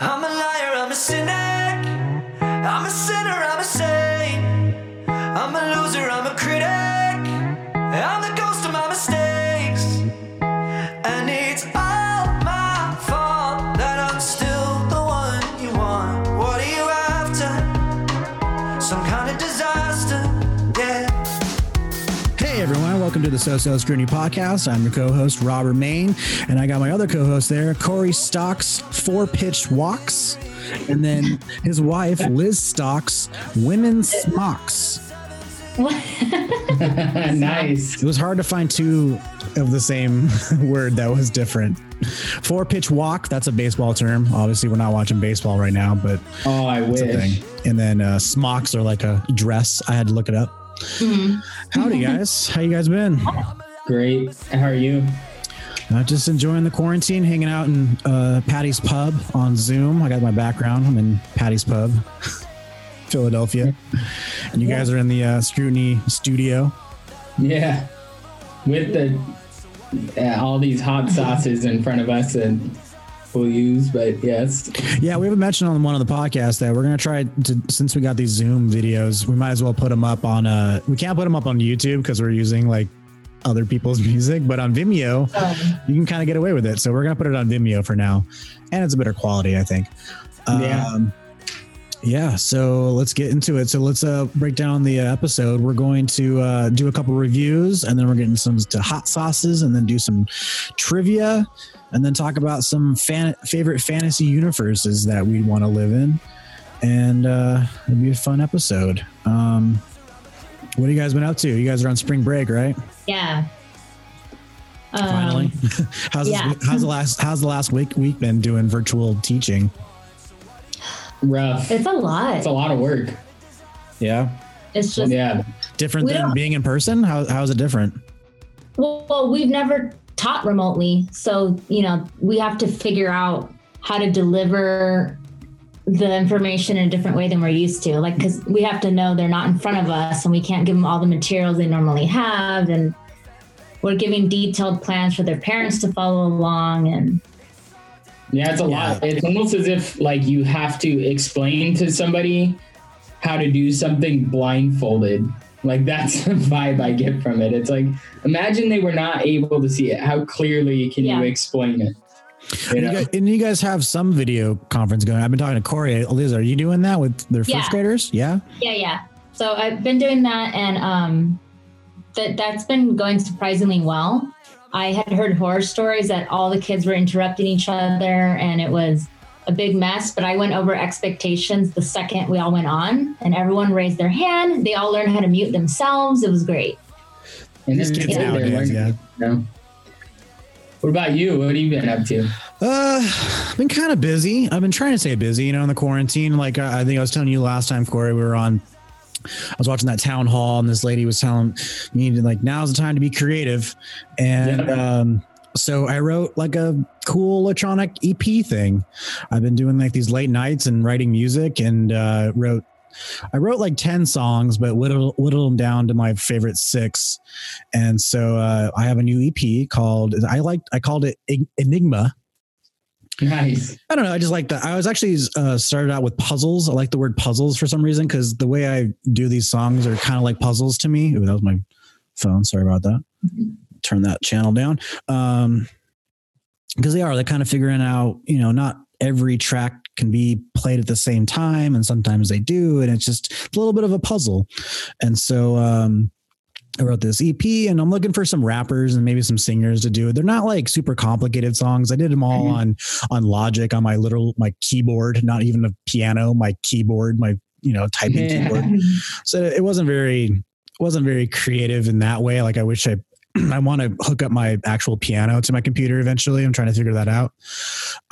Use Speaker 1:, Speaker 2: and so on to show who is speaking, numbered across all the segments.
Speaker 1: I'm a liar, I'm a cynic. I'm a sinner, I'm a saint. I'm a loser, I'm a critic. I'm the ghost of my mistakes. And it's all my fault that I'm still the one you want. What are you after? Some kind of disaster, yeah.
Speaker 2: Hey everyone, welcome to the So So Scrutiny Podcast. I'm your co-host Robert Main, and I got my other co-host there, Corey Stocks, four pitch walks, and then his wife Liz Stocks, women smocks.
Speaker 3: nice.
Speaker 2: It was hard to find two of the same word that was different. Four pitch walk, that's a baseball term. Obviously, we're not watching baseball right now, but
Speaker 3: Oh, I
Speaker 2: it's a
Speaker 3: wish.
Speaker 2: thing. And then uh, smocks are like a dress. I had to look it up. Howdy guys, how you guys been?
Speaker 3: Great. How are you?
Speaker 2: Uh, just enjoying the quarantine, hanging out in uh, Patty's Pub on Zoom. I got my background. I'm in Patty's Pub, Philadelphia. And you guys are in the uh, scrutiny studio.
Speaker 3: Yeah. With the uh, all these hot sauces in front of us and we'll use, but yes.
Speaker 2: Yeah, we haven't mentioned on one of the podcasts that we're going to try to, since we got these Zoom videos, we might as well put them up on, uh, we can't put them up on YouTube because we're using like other people's music, but on Vimeo, you can kind of get away with it. So we're going to put it on Vimeo for now. And it's a better quality, I think.
Speaker 3: Yeah.
Speaker 2: Um, yeah. So let's get into it. So let's uh, break down the uh, episode. We're going to uh, do a couple reviews and then we're getting some to hot sauces and then do some trivia and then talk about some fan- favorite fantasy universes that we want to live in. And uh, it'll be a fun episode. Um, what have you guys been up to? You guys are on spring break, right?
Speaker 4: Yeah. Um,
Speaker 2: Finally. how's,
Speaker 4: yeah.
Speaker 2: this, how's the last How's the last week week been doing virtual teaching?
Speaker 3: Rough.
Speaker 4: It's a lot.
Speaker 3: It's a lot of work.
Speaker 2: Yeah,
Speaker 4: It's just,
Speaker 3: Yeah.
Speaker 2: different
Speaker 4: We
Speaker 2: than
Speaker 4: don't-
Speaker 2: being in person. How How is it different?
Speaker 4: well, well, we've never taught remotely. So, you know, we have to figure out how to deliver the information in a different way than we're used to. Like, because we have to know they're not in front of us and we can't give them all the materials they normally have. And we're giving detailed plans for their parents to follow along. And
Speaker 3: Yeah, it's a lot. It's almost as if like you have to explain to somebody how to do something blindfolded. Like that's the vibe I get from it. It's like imagine they were not able to see it. How clearly can
Speaker 4: Yeah.
Speaker 3: you explain it? You
Speaker 2: And
Speaker 3: know?
Speaker 2: you, guys, and you guys have some video conference going. I've been talking to Corey. Liz, are you doing that with their first
Speaker 4: Yeah.
Speaker 2: graders? Yeah.
Speaker 4: yeah, yeah. So I've been doing that and, um, that that's been going surprisingly well. I had heard horror stories that all the kids were interrupting each other and it was a big mess, but I went over expectations the second we all went on and everyone raised their hand. They all learned how to mute themselves. It was great.
Speaker 3: And
Speaker 2: These
Speaker 3: then
Speaker 2: kids
Speaker 3: they're
Speaker 2: nowadays,
Speaker 3: learning,
Speaker 2: yeah.
Speaker 3: you know? What about you? What have you been up to?
Speaker 2: Uh, I've been kind of busy. I've been trying to stay busy, you know, in the quarantine. Like I, I think I was telling you last time, Corey, we were on. I was watching that town hall, and this lady was telling me like, "Now's the time to be creative," and
Speaker 3: Yeah.
Speaker 2: um, so I wrote like a cool electronic EP thing. I've been doing like these late nights and writing music, and uh, wrote. I wrote like ten songs, but whittled, whittled them down to my favorite six. And so uh, I have a new EP called I like I called it Ig- Enigma.
Speaker 3: Nice.
Speaker 2: I don't know. I just like that. I was actually uh, started out with puzzles. I like the word puzzles for some reason because the way I do these songs are kind of like puzzles to me. Ooh, that was my phone. Sorry about that. Turn that channel down. Um, because they are they're kind of figuring out. You know, not every track can be played at the same time, and sometimes they do, and it's just a little bit of a puzzle. And so, um, I wrote this EP, and I'm looking for some rappers and maybe some singers to do it. They're not like super complicated songs. I did them all
Speaker 3: Mhm.
Speaker 2: on on Logic on my little my keyboard, not even a piano, my keyboard, my you know typing
Speaker 3: Yeah.
Speaker 2: keyboard. So it wasn't very it wasn't very creative in that way. Like I wish I I want to hook up my actual piano to my computer eventually. I'm trying to figure that out.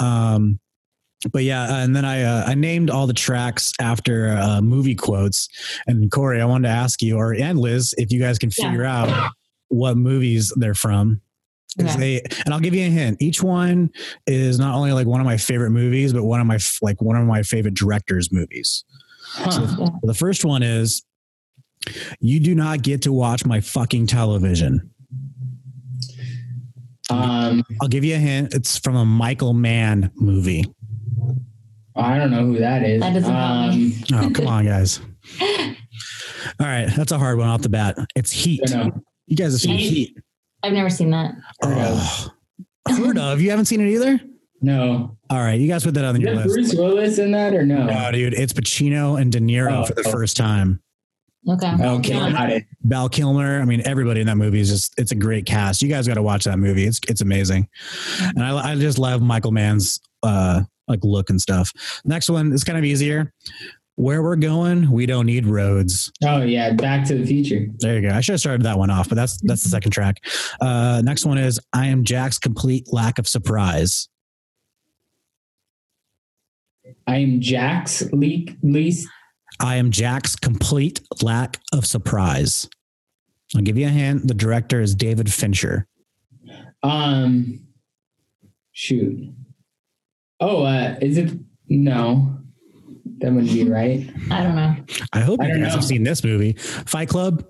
Speaker 2: Um, but yeah, and then I uh, I named all the tracks after uh, movie quotes. And Corey, I wanted to ask you, or and Liz, if you guys can
Speaker 4: Yeah.
Speaker 2: figure out what movies they're from. 'Cause they-
Speaker 4: Okay.
Speaker 2: and I'll give you a hint. Each one is not only like one of my favorite movies, but one of my f- like one of my favorite directors' movies.
Speaker 3: Huh.
Speaker 2: The first one is, "You do not get to watch my fucking television."
Speaker 3: Um,
Speaker 2: I'll give you a hint. It's from a Michael Mann movie.
Speaker 3: I don't know who that is. Um,
Speaker 4: That doesn't help me.
Speaker 2: Oh, come on, guys. All right, that's a hard one off the bat. It's heat.
Speaker 3: I don't know.
Speaker 2: You guys have seen heat.
Speaker 3: Heat.
Speaker 4: I've never seen that.
Speaker 3: Heard of.
Speaker 2: Oh, heard of? You haven't seen it either.
Speaker 3: No.
Speaker 2: All right, you guys put that on
Speaker 3: Is
Speaker 2: your
Speaker 3: that
Speaker 2: list.
Speaker 3: Bruce Willis in that or no?
Speaker 2: No, dude, it's Pacino and De Niro
Speaker 3: Oh,
Speaker 2: for the
Speaker 3: oh.
Speaker 2: first time.
Speaker 4: Okay.
Speaker 3: Okay, got it.
Speaker 2: Val Kilmer. I mean, everybody in that movie is just, it's a great cast. You guys got to watch that movie. It's, it's amazing. And I, I just love Michael Mann's, uh, like look and stuff. Next one is kind of easier. Where we're going, we don't need roads.
Speaker 3: Oh yeah, Back to the Future.
Speaker 2: There you go. I should have started that one off, but that's that's the second track. Uh, next one is I am Jack's complete lack of surprise.
Speaker 3: I am Jack's leak least.
Speaker 2: I am Jack's complete lack of surprise. I'll give you a hint. The director is David Fincher.
Speaker 3: Um, shoot. Oh, uh, is it no? That wouldn't be right.
Speaker 4: I don't know.
Speaker 2: I hope
Speaker 3: I
Speaker 2: you
Speaker 3: don't
Speaker 2: guys
Speaker 3: know.
Speaker 2: have seen this movie, Fight Club.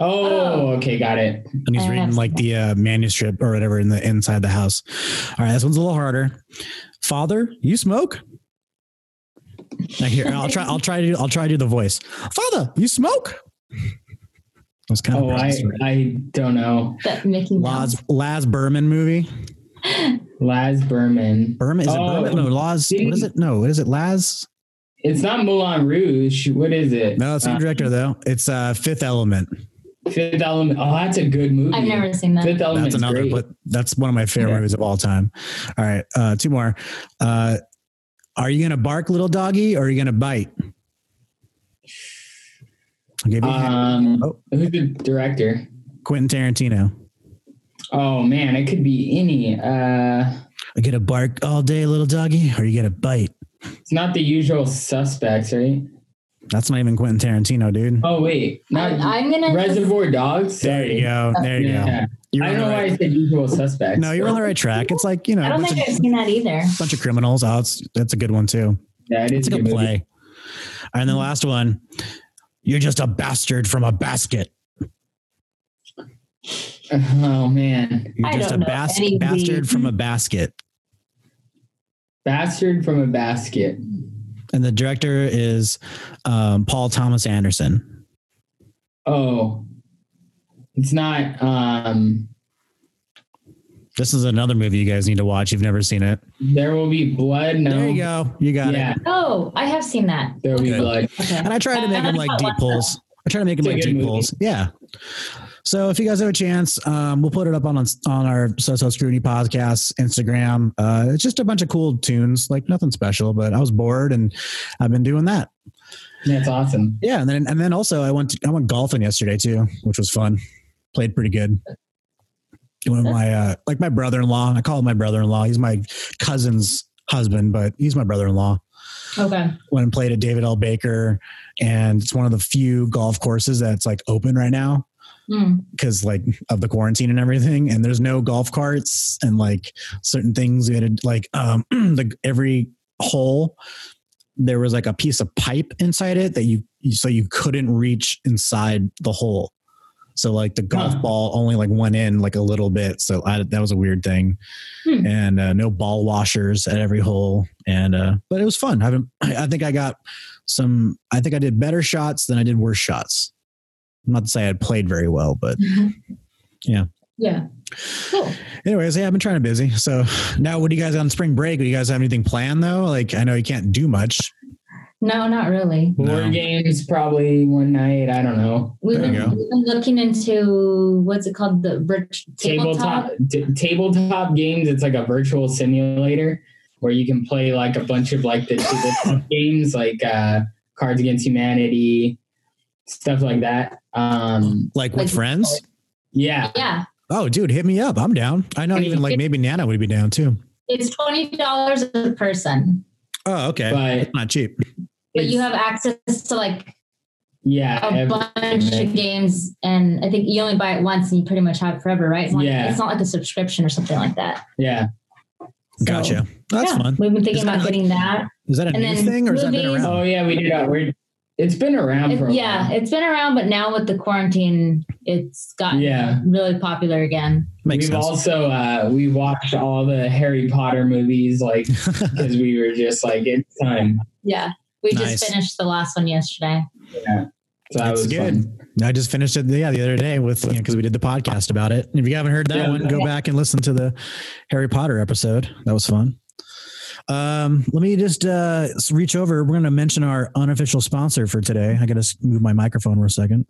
Speaker 3: Oh,
Speaker 4: Oh.
Speaker 3: okay, got it.
Speaker 2: and
Speaker 4: I
Speaker 2: he's
Speaker 4: have
Speaker 2: reading
Speaker 4: seen
Speaker 2: like the uh, manuscript or whatever in the inside the house. All right, this one's a little harder. Father, you smoke? Now here, I'll try. I'll try to. I'll try to do the voice. Father, you smoke? That's kind of
Speaker 3: Oh, I I don't know.
Speaker 4: That Mickey Mouse.
Speaker 2: Laz Laz Berman movie.
Speaker 3: Laz Berman.
Speaker 2: Berman is
Speaker 3: Oh.
Speaker 2: it Berman? No, Laz. What is it? No, what is it Laz?
Speaker 3: It's not Moulin Rouge. What is it?
Speaker 2: No, same
Speaker 3: Uh,
Speaker 2: director though. It's uh, Fifth Element.
Speaker 3: Fifth Element. Oh, that's a good movie.
Speaker 4: I've never seen that.
Speaker 3: Fifth Element's
Speaker 2: That's another.
Speaker 3: great.
Speaker 2: But that's one of my favorite
Speaker 3: Yeah.
Speaker 2: movies of all time. All right, uh, two more. Uh, are you gonna bark, little doggy, or are you gonna bite? I'll give you a hint.
Speaker 3: Um,
Speaker 2: Oh.
Speaker 3: who's the director?
Speaker 2: Quentin Tarantino.
Speaker 3: Oh man, it could be any. Uh,
Speaker 2: I get a bark all day, little doggy, or you get a bite.
Speaker 3: it's not the usual suspects, right?
Speaker 2: That's not even Quentin Tarantino, dude.
Speaker 3: Oh wait, not
Speaker 4: I, am gonna.
Speaker 3: Reservoir Dogs.
Speaker 2: there you go. There you go.
Speaker 3: Yeah.
Speaker 2: You're
Speaker 3: I
Speaker 2: on
Speaker 3: don't
Speaker 2: the
Speaker 3: know why
Speaker 2: right-
Speaker 3: I said usual suspects.
Speaker 2: No, you're on the right track. It's like you know,
Speaker 4: I
Speaker 2: a
Speaker 4: don't
Speaker 2: bunch,
Speaker 4: think I've
Speaker 2: of,
Speaker 4: seen that either.
Speaker 2: bunch of criminals. Oh, it's, that's a good one too.
Speaker 3: Yeah, it is
Speaker 2: It's a
Speaker 3: a
Speaker 2: good
Speaker 3: good movie.
Speaker 2: play. And the last one, you're just a bastard from a basket.
Speaker 3: Oh man,
Speaker 2: You're
Speaker 4: I
Speaker 2: just a
Speaker 4: don't know
Speaker 2: bas-
Speaker 4: any of
Speaker 2: bastard
Speaker 4: these.
Speaker 2: from a basket.
Speaker 3: bastard from a basket.
Speaker 2: And the director is um, Paul Thomas Anderson.
Speaker 3: Oh, it's not. Um,
Speaker 2: This is another movie you guys need to watch. You've never seen it.
Speaker 3: there will be blood. No,
Speaker 2: There you go. You got
Speaker 3: yeah,
Speaker 2: it.
Speaker 4: Oh, I have seen that.
Speaker 3: there will be
Speaker 2: Okay.
Speaker 3: blood.
Speaker 4: Okay.
Speaker 2: And I tried to make them like deep pulls. I try to make them
Speaker 3: It's a
Speaker 2: like
Speaker 3: good
Speaker 2: deep
Speaker 3: movie.
Speaker 2: pulls. Yeah. So if you guys have a chance, um, we'll put it up on on our So-So Scrutiny podcast Instagram. Uh, it's just a bunch of cool tunes, like nothing special. But I was bored, and I've been doing that.
Speaker 3: That's awesome.
Speaker 2: Yeah, and then and then also I went I went golfing yesterday too, which was fun. Played pretty good. One of my uh, like my brother in law. I call him my brother in law. He's my cousin's husband, but he's my brother in law.
Speaker 4: Okay.
Speaker 2: Went and played at David L. Baker, and it's one of the few golf courses that's like open right now
Speaker 4: Hmm.
Speaker 2: because like of the quarantine and everything and there's no golf carts and like certain things we had to, like um the every hole there was like a piece of pipe inside it that you you- so you couldn't reach inside the hole so like the golf
Speaker 3: Huh.
Speaker 2: ball only like went in like a little bit so I, that was a weird thing
Speaker 4: Hmm.
Speaker 2: and uh, no ball washers at every hole and uh but it was fun i haven't i think i got some i think i did better shots than i did worse shots not to say i played very well but Mm-hmm. Yeah.
Speaker 4: Yeah. Cool.
Speaker 2: Anyways, yeah, I've been trying to busy. So now, what do you guys on spring break? Do you guys have anything planned though? Like, I know you can't do much.
Speaker 4: No, not really.
Speaker 3: Board
Speaker 2: No.
Speaker 3: games probably one night. I don't know.
Speaker 4: We've
Speaker 2: There
Speaker 4: been,
Speaker 2: you go.
Speaker 4: we've been looking into what's it called? The rich
Speaker 3: Tabletop t- tabletop games. It's like a virtual simulator where you can play like a bunch of like the tabletop games, like uh, Cards Against Humanity, stuff like that. Um,
Speaker 2: Like with
Speaker 4: Like-
Speaker 2: friends?
Speaker 3: yeah,
Speaker 4: Yeah.
Speaker 2: Oh, dude, hit me up. I'm down. I know even like maybe Nana would be down too.
Speaker 4: It's twenty dollars a person.
Speaker 2: Oh, okay.
Speaker 3: but
Speaker 2: Not cheap.
Speaker 4: But you
Speaker 3: it's-
Speaker 4: have access to like
Speaker 3: yeah,
Speaker 4: a
Speaker 3: ev-
Speaker 4: bunch of games and I think you only buy it once and you pretty much have it forever, right? It's not,
Speaker 3: Yeah.
Speaker 4: it's not like a subscription or something like that.
Speaker 3: yeah.
Speaker 4: So,
Speaker 2: Gotcha. That's
Speaker 4: yeah,
Speaker 2: fun.
Speaker 4: We've been
Speaker 2: Is
Speaker 4: thinking
Speaker 2: that
Speaker 4: about
Speaker 2: like-
Speaker 4: getting that.
Speaker 2: Is that a
Speaker 4: And
Speaker 2: new
Speaker 4: then
Speaker 2: thing or has that been
Speaker 4: movies.
Speaker 2: around?
Speaker 3: Oh yeah, we did. Our, we're It's been around
Speaker 4: It-
Speaker 3: for a
Speaker 4: yeah,
Speaker 3: while.
Speaker 4: it's been around, but now with the quarantine, it's gotten
Speaker 3: Yeah.
Speaker 4: really popular again.
Speaker 2: Makes
Speaker 3: we've
Speaker 2: sense.
Speaker 3: also uh, we watched all the Harry Potter movies, like because we were just like it's time.
Speaker 4: Yeah. We
Speaker 2: Nice.
Speaker 4: just finished the last one yesterday.
Speaker 3: So that
Speaker 2: That's
Speaker 3: was
Speaker 2: good.
Speaker 3: fun.
Speaker 2: I just finished it, yeah, the other day with because we did the podcast about it. And if you haven't heard that
Speaker 3: Yeah.
Speaker 2: one, go back and listen to the Harry Potter episode. That was fun. Um, let me just uh, s- reach over. We're going to mention our unofficial sponsor for today. I got to move my microphone for a second.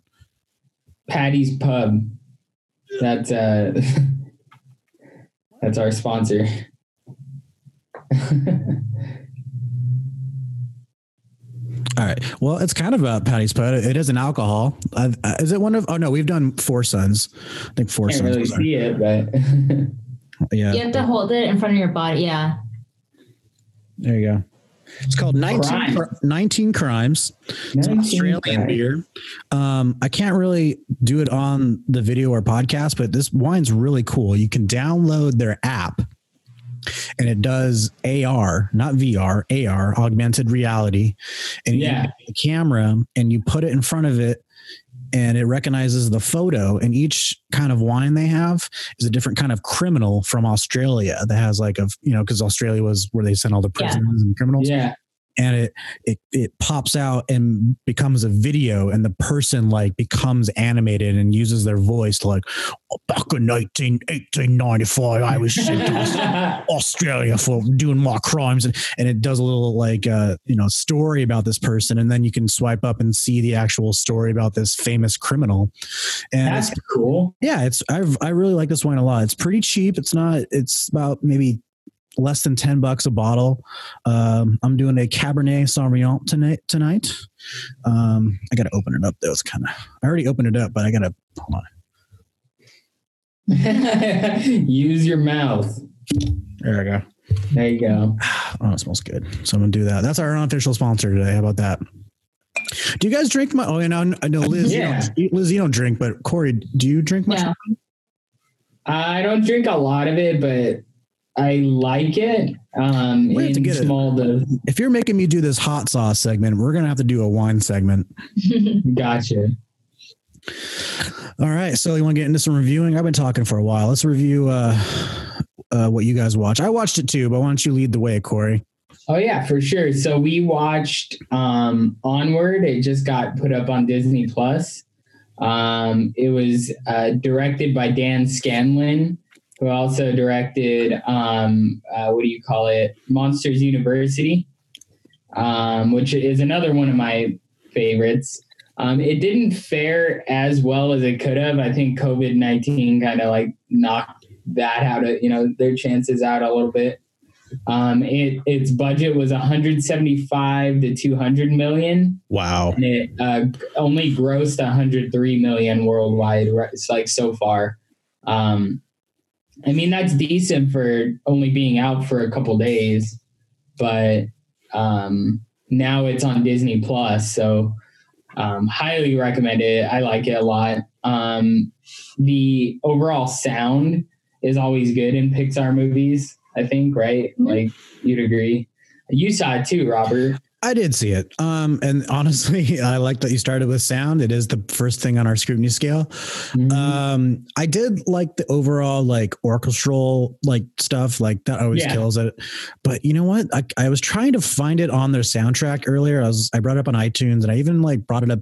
Speaker 3: Patty's Pub. That's uh, that's our sponsor.
Speaker 2: All right. Well, it's kind of about Patty's Pud. It is an alcohol. Uh, uh, is it one of? Oh no, we've done Four Sons. I think Four
Speaker 3: Can't
Speaker 2: Sons.
Speaker 3: really
Speaker 2: was our-
Speaker 3: see it, but
Speaker 2: yeah.
Speaker 4: You have to hold it in front of your body. Yeah.
Speaker 2: There you go. It's called 19,
Speaker 3: Crimes.
Speaker 2: Cr- 19 Crimes. It's an Australian beer. Um, I can't really do it on the video or podcast, but this wine's really cool. You can download their app and it does AR, not VR, AR, augmented reality. And you
Speaker 3: Yeah.
Speaker 2: take the camera and you put it in front of it and it recognizes the photo and each kind of wine they have is a different kind of criminal from Australia that has like a you know because Australia was where they sent all the
Speaker 4: Yeah.
Speaker 2: prisoners and criminals
Speaker 3: Yeah,
Speaker 2: and it it it pops out and becomes a video and the person like becomes animated and uses their voice to like "Oh, back in 19 1895 I was sent to Aus- Australia for doing my crimes and, and it does a little like uh you know story about this person and then you can swipe up and see the actual story about this famous criminal and it's
Speaker 3: that's cool.
Speaker 2: yeah, it's I've I really like this wine a lot. It's pretty cheap. It's not. It's about maybe less than ten bucks a bottle. Um, I'm doing a Cabernet Sauvignon tonight. Tonight, um, I got to open it up. Though it's kind of I already opened it up, but I got to hold on.
Speaker 3: Use your mouth.
Speaker 2: There I go.
Speaker 3: There you go.
Speaker 2: Oh, it smells good. So I'm gonna do that. That's our unofficial sponsor today. How about that? Do you guys drink my? Oh, and I I know Liz.
Speaker 3: Yeah.
Speaker 2: You don't, Liz, you don't drink, but Corey, do you drink much?
Speaker 4: No.
Speaker 3: I don't drink a lot of it, but I like it. Um,
Speaker 2: We have
Speaker 3: in
Speaker 2: to get it.
Speaker 3: small doses.
Speaker 2: If you're making me do this hot sauce segment, we're gonna have to do a wine segment.
Speaker 3: Gotcha.
Speaker 2: All right, so you want to get into some reviewing? I've been talking for a while. Let's review uh, uh, what you guys watch. I watched it too, but why don't you lead the way, Corey?
Speaker 3: Oh yeah, for sure. So we watched um, Onward. It just got put up on Disney Plus. Um, it was uh, directed by Dan Scanlon, who also directed um, uh, what do you call it, Monsters University, um, which is another one of my favorites. Um, it didn't fare as well as it could have. I think COVID nineteen kind of like knocked that out of you know their chances out a little bit. Um, it its budget was 175 to 200 million,
Speaker 2: Wow,
Speaker 3: and it uh, only grossed 103 million worldwide. right? It's like so far. Um, I mean that's decent for only being out for a couple days, but um, now it's on Disney Plus, so um, highly recommend it. I like it a lot. Um, the overall sound is always good in Pixar movies. I think, right?
Speaker 4: Mhm.
Speaker 3: Like you'd agree. You saw it too, Robert.
Speaker 2: I did see it. Um, and honestly, I like that you started with sound. It is the first thing on our scrutiny scale.
Speaker 4: Mm-hmm.
Speaker 2: Um, I did like the overall like orchestral like stuff like that always
Speaker 3: Yeah.
Speaker 2: kills it. But you know what? I, I was trying to find it on their soundtrack earlier. I was I brought it up on iTunes and I even like brought it up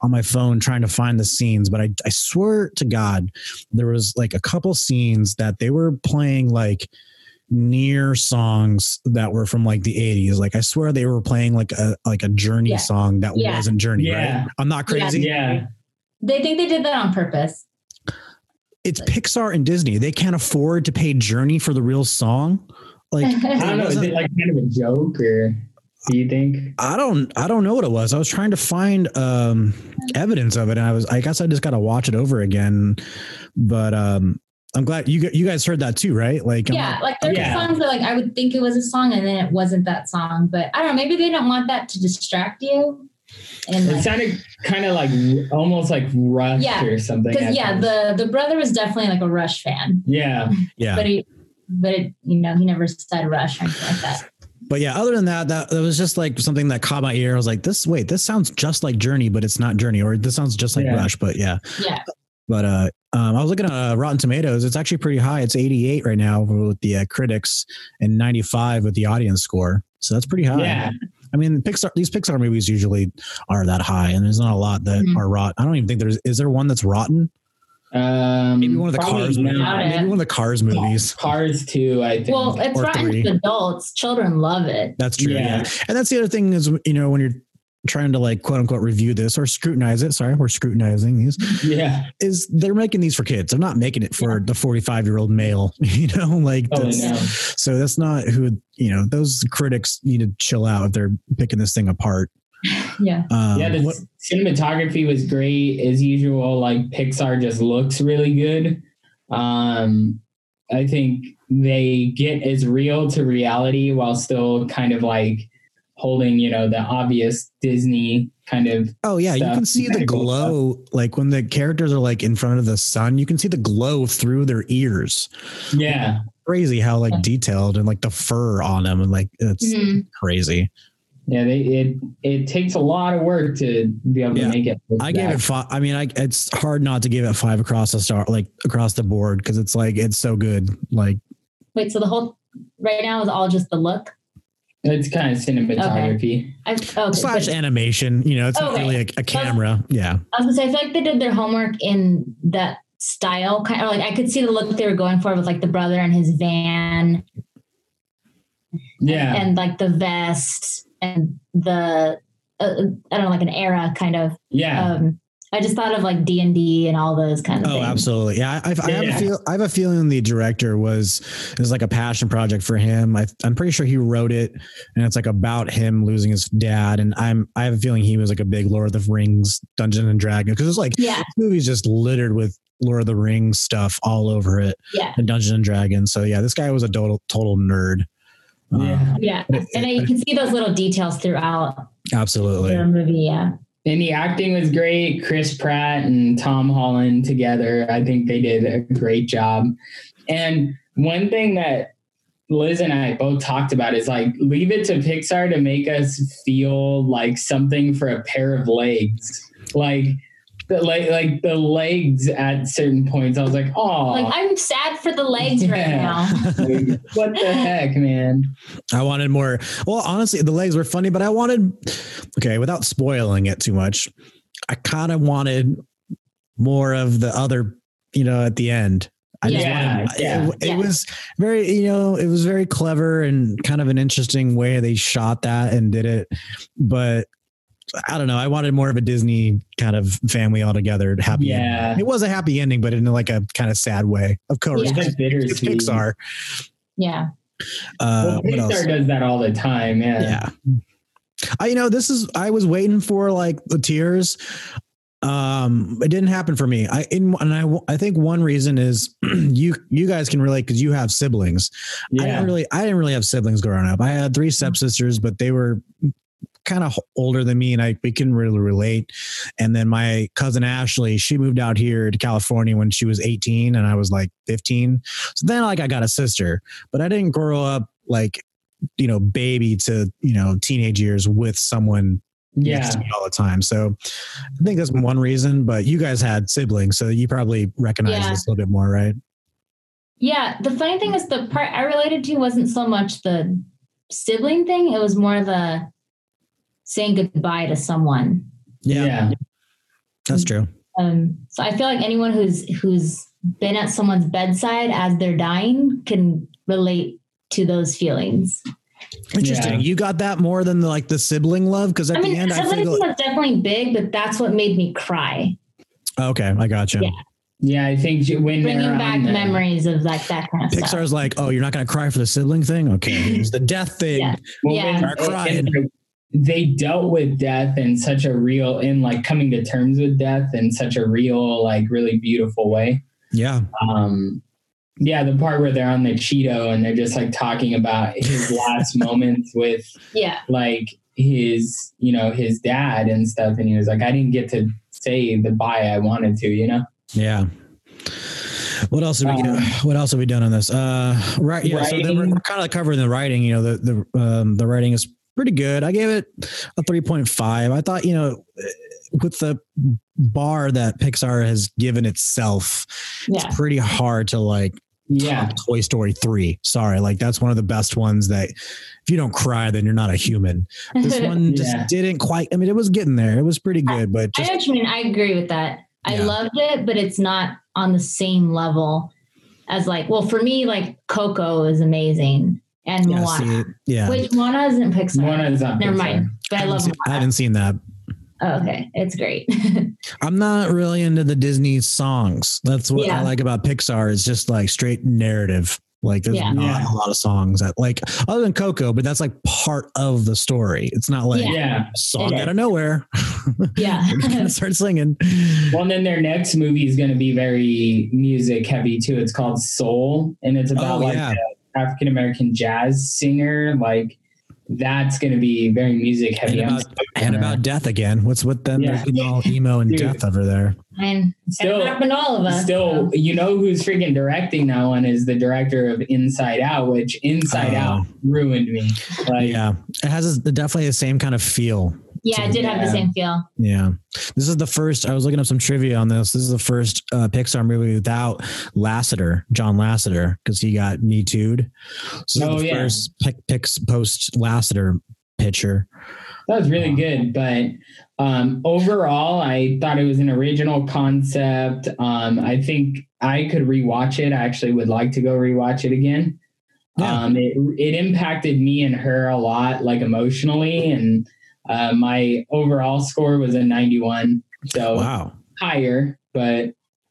Speaker 2: on my phone trying to find the scenes. But I I swear to God, there was like a couple scenes that they were playing like near songs that were from like the 80s like i swear they were playing like a like a journey
Speaker 4: Yeah.
Speaker 2: song that
Speaker 4: Yeah.
Speaker 2: wasn't journey
Speaker 3: Yeah.
Speaker 2: right i'm not
Speaker 4: Yeah.
Speaker 2: crazy
Speaker 3: Mm-hmm. yeah,
Speaker 4: They think they did that on purpose.
Speaker 2: it's Pixar and Disney. They can't afford to pay Journey for the real song. Like
Speaker 3: I don't know. Is it like kind of a joke, or do you think?
Speaker 2: I don't I don't know what it was. I was trying to find um evidence of it and I was I guess I just got to watch it over again. But um I'm glad you gu- you guys heard that too, right? Like I'm
Speaker 4: Yeah,
Speaker 2: not-
Speaker 4: like there's
Speaker 3: Yeah.
Speaker 4: songs that like I would think it was a song and then it wasn't that song, but I don't know. Maybe they don't want that to distract you. And
Speaker 3: It
Speaker 4: like,
Speaker 3: sounded kind of like almost like rust
Speaker 4: Yeah,
Speaker 3: or something.
Speaker 4: because
Speaker 3: at
Speaker 4: yeah,
Speaker 3: times.
Speaker 4: the the brother was definitely like a Rush fan,
Speaker 3: yeah,
Speaker 2: yeah.
Speaker 4: but he but it, you know he never said Rush or anything like that.
Speaker 2: But yeah, other than that, that, that was just like something that caught my ear. I was like, this, wait, this sounds just like Journey, but it's not Journey, or this sounds just like
Speaker 3: Yeah.
Speaker 2: Rush, but yeah.
Speaker 4: Yeah.
Speaker 2: But uh, um, I was looking at uh, Rotten Tomatoes. It's actually pretty high. It's 88 right now with the uh, critics and 95 with the audience score. So that's pretty high.
Speaker 3: yeah,
Speaker 2: I mean, Pixar. These Pixar movies usually are that high, and there's not a lot that
Speaker 4: Mhm.
Speaker 2: are rot. I don't even think there's. Is there one that's rotten?
Speaker 3: um,
Speaker 2: Maybe one of the
Speaker 3: probably
Speaker 2: Cars movies.
Speaker 3: not.
Speaker 4: Yeah.
Speaker 2: Maybe one of the Cars movies.
Speaker 3: Cars too. I think.
Speaker 4: Well, it's
Speaker 2: Or
Speaker 4: rotten
Speaker 2: three.
Speaker 4: to adults. Children love it.
Speaker 2: That's true. Yeah.
Speaker 3: Yeah.
Speaker 2: and that's the other thing is you know when you're trying to like quote unquote review this or scrutinize it. Sorry, we're scrutinizing these.
Speaker 3: yeah,
Speaker 2: Is they're making these for kids. They're not making it for the 45 year old male. You know, like
Speaker 3: totally
Speaker 2: that's,
Speaker 3: no.
Speaker 2: so that's not who you know. Those critics need to chill out if they're picking this thing apart.
Speaker 4: Yeah.
Speaker 2: Um,
Speaker 3: yeah, the
Speaker 2: what-
Speaker 3: cinematography was great as usual. Like Pixar just looks really good. Um, I think they get as real to reality while still kind of like holding, you know, the obvious Disney kind of
Speaker 2: Oh yeah, you
Speaker 3: stuff,
Speaker 2: can see the
Speaker 3: medical
Speaker 2: glow. Like when the characters are like in front of the sun, you can see the glow through their ears.
Speaker 3: yeah. Mm-hmm.
Speaker 2: Crazy how like
Speaker 4: Yeah.
Speaker 2: detailed and like the fur on them and like it's
Speaker 4: Mhm.
Speaker 2: crazy.
Speaker 3: Yeah, they, it it takes a lot of work to be able
Speaker 2: Yeah.
Speaker 3: to make it. look
Speaker 2: I gave
Speaker 3: that.
Speaker 2: it five. I mean, I it's hard not to give it five across the star, like across the board, because it's like it's so good. Like
Speaker 4: Wait, so the whole right now is all just the look?
Speaker 3: It's kind of cinematography.
Speaker 4: I, oh, okay,
Speaker 2: slash
Speaker 4: good.
Speaker 2: animation, you know, it's not
Speaker 4: Okay.
Speaker 2: really a, a camera. Yeah,
Speaker 4: I was gonna say, I feel like they did their homework in that style. Kind of like I could see the look they were going for with like the brother and his van
Speaker 3: Yeah,
Speaker 4: and like the vest and the uh, uh, I don't know, like an era kind of.
Speaker 3: yeah,
Speaker 4: Um, I just thought of like D and D and all those kind of
Speaker 2: Oh,
Speaker 4: things.
Speaker 2: absolutely. Yeah, I, I, I have
Speaker 3: Yeah.
Speaker 2: a feel. I have a feeling the director was it was like a passion project for him. I, I'm pretty sure he wrote it, and it's like about him losing his dad. And I'm I have a feeling he was like a big Lord of the Rings, Dungeon and Dragons, because it's like
Speaker 4: Yeah,
Speaker 2: this movie's just littered with Lord of the Rings stuff all over it,
Speaker 4: yeah,
Speaker 2: and Dungeon and Dragons. So yeah, this guy was a total total nerd. Uh,
Speaker 3: yeah.
Speaker 4: yeah. And I, you can see those little details throughout
Speaker 2: absolutely.
Speaker 4: the movie. Yeah,
Speaker 3: And the acting was great. Chris Pratt and Tom Holland together, I think they did a great job. And one thing that Liz and I both talked about is like, leave it to Pixar to make us feel like something for a pair of legs. Like, the, like, like the legs at certain points, I was like, oh,
Speaker 4: like I'm sad for the legs right
Speaker 3: Yeah.
Speaker 4: now.
Speaker 3: what the heck, man?
Speaker 2: I wanted more. Well, honestly, the legs were funny, but I wanted okay, without spoiling it too much, I kind of wanted more of the other, you know, at the end. I just
Speaker 3: Yeah,
Speaker 2: wanted, it-
Speaker 3: yeah,
Speaker 2: it,
Speaker 4: yeah.
Speaker 2: was very, you know, it was very clever and kind of an interesting way they shot that and did it. But I don't know. I wanted more of a Disney kind of family all together, happy.
Speaker 3: Yeah.
Speaker 2: ending. It was a happy ending, but in like a kind of sad way. Of course.
Speaker 4: Yeah.
Speaker 2: because
Speaker 3: It's
Speaker 2: It's
Speaker 3: bittersweet.
Speaker 2: Pixar.
Speaker 4: Yeah,
Speaker 2: Uh,
Speaker 3: Well,
Speaker 2: what else?
Speaker 3: Pixar does that all the time, yeah.
Speaker 2: yeah i you know this is i was waiting for like the tears um it didn't happen for me i in and i i think one reason is you you guys can relate because you have siblings i
Speaker 3: yeah. Mm-hmm.
Speaker 2: didn't really i didn't really have siblings growing up i had three stepsisters but they were kind of older than me and i we couldn't really relate and then my cousin ashley she moved out here to california when she was 18 and i was like 15 so then like i got a sister but i didn't grow up like you know baby to you know teenage years with someone next
Speaker 3: yeah.
Speaker 2: to me all the time so i think that's one reason but you guys had siblings so you probably recognize
Speaker 4: Yeah.
Speaker 2: this a little bit more right
Speaker 4: yeah. The funny thing is, the part I related to wasn't so much the sibling thing; it was more the saying goodbye to someone.
Speaker 3: yeah.
Speaker 2: that's true
Speaker 4: Um, so I feel like anyone who's who's been at someone's bedside as they're dying can relate to those feelings.
Speaker 2: Interesting.
Speaker 3: Yeah.
Speaker 2: You got that more than the, like the sibling love because at
Speaker 4: I mean,
Speaker 2: the end I
Speaker 4: siblings
Speaker 2: feel
Speaker 4: was definitely big, but that's what made me cry.
Speaker 2: okay. I got you.
Speaker 4: Yeah.
Speaker 3: Yeah, I think j- when they're
Speaker 4: Bringing
Speaker 3: on
Speaker 4: back
Speaker 3: the-
Speaker 4: memories of like that kind of stuff.
Speaker 2: Pixar's like, oh, you're not gonna cry for the sibling thing. Okay, it's the death thing.
Speaker 4: Yeah.
Speaker 3: Well,
Speaker 4: Yeah.
Speaker 3: when-
Speaker 2: Are crying.
Speaker 3: and They dealt with death in such a real, in like coming to terms with death in such a real, like really beautiful way.
Speaker 2: Yeah.
Speaker 3: Um, yeah, the part where they're on the Cheeto and they're just like talking about his last moments with
Speaker 4: Yeah,
Speaker 3: like his, you know, his dad and stuff. And he was like, I didn't get to say the bye I wanted to, you know?
Speaker 2: Yeah. What else have we?
Speaker 3: Um,
Speaker 2: what else have we done on this? Uh, right. Yeah. So then we're,
Speaker 3: Writing.
Speaker 2: kind of covering the writing. You know, the the um, the writing is pretty good. I gave it a three point five. I thought you know, with the bar that Pixar has given itself,
Speaker 4: Yeah.
Speaker 2: it's pretty hard to like
Speaker 3: Yeah.
Speaker 2: Toy Story three. Sorry, like that's one of the best ones that if you don't cry, then you're not a human. This one just
Speaker 3: Yeah.
Speaker 2: didn't quite. I mean, it was getting there. It was pretty good, but
Speaker 4: I
Speaker 2: just
Speaker 4: know what you mean. I agree with that. I
Speaker 2: Yeah.
Speaker 4: loved it, but it's not on the same level as like, well, for me, like Coco is amazing and
Speaker 2: yeah.
Speaker 4: Moana.
Speaker 2: See, yeah.
Speaker 4: Which Moana isn't Pixar.
Speaker 3: Moana is not
Speaker 4: Never
Speaker 3: Pixar.
Speaker 4: mind. But I
Speaker 2: haven't
Speaker 4: love
Speaker 2: seen- I
Speaker 4: Moana.
Speaker 2: haven't seen that.
Speaker 4: Oh, okay. It's great.
Speaker 2: I'm not really into the Disney songs. That's what
Speaker 4: Yeah.
Speaker 2: I like about Pixar. It's just like straight narrative. Like there's
Speaker 4: Yeah.
Speaker 2: not
Speaker 3: Yeah.
Speaker 2: a lot of songs that like other than Coco, but that's like part of the story. It's not like
Speaker 4: Yeah.
Speaker 3: Yeah.
Speaker 2: a song
Speaker 4: It is.
Speaker 2: out of nowhere.
Speaker 4: yeah.
Speaker 2: Start singing.
Speaker 3: Well, and then their next movie is going to be very music heavy too. It's called Soul, and it's about
Speaker 2: Oh,
Speaker 3: like
Speaker 2: yeah.
Speaker 3: a African American jazz singer. Like that's going to be very music heavy.
Speaker 2: And
Speaker 3: I'm
Speaker 2: about- And about death again. What's with them?
Speaker 3: Yeah.
Speaker 2: They're getting all emo and
Speaker 3: Dude.
Speaker 2: death over there.
Speaker 4: and
Speaker 3: Still-
Speaker 4: it happened to all of us.
Speaker 3: Still,
Speaker 4: so.
Speaker 3: you know who's freaking directing that one is the director of Inside Out, which Inside
Speaker 2: Oh.
Speaker 3: Out ruined me. Like,
Speaker 2: Yeah. It has a, definitely the same kind of feel.
Speaker 4: yeah, it did have the
Speaker 3: Yeah.
Speaker 4: same feel.
Speaker 2: Yeah. This is the first, I was looking up some trivia on this. This is the first uh, Pixar movie without Lasseter, John Lasseter, because he got Me Too'd. So
Speaker 3: Oh,
Speaker 2: the
Speaker 3: yeah.
Speaker 2: first pic, picks post Lasseter picture.
Speaker 3: That was really good, but um, overall, I thought it was an original concept. Um, I think I could rewatch it. I actually would like to go rewatch it again.
Speaker 2: Yeah.
Speaker 3: Um, it it impacted me and her a lot, like emotionally, and uh, my overall score was a ninety-one, so
Speaker 2: Wow.
Speaker 3: higher. But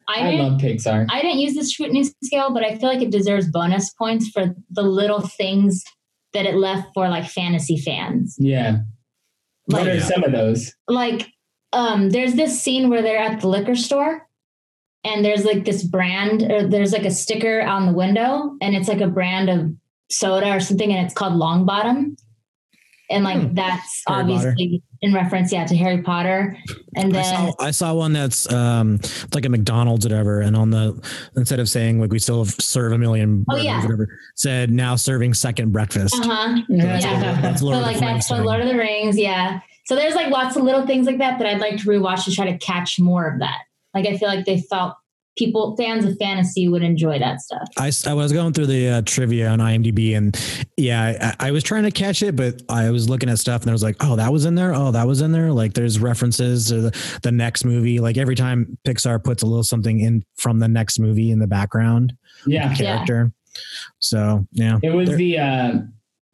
Speaker 4: I
Speaker 3: I,
Speaker 4: didn't,
Speaker 3: love Pixar.
Speaker 4: I didn't use the scrutiny scale, but I feel like it deserves bonus points for the little things that it left for like fantasy fans.
Speaker 3: yeah. What
Speaker 2: Oh,
Speaker 3: are
Speaker 2: yeah.
Speaker 3: some of those?
Speaker 4: Like, um, there's this scene where they're at the liquor store and there's like this brand or there's like a sticker on the window and it's like a brand of soda or something and it's called Long Bottom. And like
Speaker 2: Hmm.
Speaker 4: that's
Speaker 2: Harry Potter.
Speaker 4: obviously in reference, yeah, to Harry Potter. And
Speaker 2: I
Speaker 4: then
Speaker 2: saw, I saw one that's um, it's like a McDonald's or whatever. And on the, instead of saying like we still serve a million,
Speaker 4: Oh,
Speaker 2: burgers,
Speaker 4: yeah.
Speaker 2: whatever, said now serving second breakfast.
Speaker 4: uh-huh.
Speaker 2: That's
Speaker 4: Yeah.
Speaker 2: Lord- that's Lord
Speaker 4: so
Speaker 2: of the
Speaker 4: like
Speaker 2: Flies
Speaker 4: that's the
Speaker 2: thing.
Speaker 4: Lord of the Rings, yeah. So there's like lots of little things like that that I'd like to rewatch to try to catch more of that. Like I feel like they felt people fans of fantasy would enjoy that stuff.
Speaker 2: I, s- I was going through the uh, trivia on IMDb and yeah, I, I was trying to catch it, but I was looking at stuff and I was like, oh, that was in there. Oh, that was in there. Like there's references to the, the next movie. Like every time Pixar puts a little something in from the next movie in the background
Speaker 3: Yeah.
Speaker 2: character. So yeah.
Speaker 3: It was
Speaker 2: There-
Speaker 3: the uh,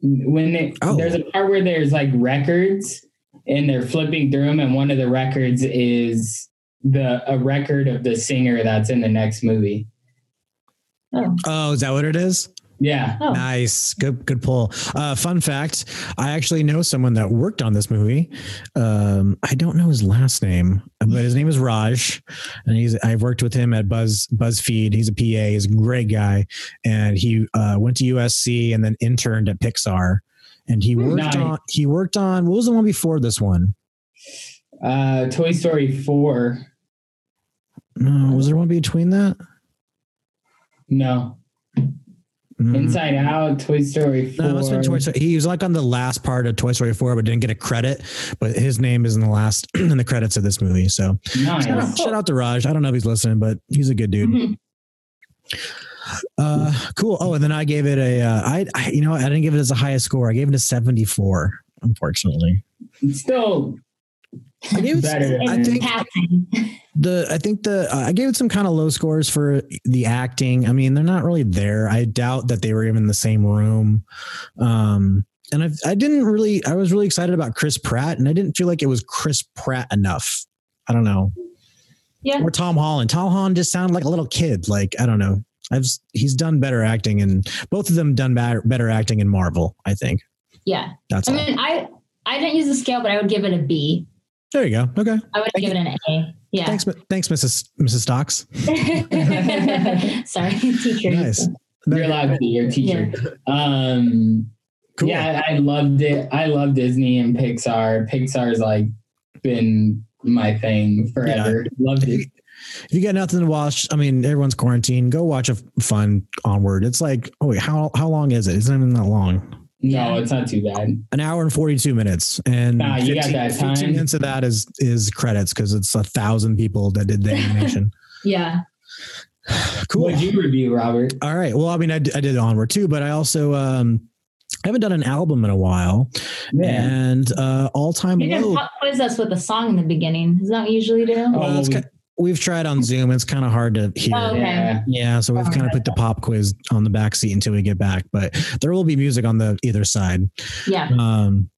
Speaker 3: when they,
Speaker 2: Oh.
Speaker 3: there's a part where there's like records and they're flipping through them, and one of the records is the a record of the singer that's in the next movie.
Speaker 4: Oh,
Speaker 2: Oh, is that what it is?
Speaker 3: Yeah.
Speaker 4: oh.
Speaker 2: Nice. Good good pull. Uh, fun fact, I actually know someone that worked on this movie. Um, I don't know his last name, but his name is Raj. And he's I've worked with him at Buzz BuzzFeed. He's a PA, he's a great guy. And he uh, went to USC and then interned at Pixar. And he worked
Speaker 3: Nice.
Speaker 2: on he worked on what was the one before this one?
Speaker 3: Uh, Toy Story Four.
Speaker 2: No, was there one between that?
Speaker 3: No,
Speaker 2: Mm.
Speaker 3: Inside Out, Toy Story Four.
Speaker 2: No, it must have been Toy Story. He was like on the last part of Toy Story 4, but didn't get a credit. But his name is in the last in the credits of this movie. So shout
Speaker 3: Nice.
Speaker 2: out, shout out to Raj. I don't know if he's listening, but he's a good dude.
Speaker 4: Mhm.
Speaker 2: Uh, cool. Oh, and then I gave it a. Uh, I, I you know I didn't give it as the highest score. I gave it a seventy four. Unfortunately,
Speaker 3: It's still
Speaker 2: I gave it-
Speaker 3: better.
Speaker 4: It's
Speaker 2: I think-
Speaker 4: passing.
Speaker 2: the I think the uh, I gave it some kind of low scores for the acting. I mean, they're not really there. I doubt that they were even in the same room. Um, and I I didn't really I was really excited about Chris Pratt, and I didn't feel like it was Chris Pratt enough. I don't know.
Speaker 4: Yeah.
Speaker 2: Or Tom Holland. Tom Holland just sounded like a little kid. Like I don't know. I've he's done better acting, and both of them done better better acting in Marvel. I think
Speaker 4: Yeah.
Speaker 2: that's
Speaker 4: I
Speaker 2: all.
Speaker 4: mean I I didn't use the scale, but I would give it a B.
Speaker 2: There you go. Okay.
Speaker 4: I would
Speaker 2: Thank
Speaker 4: give it an A. Yeah.
Speaker 2: Thanks, mi- thanks, Mrs. Mrs. Stocks.
Speaker 4: Sorry, teacher.
Speaker 2: Nice.
Speaker 3: you're allowed to be your teacher. Um,
Speaker 2: Cool.
Speaker 3: Yeah, I I loved it. I love Disney and Pixar. Pixar's like been my thing forever. Loved it.
Speaker 2: If you got nothing to watch, I mean, everyone's quarantined. Go watch a f- fun onward. It's like, oh wait, how how long is it? It's not even that long.
Speaker 3: No, it's not too bad.
Speaker 2: An hour and forty two minutes, and
Speaker 3: Nah, you got that time.
Speaker 2: 15 minutes of that is is credits because it's a thousand people that did the animation.
Speaker 4: Yeah.
Speaker 2: cool.
Speaker 3: What'd you review, Robert?
Speaker 2: All right. Well, I mean, I, d- I did onward too, but I also um, I haven't done an album in a while,
Speaker 3: Yeah.
Speaker 2: and uh, all time
Speaker 4: You can
Speaker 2: low.
Speaker 4: pop quiz us with a song in the beginning. Is that what you usually do?
Speaker 3: Oh,
Speaker 2: Well, it's
Speaker 3: we-
Speaker 2: ki- we've tried on Zoom. It's kind of hard to hear.
Speaker 4: Oh, okay.
Speaker 3: Yeah.
Speaker 2: Yeah, so we've
Speaker 4: Oh,
Speaker 2: kind of
Speaker 4: okay.
Speaker 2: put the pop quiz on the back seat until we get back, but there will be music on the either side.
Speaker 4: Yeah.
Speaker 2: Um,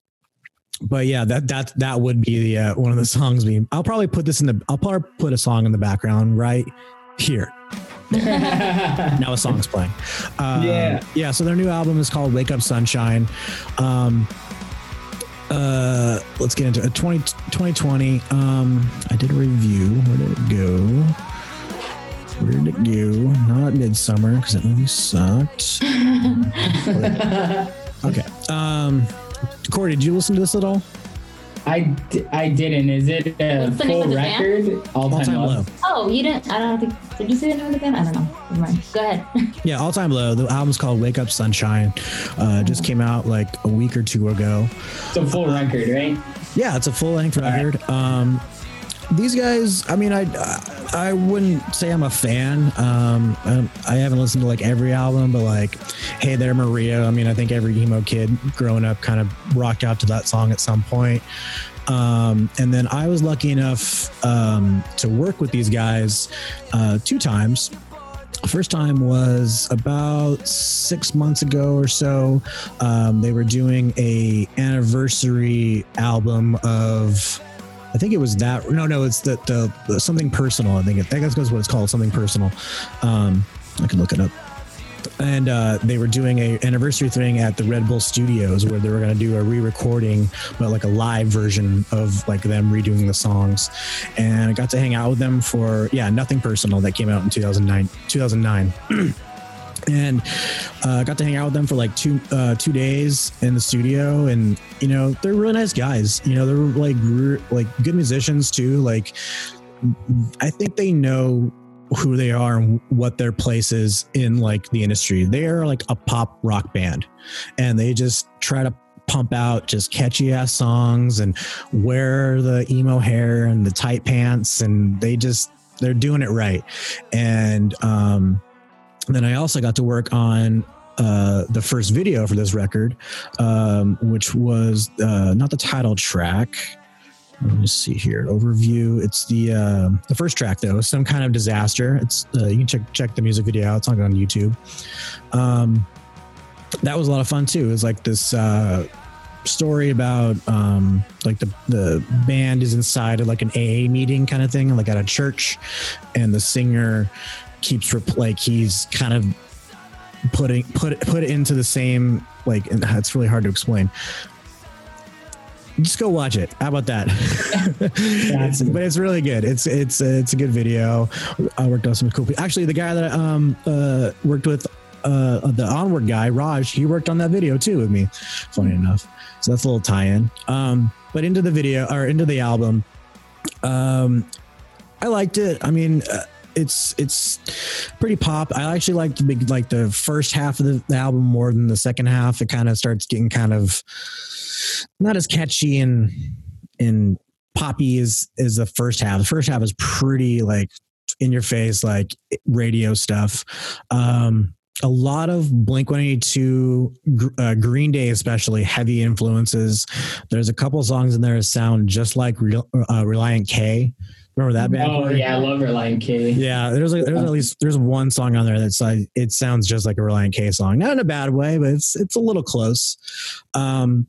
Speaker 2: but yeah, that that that would be the uh, one of the songs. We I'll probably put this in the I'll probably put a song in the background right here. Now a song's playing. Um,
Speaker 3: Yeah.
Speaker 2: yeah. So their new album is called Wake Up Sunshine. Um, uh, let's get into it. 20, 2020. Um, I did a review. Where did it go? Where did it go? Not Midsummer because it movie sucked. okay. Um, Corey, did you listen to this at all?
Speaker 3: I, d- I didn't. Is it a
Speaker 4: What's the name
Speaker 3: full
Speaker 4: of the band?
Speaker 3: record? All
Speaker 2: All
Speaker 3: time
Speaker 2: time
Speaker 3: low.
Speaker 2: low.
Speaker 4: Oh, you didn't. I don't think. Did you say the name of the band? I don't know. Never mind. Go ahead.
Speaker 2: Yeah, all time low. The album's called Wake Up Sunshine. Uh, just came out like a week or two ago.
Speaker 3: It's a
Speaker 2: Uh,
Speaker 3: full record, right?
Speaker 2: Yeah, it's a full length record. Um, these guys, I mean, I I wouldn't say I'm a fan. Um, I, I haven't listened to like every album, but like, hey there, Maria. I mean, I think every emo kid growing up kind of rocked out to that song at some point. Um, and then I was lucky enough um, to work with these guys uh, two times. First time was about six months ago or so. Um, they were doing a anniversary album of, I think it was that. No, no, it's the, the, the something personal. I think it, I guess that's what it's called, something personal. Um, I can look it up. And uh, they were doing a anniversary thing at the Red Bull Studios where they were going to do a re-recording, but like a live version of like them redoing the songs. And I got to hang out with them for yeah, nothing personal that came out in 2009. 2009 and uh, got to hang out with them for like two uh, two days in the studio and you know they're really nice guys you know they're like re- like good musicians too like i think they know who they are and what their place is in like the industry they are like a pop rock band and they just try to pump out just catchy ass songs and wear the emo hair and the tight pants and they just they're doing it right and um then I also got to work on uh, the first video for this record, um, which was uh, not the title track. Let me see here. Overview. It's the um the first track though. Some kind of disaster. It's uh, you can check check the music video out. It's on on YouTube. Um, that was a lot of fun too. It was like this uh, story about um, like the the band is inside of like an AA meeting kind of thing, like at a church, and the singer keeps rep- like he's kind of putting put put it into the same like and it's really hard to explain. Just go watch it. How about that? It's- but it's really good. It's it's uh, it's a good video. I worked on some cool. pe- Actually, the guy that I, um uh worked with uh the onward guy Raj, he worked on that video too with me. Funny enough, so that's a little tie-in. Um, but into the video or into the album, um, I liked it. I mean, uh, it's it's pretty pop. I actually liked the big, like the first half of the, the album more than the second half. It kind of starts getting kind of not as catchy and and poppy as is the first half. The first half is pretty like in your face, like radio stuff. Um, a lot of Blink 182, gr- uh, Green Day, especially heavy influences. There's a couple songs in there that sound just like Rel- uh, Reliant K. Remember that band?
Speaker 3: Oh,
Speaker 2: Corey?
Speaker 3: yeah. I love her line, K.
Speaker 2: Yeah, there's like there's at least there's one song on there that's like it sounds just like a Reliant K song. Not in a bad way, but it's it's a little close. Um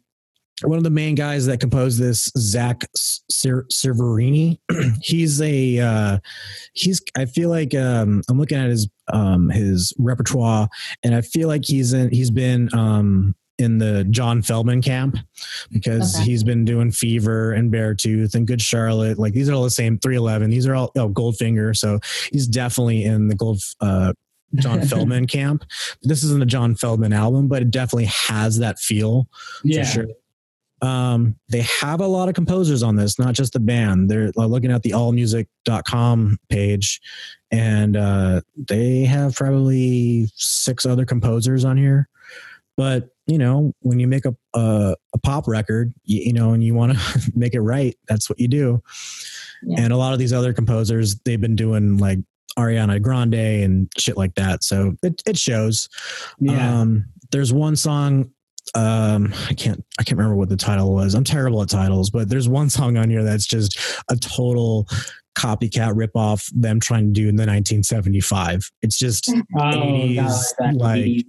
Speaker 2: one of the main guys that composed this, Zach Ser- Severini, he's a uh, he's. I feel like um, I'm looking at his um, his repertoire, and I feel like he's in he's been um, in the John Feldman camp because
Speaker 4: Okay.
Speaker 2: he's been doing Fever and Beartooth and Good Charlotte. Like these are all the same 311. These are all oh, Goldfinger. So he's definitely in the Gold uh, John Feldman camp. This isn't a John Feldman album, but it definitely has that feel
Speaker 3: yeah.
Speaker 2: for sure. um, they have a lot of composers on this, not just the band. They're uh, looking at the allmusic.com page, and uh, they have probably six other composers on here. But you know, when you make a a, a pop record, you, you know, and you want to make it right, that's what you do.
Speaker 4: Yeah.
Speaker 2: And a lot of these other composers, they've been doing like Ariana Grande and shit like that. So it it shows.
Speaker 3: Yeah.
Speaker 2: Um, there's one song. Um, I can't. I can't remember what the title was. I'm terrible at titles, but there's one song on here that's just a total copycat ripoff. Them trying to do in the 1975. It's just
Speaker 3: oh, God,
Speaker 2: 80s,
Speaker 3: that-
Speaker 2: like-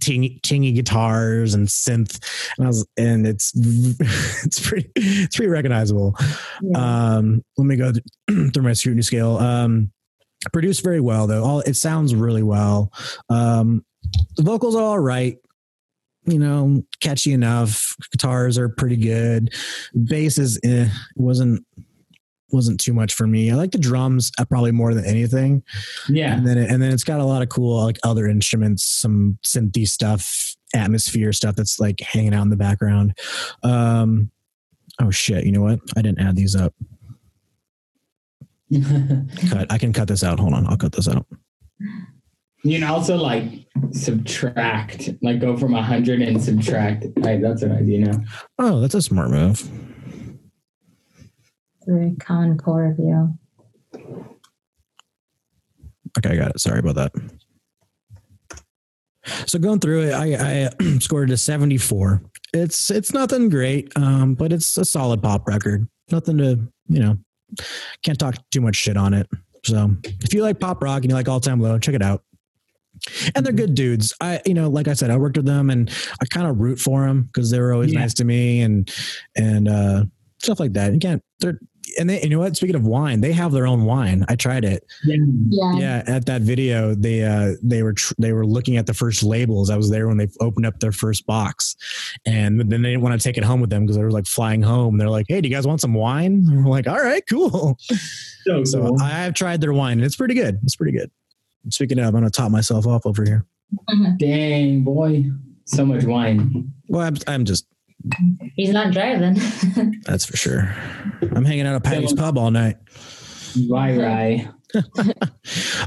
Speaker 2: ting, tingy guitars and synth, and I was, and it's it's pretty it's pretty recognizable.
Speaker 4: Yeah.
Speaker 2: Um, let me go th- through my scrutiny scale. Um, produced very well though. All it sounds really well. Um, the vocals are all right. You know, catchy enough. Guitars are pretty good. Bass is eh, wasn't wasn't too much for me. I like the drums uh, probably more than anything.
Speaker 3: yeah.
Speaker 2: And then it, and then it's got a lot of cool like other instruments, some synthy stuff, atmosphere stuff that's like hanging out in the background. Um, oh shit! You know what? I didn't add these up.
Speaker 3: you
Speaker 2: Cut. I can cut this out. Hold on. I'll cut this out.
Speaker 3: can also like subtract, like go from 100 and subtract. Right, that's what I do now.
Speaker 2: Oh, that's a smart move.
Speaker 4: Very con core of you.
Speaker 2: Okay, I got it. Sorry about that. So going through it, I, I scored a seventy-four. It's it's nothing great, um, but it's a solid pop record. Nothing to you know. Can't talk too much shit on it. So if you like pop rock and you like all time low, check it out. And they're good dudes. I you know, like I said, I worked with them and I kind of root for them because they were always
Speaker 3: Yeah.
Speaker 2: nice to me and and uh, stuff like that. You can't. They're and they, you know what? Speaking of wine, they have their own wine. I tried it
Speaker 3: Yeah.
Speaker 4: Yeah.
Speaker 2: yeah at that video they uh they were tr- they were looking at the first labels i was there when they opened up their first box and then they didn't want to take it home with them because they were like flying home they're like hey do you guys want some wine and we're like all right cool
Speaker 3: So,
Speaker 2: so
Speaker 3: cool.
Speaker 2: I, i've tried their wine and it's pretty good it's pretty good speaking of i'm gonna top myself off over here
Speaker 3: Dang, boy. So much wine.
Speaker 2: well i'm, I'm just
Speaker 4: He's not driving.
Speaker 2: that's for sure i'm hanging out at patty's pub all night
Speaker 3: Rye rye.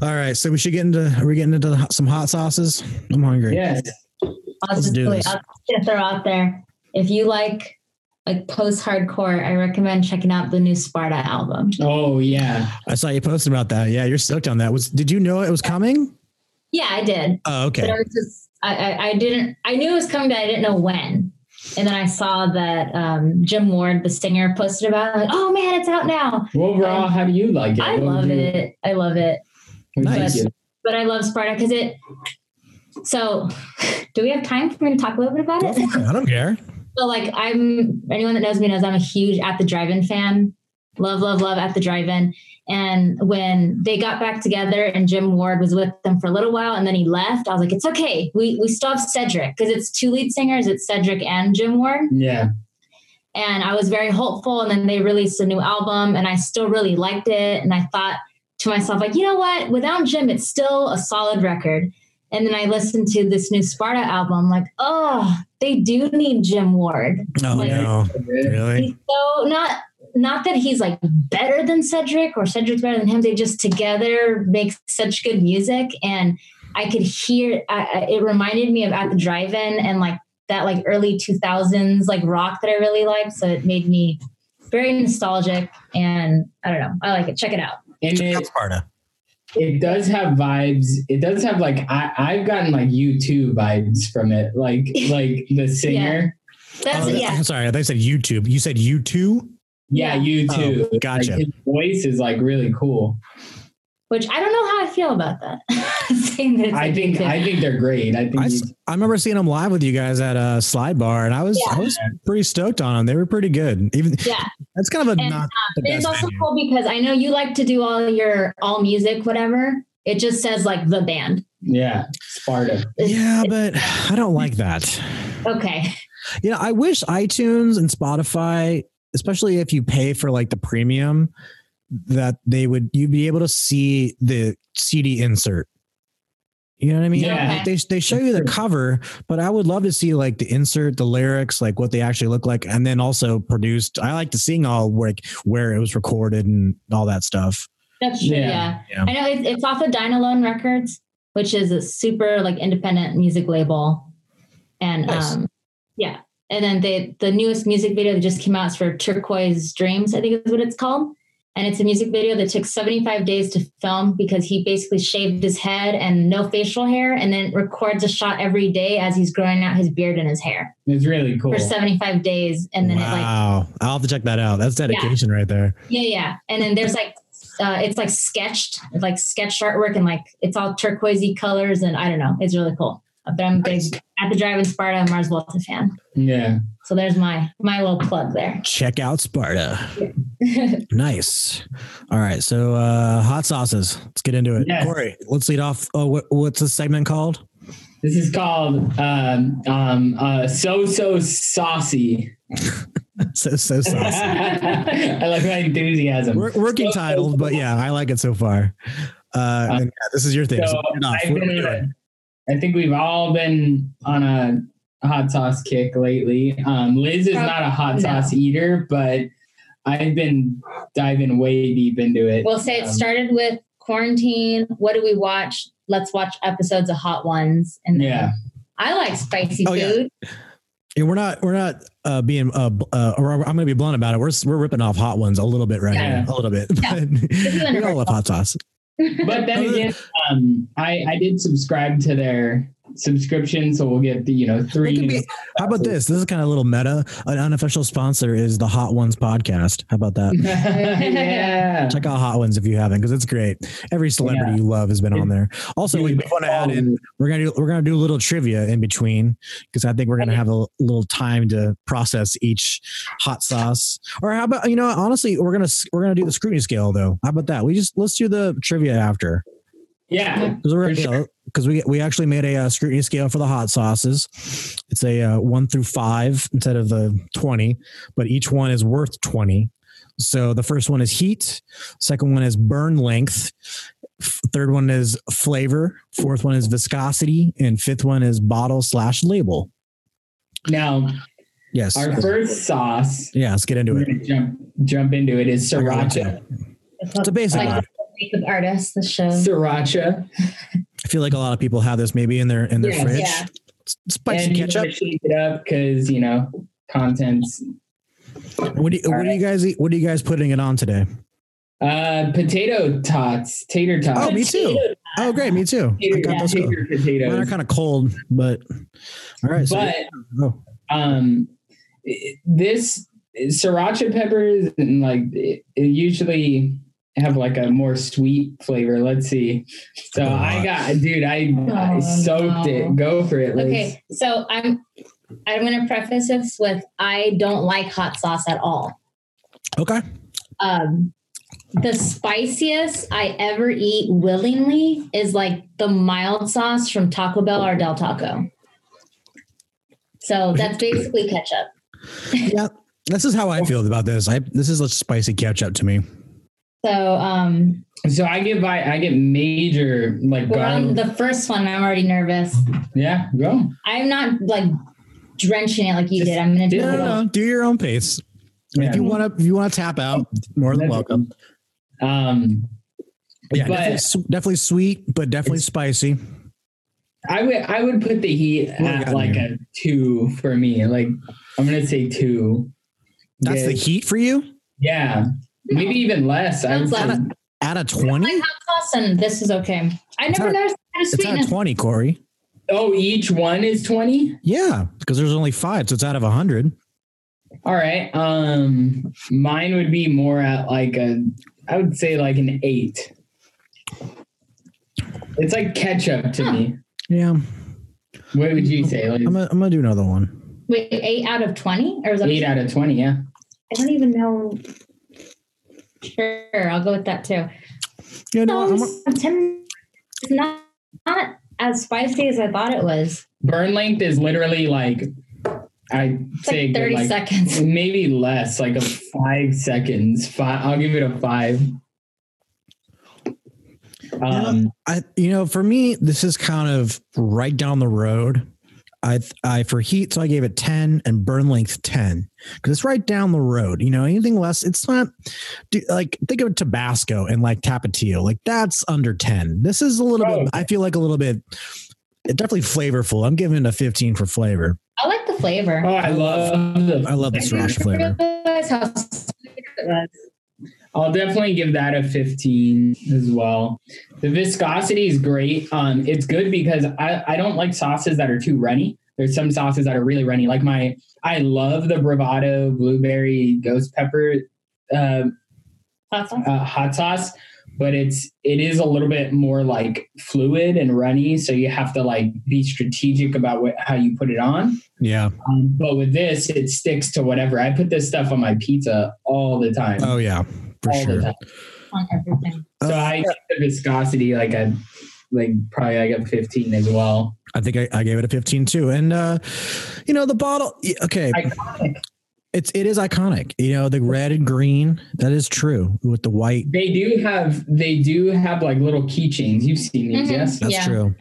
Speaker 2: all right so we should get into are we getting into the hot- some hot sauces i'm hungry
Speaker 3: Yes.
Speaker 4: I'll
Speaker 2: Let's
Speaker 4: just
Speaker 2: do
Speaker 4: I'll
Speaker 2: this.
Speaker 4: just throw out there. If you like like post hardcore, I recommend checking out the new Sparta album.
Speaker 3: Oh, yeah.
Speaker 2: i saw you posted about that yeah you're stoked on that was did you know it was coming
Speaker 4: Yeah, I did.
Speaker 2: oh okay
Speaker 4: But I was just I, I, I didn't I knew it was coming, but I didn't know when. And then I saw that um, Jim Ward, the singer, posted about it, like, oh man, it's out now.
Speaker 3: Overall, how do you like it?
Speaker 4: Um, I
Speaker 3: What would
Speaker 4: love
Speaker 3: you-
Speaker 4: it. I love it.
Speaker 3: what would you
Speaker 2: Nice.
Speaker 3: give
Speaker 4: But I love Sparta because it so do we have time for me to talk a little bit about
Speaker 2: Go
Speaker 4: it?
Speaker 2: for it. I don't care.
Speaker 4: So like I'm anyone that knows me knows I'm a huge at the drive-in fan. Love, love, love at the drive-in. And when they got back together and Jim Ward was with them for a little while and then he left, I was like, it's okay. We we still have Cedric because it's two lead singers, it's Cedric and Jim Ward.
Speaker 3: Yeah.
Speaker 4: And I was very hopeful. And then they released a new album and I still really liked it. And I thought to myself, like, you know what? Without Jim, it's still a solid record. And then I listened to this new Sparta album, like, oh, they do need Jim Ward.
Speaker 2: Oh
Speaker 4: Like-
Speaker 2: no, really?
Speaker 4: He's so not not that he's like better than Cedric or Cedric's better than him. They just together make such good music, and I could hear. I, I- it reminded me of at the drive-in and like that like early two thousands like rock that I really liked. So it made me very nostalgic, and I don't know. I like it. Check it out.
Speaker 3: And
Speaker 2: Check
Speaker 3: it,
Speaker 2: out Sparta.
Speaker 3: it does have vibes. It does have like I I've gotten like U two vibes from it. Like like the singer.
Speaker 4: That's
Speaker 2: Oh,
Speaker 4: yeah.
Speaker 2: I'm sorry, I thought you said YouTube. You said you too.
Speaker 3: Yeah, U two.
Speaker 2: Oh, gotcha.
Speaker 3: Like, his voice is like really cool.
Speaker 4: Which I don't know how I feel about that. Saying that it's
Speaker 3: I
Speaker 4: like
Speaker 3: think
Speaker 4: good.
Speaker 3: I think they're great. I think
Speaker 2: I, s-
Speaker 3: you-
Speaker 2: I remember seeing them live with you guys at a slide bar, and I was I
Speaker 4: Yeah.
Speaker 2: was pretty stoked on them. They were pretty good. Even
Speaker 4: Yeah.
Speaker 2: that's kind of a
Speaker 4: And,
Speaker 2: not the
Speaker 4: It is
Speaker 2: best
Speaker 4: also
Speaker 2: venue.
Speaker 4: cool because I know you like to do all your all music, whatever. It just says like the band.
Speaker 3: yeah, Sparta.
Speaker 4: It's-
Speaker 2: Yeah, but I don't like that.
Speaker 4: Okay.
Speaker 2: You know, I wish iTunes and Spotify, especially if you pay for like the premium, that they would you'd be able to see the CD insert. You know what I mean?
Speaker 3: Yeah.
Speaker 2: Like, they they show you the cover, but I would love to see like the insert, the lyrics, like what they actually look like, and then also produced. I like to seeing all like where it was recorded and all that stuff.
Speaker 4: That's true.
Speaker 3: Yeah.
Speaker 4: Yeah.
Speaker 2: Yeah.
Speaker 4: I know it's, it's off of Dynalone Records, which is a super like independent music label. And
Speaker 2: Nice.
Speaker 4: um yeah. And then they the newest music video that just came out is for Turquoise Dreams, I think is what it's called. And it's a music video that took 75 days to film because he basically shaved his head and no facial hair and then records a shot every day as he's growing out his beard and his hair
Speaker 3: It's really cool.
Speaker 4: for 75 days. And then it like
Speaker 2: wow, I'll have to check that out. That's dedication right there.
Speaker 4: yeah, yeah. And then there's like, uh, it's like sketched, like sketched artwork, and like it's all turquoisey colors, and I don't know, it's really cool. But I'm a big at the Drive-In Sparta I'm a Mars Volta fan,
Speaker 3: Yeah.
Speaker 4: so there's my my little plug there.
Speaker 2: Check out Sparta. nice. All right, so uh hot sauces. Let's get into it.
Speaker 3: Yes.
Speaker 2: Corey, let's lead off. Oh, what, what's this segment called?
Speaker 3: This is called um, um, uh, So So Saucy.
Speaker 2: So so saucy.
Speaker 3: I like my enthusiasm.
Speaker 2: Wor- working title, but yeah, I like it so far. Uh, and yeah, this is your thing.
Speaker 3: So
Speaker 2: So enough.
Speaker 3: I've
Speaker 2: What are
Speaker 3: been
Speaker 2: we
Speaker 3: on
Speaker 2: doing?
Speaker 3: a- I think we've all been on a hot sauce kick lately. Um, Liz is not a hot
Speaker 4: No.
Speaker 3: sauce eater, but I've been diving way deep into it.
Speaker 4: We'll say it
Speaker 3: Um,
Speaker 4: started with quarantine. What do we watch? Let's watch episodes of Hot Ones, and then-
Speaker 3: Yeah.
Speaker 4: I like spicy
Speaker 2: Oh, yeah.
Speaker 4: food.
Speaker 2: Yeah, we're not we're not uh, being uh, b- uh, or I'm going to be blunt about it. We're s- we're ripping off hot ones a little bit right
Speaker 3: Yeah.
Speaker 2: now, a little bit.
Speaker 4: Yeah.
Speaker 2: But we all
Speaker 4: universal.
Speaker 2: love hot sauce.
Speaker 3: But then again, um, I, I did subscribe to their subscription, so we'll get the you know
Speaker 2: It
Speaker 3: three.
Speaker 2: could be- how about this? This is kind of a little meta. An unofficial sponsor is the Hot Ones podcast. How about that?
Speaker 3: yeah.
Speaker 2: Check out Hot Ones if you haven't, because it's great. Every celebrity you love has been on there. Also, we want to add in we're gonna do, we're gonna do a little trivia in between because I think we're gonna have a little time to process each hot sauce. Or how about you know honestly we're gonna we're gonna do the scrutiny scale though. How about that? We just let's do the trivia after
Speaker 3: Yeah.
Speaker 2: because we're
Speaker 3: For
Speaker 2: gonna because we we actually made a uh, scrutiny scale for the hot sauces. It's a uh, one through five instead of the twenty, but each one is worth twenty. So the first one is heat, second one is burn length, f- third one is flavor, fourth one is viscosity, and fifth one is bottle slash label.
Speaker 3: Now
Speaker 2: Yes.
Speaker 3: our first sauce.
Speaker 2: yeah, let's get into
Speaker 3: We're
Speaker 2: it.
Speaker 3: gonna jump jump into it. Is
Speaker 2: I got
Speaker 3: sriracha.
Speaker 2: It's a basic one.
Speaker 4: like with artists, the show.
Speaker 3: Sriracha.
Speaker 2: I feel like a lot of people have this maybe in their in their
Speaker 3: Yeah.
Speaker 2: fridge.
Speaker 4: Yeah.
Speaker 2: S- Spicy
Speaker 3: and
Speaker 2: ketchup.
Speaker 3: You gotta shake it up because you know contents.
Speaker 2: What do you, what do you guys eat? What are you guys putting it on today?
Speaker 3: Uh, potato tots, tater tots.
Speaker 2: Oh, me too. Oh, great. Me too. I
Speaker 3: Tater,
Speaker 2: got those.
Speaker 3: tater
Speaker 2: Mine are
Speaker 3: potatoes.
Speaker 2: kind of cold, but all right. So,
Speaker 3: But
Speaker 2: oh,
Speaker 3: um, this sriracha peppers and like it, it usually have like a more sweet flavor. Let's see. So
Speaker 2: Oh,
Speaker 3: I got, dude, I, I
Speaker 4: Oh,
Speaker 3: soaked
Speaker 4: no.
Speaker 3: it. Go for it. Liz.
Speaker 4: Okay, so I'm I'm gonna preface this with I don't like hot sauce at all.
Speaker 2: okay.
Speaker 4: um the spiciest I ever eat willingly is like the mild sauce from Taco Bell or Del Taco. So that's basically ketchup.
Speaker 2: Yeah. This is how I feel about this. I this is a spicy ketchup to me.
Speaker 4: So um
Speaker 3: So I get by. I get major like
Speaker 4: we're on
Speaker 3: garlic.
Speaker 4: the first one. I'm already nervous.
Speaker 3: yeah, go.
Speaker 4: I'm not like drenching it like you
Speaker 3: Just
Speaker 4: did. I'm gonna do
Speaker 2: No,
Speaker 4: a
Speaker 2: no,
Speaker 4: little.
Speaker 2: no. Do your own pace. And If
Speaker 3: Yeah.
Speaker 2: you want to, if you want to tap out, more than
Speaker 3: That's-
Speaker 2: welcome.
Speaker 3: Um,
Speaker 2: Yeah,
Speaker 3: But-
Speaker 2: definitely, s- definitely sweet, but definitely
Speaker 3: It's-
Speaker 2: spicy.
Speaker 3: I would I would put the heat
Speaker 2: we
Speaker 3: at
Speaker 2: got
Speaker 3: like a two for me. Like I'm gonna say two.
Speaker 2: That's
Speaker 3: yeah.
Speaker 2: the heat for you.
Speaker 3: Yeah, maybe even less. I would
Speaker 4: That's
Speaker 3: say,
Speaker 4: less.
Speaker 2: Out of
Speaker 4: I
Speaker 2: twenty,
Speaker 4: like hot sauce and this is okay. I
Speaker 2: It's
Speaker 4: never
Speaker 2: not-
Speaker 4: noticed how to
Speaker 2: it's out of
Speaker 4: sweetness.
Speaker 2: twenty, Corey.
Speaker 3: oh, each one is twenty.
Speaker 2: Yeah, because there's only five, so it's out of hundred.
Speaker 3: All right. Um, mine would be more at like a. I would say like an eight. It's like ketchup to me.
Speaker 2: Yeah,
Speaker 3: What would you say? Like
Speaker 2: I'm gonna, I'm gonna do another one.
Speaker 4: Wait, eight out of twenty, or is that
Speaker 3: eight out of twenty. Yeah.
Speaker 4: I don't even know. Sure, I'll go with that too.
Speaker 2: You know, I'm
Speaker 4: No,
Speaker 2: gonna-
Speaker 4: sometimes it's not, not as spicy as I thought it was.
Speaker 3: Burn length is literally like I
Speaker 4: It's
Speaker 3: say
Speaker 4: like
Speaker 3: good,
Speaker 4: 30
Speaker 3: like,
Speaker 4: seconds.
Speaker 3: maybe less like a five seconds five i'll give it a five Um,
Speaker 2: I you know for me this is kind of right down the road. I I for heat so I gave it 10 and burn length 10 because it's right down the road. You know anything less it's not do, like think of Tabasco and like Tapatio like that's under 10. This is a little
Speaker 3: Oh,
Speaker 2: bit I feel like a little bit definitely flavorful. I'm giving it a 15 for flavor.
Speaker 4: I like the flavor.
Speaker 3: Oh, I love
Speaker 2: I
Speaker 3: the.
Speaker 2: love the sriracha
Speaker 4: I
Speaker 2: flavor.
Speaker 4: didn't realize how sweet it was.
Speaker 3: I'll definitely give that a 15 as well. The viscosity is great. Um, it's good because I, I don't like sauces that are too runny. There's some sauces that are really runny. Like my, I love the bravado blueberry ghost pepper um,
Speaker 4: Hot sauce?
Speaker 3: uh, hot sauce, but it's it is a little bit more like fluid and runny. So you have to like be strategic about what, how you put it on.
Speaker 2: Yeah.
Speaker 3: Um, but with this, it sticks to whatever. I put this stuff on my pizza all the time.
Speaker 2: Oh yeah. For
Speaker 3: all
Speaker 2: sure.
Speaker 3: the time.
Speaker 4: on everything.
Speaker 3: So
Speaker 2: Uh,
Speaker 3: I get the viscosity like I like probably like a 15 as well.
Speaker 2: I think I, I gave it a 15 too. And uh, you know, the bottle y- okay.
Speaker 3: Iconic.
Speaker 2: It's it is iconic. You know, the red and green, that is true. With the white.
Speaker 3: They do have they do have like little keychains. You've seen these,
Speaker 4: Mhm.
Speaker 3: yes?
Speaker 2: That's
Speaker 4: Yeah.
Speaker 2: true.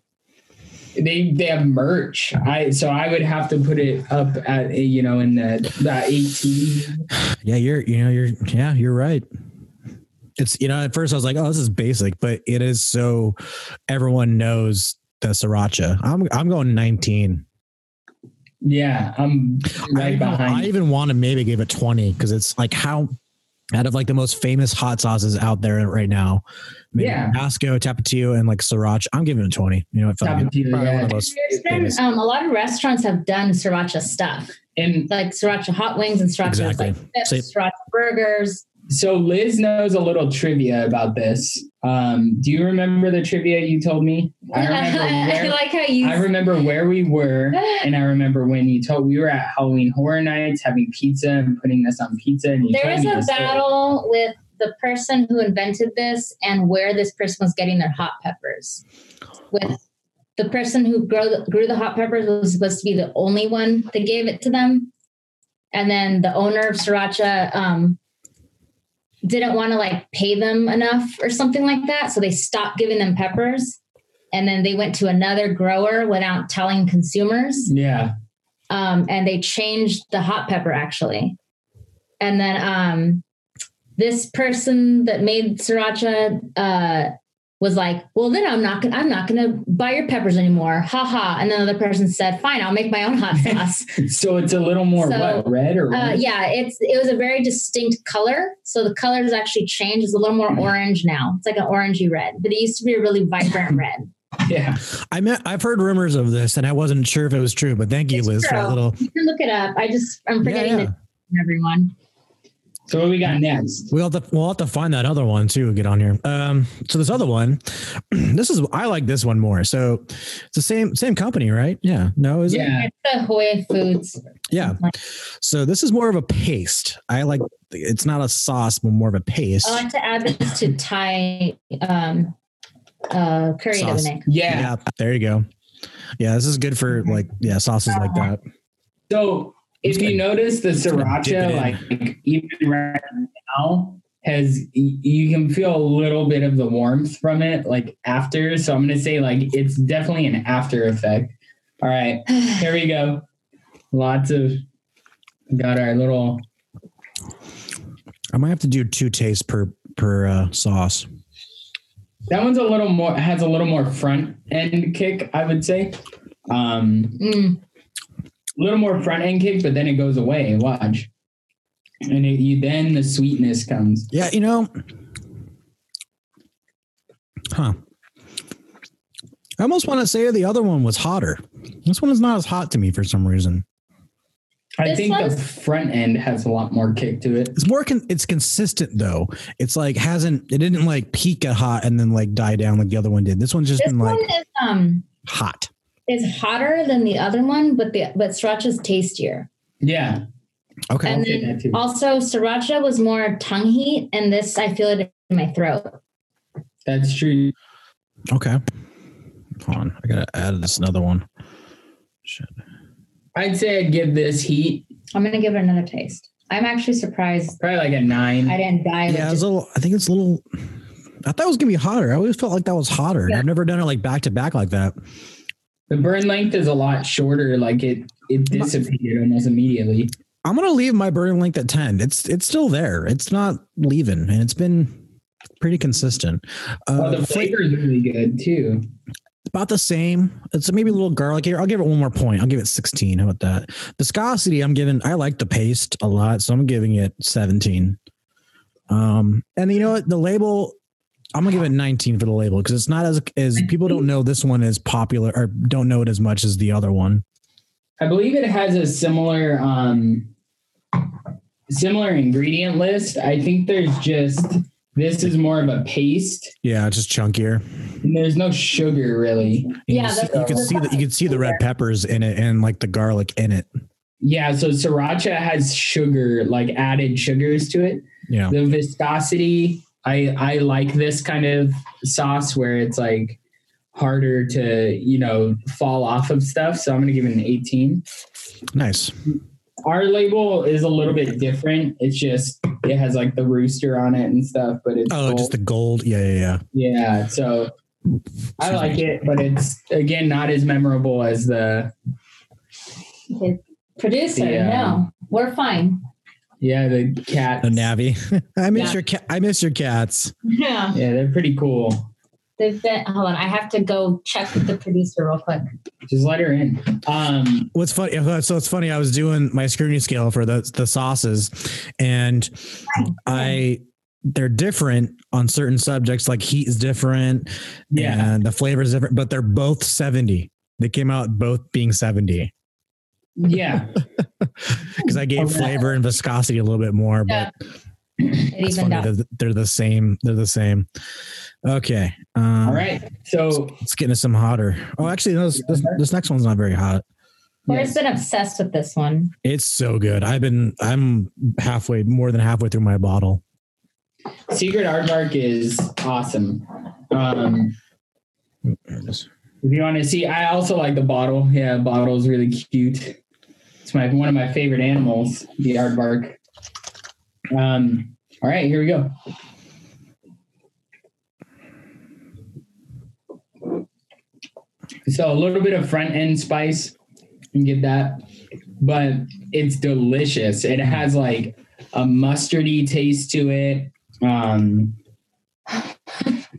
Speaker 3: They they have merch. I so I would have to put it up at eh, you know in the the 18
Speaker 2: Yeah, you're you know, you're yeah, you're right. It's you know, at first I was like, oh, this is basic, but it is so everyone knows the sriracha. I'm I'm going 19.
Speaker 3: Yeah, I'm
Speaker 2: I,
Speaker 3: right
Speaker 2: even- I
Speaker 3: behind. you.
Speaker 2: even want to maybe give it 20 because it's like how out of like the most famous hot sauces out there right now. Maybe
Speaker 3: Yeah.
Speaker 2: Tabasco, Tapatio, and like Sriracha. I'm giving it 20. You know, it felt like
Speaker 3: Tapatio,
Speaker 2: probably
Speaker 3: yeah.
Speaker 2: one of the most
Speaker 4: There's been
Speaker 2: famous.
Speaker 4: um, a lot of restaurants have done sriracha stuff,
Speaker 3: and
Speaker 4: like sriracha hot wings and sriracha
Speaker 2: Exactly.
Speaker 4: like chips,
Speaker 2: Say-
Speaker 4: sriracha burgers.
Speaker 3: so Liz knows a little trivia about this. Um, do you remember the trivia you told me? I remember
Speaker 4: I
Speaker 3: where,
Speaker 4: like how you.
Speaker 3: I remember where we were, and I remember when you told we were at Halloween Horror Nights having pizza and putting this on pizza. And you
Speaker 4: there
Speaker 3: told
Speaker 4: was
Speaker 3: me
Speaker 4: a
Speaker 3: this story.
Speaker 4: battle with the person who invented this and where this person was getting their hot peppers. With the person who grew the, grew the hot peppers was supposed to be the only one that gave it to them, and then the owner of sriracha um, didn't want to like pay them enough or something like that, so they stopped giving them peppers, and then they went to another grower without telling consumers
Speaker 3: Yeah,
Speaker 4: um, and they changed the hot pepper actually. And then um, this person that made sriracha uh, was like, "Well, then I'm not gonna I'm not gonna buy your peppers anymore." Ha ha! And then the other person said, "Fine, I'll make my own hot sauce."
Speaker 3: so it's a little more
Speaker 4: So,
Speaker 3: what red or
Speaker 4: uh,
Speaker 3: orange?
Speaker 4: yeah, it's it was a very distinct color, so the color has actually changed. It's a little
Speaker 2: Mm-hmm.
Speaker 4: more orange now. It's like an orangey red, but it used to be a really vibrant red.
Speaker 3: yeah.
Speaker 2: I meant, I've heard rumors of this and I wasn't sure if it was true, but thank you,
Speaker 4: It's
Speaker 2: Liz, for that
Speaker 4: true.
Speaker 2: little.
Speaker 4: You can look it up. I just I'm
Speaker 2: Yeah,
Speaker 4: forgetting
Speaker 2: yeah.
Speaker 4: to everyone.
Speaker 3: So what we got next?
Speaker 2: We'll have, to, we'll have to find that other one too. Get on here. Um, so this other one, this is I like this one more. So it's the same same company, right? Yeah. No, is it?
Speaker 3: Yeah,
Speaker 4: It's the Hoya Foods.
Speaker 2: Yeah. So this is more of a paste. I like it's not a sauce, but more of a paste.
Speaker 4: I like to add this to Thai um, uh, curry
Speaker 2: Sauce.
Speaker 4: to the neck.
Speaker 3: yeah.
Speaker 2: yeah. There you go. Yeah, this is good for
Speaker 4: Mm-hmm.
Speaker 2: like yeah sauces like that.
Speaker 3: So if you
Speaker 2: Okay.
Speaker 3: notice the
Speaker 2: gonna dip it
Speaker 3: sriracha,
Speaker 2: in.
Speaker 3: like even right now, has y- you can feel a little bit of the warmth from it, like after. So I'm gonna say like it's definitely an after effect. All right, here we go. Lots of got our little
Speaker 2: I might have to do two tastes per per uh, sauce.
Speaker 3: that one's a little more has a little more front end kick, I would say. Um
Speaker 4: Mm.
Speaker 3: a little more front end kick, but then it goes away. Watch. And it, you then the sweetness comes.
Speaker 2: Yeah, you know, huh? I almost want to say the other one was hotter. This one is not as hot to me for some reason.
Speaker 3: I
Speaker 4: This
Speaker 3: think the
Speaker 4: one's-
Speaker 3: front end has a lot more kick to it.
Speaker 2: It's more con- it's consistent though. It's like hasn't it didn't like peak at hot and then like die down like the other one did. This one's just
Speaker 4: This
Speaker 2: been like
Speaker 4: one is um
Speaker 2: hot.
Speaker 4: is hotter than the other one, but the but sriracha's tastier.
Speaker 3: Yeah.
Speaker 2: Okay.
Speaker 4: And
Speaker 3: I'll take
Speaker 4: then
Speaker 3: that too.
Speaker 4: also sriracha was more tongue heat, and this I feel it in my throat.
Speaker 3: That's true.
Speaker 2: Okay. Hold on. I gotta add this another one. Shit.
Speaker 3: I'd say I'd give this heat
Speaker 4: I'm gonna give it another taste. I'm actually surprised
Speaker 3: probably like a
Speaker 4: I
Speaker 3: nine.
Speaker 4: didn't die.
Speaker 2: Yeah,
Speaker 4: Yeah,
Speaker 2: it's a little I think it's a little I thought it was gonna be hotter. I always felt like that was hotter.
Speaker 4: Yeah.
Speaker 2: I've never done it like back to back like that.
Speaker 3: The burn length is a lot shorter. Like it, it disappeared almost immediately.
Speaker 2: I'm gonna leave my burn length at 10. It's it's still there. It's not leaving, and it's been pretty consistent. Uh,
Speaker 3: Oh, the
Speaker 2: fla-
Speaker 3: flavor is really good too.
Speaker 2: about the same. It's maybe a little garlic here. I'll give it one more point. I'll give it 16. How about that? Viscosity, I'm giving I like the paste a lot, so I'm giving it 17. Um, and you know what? The label, I'm gonna give it 19 for the label because it's not as as people don't know this one is popular or don't know it as much as the other one.
Speaker 3: I believe it has a similar, um, similar ingredient list. I think there's just this is more of a paste,
Speaker 2: Yeah, it's just chunkier.
Speaker 3: and there's no sugar really.
Speaker 2: You
Speaker 4: Yeah,
Speaker 2: can see, you
Speaker 4: that's-
Speaker 2: can see the you can see the red peppers in it and like the garlic in it.
Speaker 3: Yeah, so sriracha has sugar, like added sugars to it.
Speaker 2: Yeah.
Speaker 3: The viscosity, I I like this kind of sauce where it's like harder to, you know, fall off of stuff. So I'm gonna give it an 18.
Speaker 2: Nice.
Speaker 3: Our label is a little bit different. It's just it has like the rooster on it and stuff, but it's
Speaker 2: Oh,
Speaker 3: gold.
Speaker 2: just the gold. Yeah, yeah, yeah.
Speaker 3: yeah. So I like it, but it's again not as memorable as the
Speaker 4: His producer,
Speaker 3: Yeah.
Speaker 4: no, we're fine.
Speaker 3: yeah the cat.
Speaker 2: The Navi. I miss
Speaker 4: Yeah.
Speaker 2: your cat. I miss your cats.
Speaker 4: Yeah.
Speaker 3: Yeah, they're pretty cool.
Speaker 4: They've been, hold on, I have to go check with the producer real quick.
Speaker 3: Just let her in. Um,
Speaker 2: What's funny? uh, So it's funny. I was doing my scrutiny scale for the the sauces, and I they're different on certain subjects. Like heat is different,
Speaker 3: Yeah.
Speaker 2: and the flavor is different, but they're both seventy. They came out both being seventy
Speaker 3: Yeah.
Speaker 2: because I
Speaker 3: Oh,
Speaker 2: gave flavor and viscosity a little bit more, but
Speaker 4: Yeah. It
Speaker 2: It's
Speaker 4: evened
Speaker 2: funny.
Speaker 4: out.
Speaker 2: They're, they're the same. They're the same. Okay. Um,
Speaker 3: All right. So
Speaker 2: Let's get into some hotter. Oh, actually, no, this, this, this next one's not very hot.
Speaker 4: Corey's been obsessed with this one.
Speaker 2: It's so good. I've been, I'm halfway, more than halfway through my bottle.
Speaker 3: Secret Aardvark is awesome. Um,
Speaker 2: There it is.
Speaker 3: if you want to see, I also like the bottle. Yeah, bottle's really cute. It's my one of my favorite animals, the Aardvark. Um, all right, here we go. So a little bit of front end spice and give that, but it's delicious. It has like a mustardy taste to it. Um,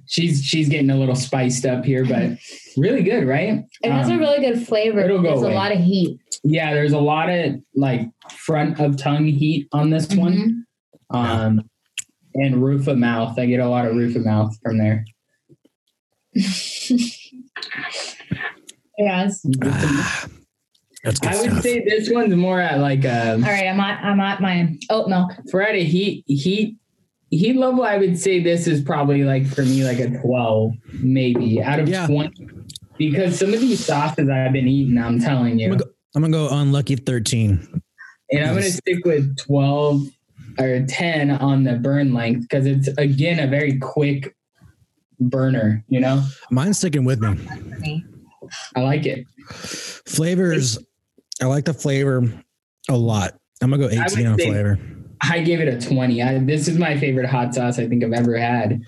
Speaker 3: she's she's getting a little spiced up here, but really good, right?
Speaker 4: It has a
Speaker 3: Um,
Speaker 4: really good flavor.
Speaker 3: it'll go
Speaker 4: There's
Speaker 3: away.
Speaker 4: a lot of heat.
Speaker 3: yeah, there's a lot of like front of tongue heat on this one.
Speaker 4: Mhm.
Speaker 3: Um, and roof of mouth. I get a lot of roof of mouth from there.
Speaker 4: Yes.
Speaker 3: Mm-hmm.
Speaker 2: Ah, that's good
Speaker 3: I would
Speaker 2: stuff.
Speaker 3: say this one's more at like um
Speaker 4: All right, I'm at I'm at my oat milk.
Speaker 3: for at a heat heat heat level. I would say this is probably like for me like a twelve maybe out of
Speaker 2: Yeah.
Speaker 3: twenty because some of these sauces I've been eating, I'm telling you,
Speaker 2: I'm gonna I'm going to go unlucky 13.
Speaker 3: and I'm gonna stick with twelve or ten on the burn length because it's again a very quick burner. You know,
Speaker 2: Mine's sticking with me.
Speaker 3: I like it.
Speaker 2: Flavors. I like the flavor a lot. I'm going to go
Speaker 3: I would
Speaker 2: 18 on
Speaker 3: say-
Speaker 2: flavor.
Speaker 3: I give it a 20. I, this is my favorite hot sauce I think I've ever had.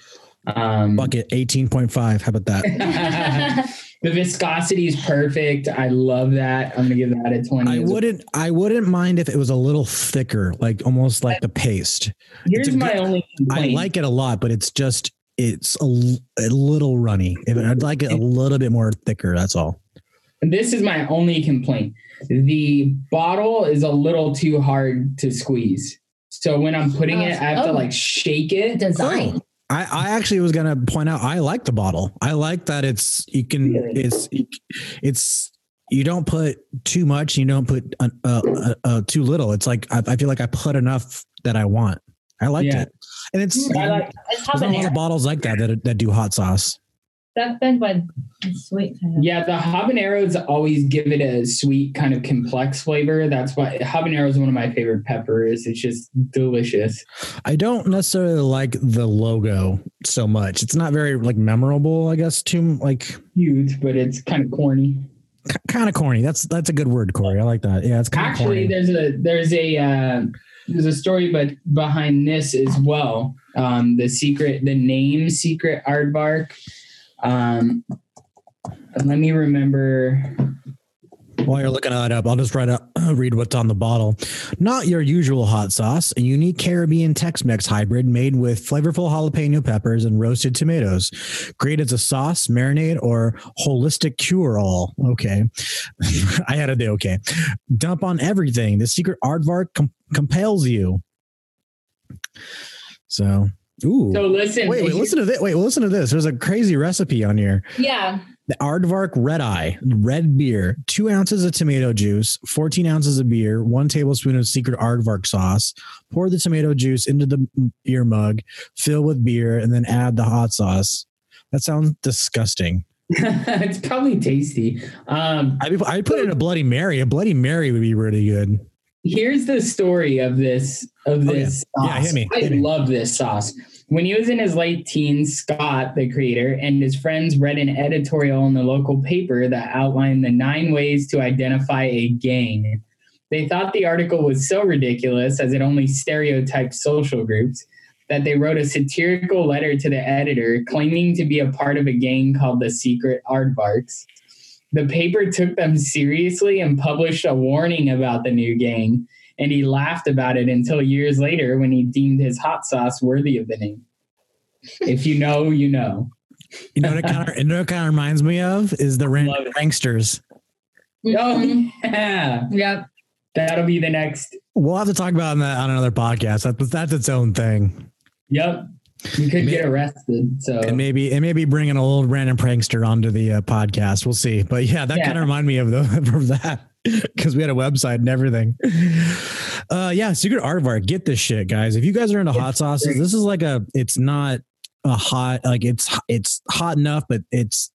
Speaker 3: Um,
Speaker 2: Bucket 18.5. How about that?
Speaker 3: the viscosity is perfect. I love that. I'm gonna give that a 20.
Speaker 2: I
Speaker 3: as well.
Speaker 2: wouldn't. I wouldn't mind if it was a little thicker, like almost like the paste.
Speaker 3: Here's
Speaker 2: it's a
Speaker 3: my
Speaker 2: good-
Speaker 3: only
Speaker 2: I
Speaker 3: complaint.
Speaker 2: like it a lot, but it's just it's a, l- a little runny. If- I'd like it a little bit more thicker. That's all.
Speaker 3: this is my only complaint. The bottle is a little too hard to squeeze. So when I'm putting
Speaker 4: Oh,
Speaker 3: it, I have to
Speaker 4: oh.
Speaker 3: like shake it.
Speaker 4: Design.
Speaker 2: I, I actually was gonna point out I like the bottle. I like that it's you can
Speaker 3: Really?
Speaker 2: it's it's you don't put too much. You don't put uh, uh, uh, too little. It's like I, I feel like I put enough that I want. I liked
Speaker 3: Yeah.
Speaker 2: it, and it's
Speaker 4: Mm,
Speaker 3: Oh, I like
Speaker 4: It's
Speaker 2: there's not a lot of
Speaker 4: habanero.
Speaker 2: bottles like that that that do hot sauce.
Speaker 4: That's been what it's sweet. kind of-
Speaker 3: Yeah, the habaneros always give it a sweet kind of complex flavor. That's why habanero is one of my favorite peppers. It's just delicious.
Speaker 2: I don't necessarily like the logo so much. It's not very like memorable. I guess too like
Speaker 3: Huge, but it's kind of corny.
Speaker 2: kind of corny. That's that's a good word, Corey. I like that. Yeah, it's kind of corny.
Speaker 3: Actually, there's a there's a uh, there's a story but behind this as well um the secret the name secret aardvark um let me remember
Speaker 2: While you're looking it up, I'll just write up, read what's on the bottle. Not your usual hot sauce, a unique Caribbean Tex-Mex hybrid made with flavorful jalapeno peppers and roasted tomatoes. Great as a sauce, marinade, or holistic cure-all. Okay, I had a day. Okay, dump on everything. The secret aardvark com- compels you. So, ooh.
Speaker 3: so listen
Speaker 2: Wait, wait, listen to this. Wait, listen to this. There's a crazy recipe on here.
Speaker 4: Yeah.
Speaker 2: The Aardvark Red Eye, red beer, two ounces of tomato juice, 14 ounces of beer, one tablespoon of secret Aardvark sauce. Pour the tomato juice into the m- beer mug, fill with beer, and then add the hot sauce. That sounds disgusting.
Speaker 3: it's probably tasty um
Speaker 2: I'd, be, I'd put it in a Bloody Mary. A Bloody Mary would be really good.
Speaker 3: here's the story of this of
Speaker 2: Oh, yeah.
Speaker 3: this
Speaker 2: Yeah,
Speaker 3: sauce.
Speaker 2: hit me,
Speaker 3: I
Speaker 2: hit me.
Speaker 3: love this sauce. When he was in his late teens, Scott, the creator, and his friends read an editorial in the local paper that outlined the nine ways to identify a gang. They thought the article was so ridiculous as it only stereotyped social groups that they wrote a satirical letter to the editor claiming to be a part of a gang called the Secret Aardvarks. The paper took them seriously and published a warning about the new gang, and he laughed about it until years later when he deemed his hot sauce worthy of the name. If you know, you know.
Speaker 2: You know what it kind of, you know what it kind of reminds me of is the ran-
Speaker 3: Love it.
Speaker 2: Ranksters.
Speaker 4: Mhm.
Speaker 3: Oh, yeah.
Speaker 4: Yep.
Speaker 3: That'll be the next.
Speaker 2: We'll have to talk about that on another podcast. That, that's its own thing.
Speaker 3: Yep. You could get arrested. So,
Speaker 2: and maybe and maybe bringing an old random prankster onto the uh, podcast. We'll see. But yeah, that
Speaker 3: Yeah.
Speaker 2: kind of remind me of the of that because we had a website and everything. Uh, yeah, Secret Aardvark. Get this shit, guys. If you guys are into hot sauces,
Speaker 3: great.
Speaker 2: this is like a. It's not a hot like it's it's hot enough, but it's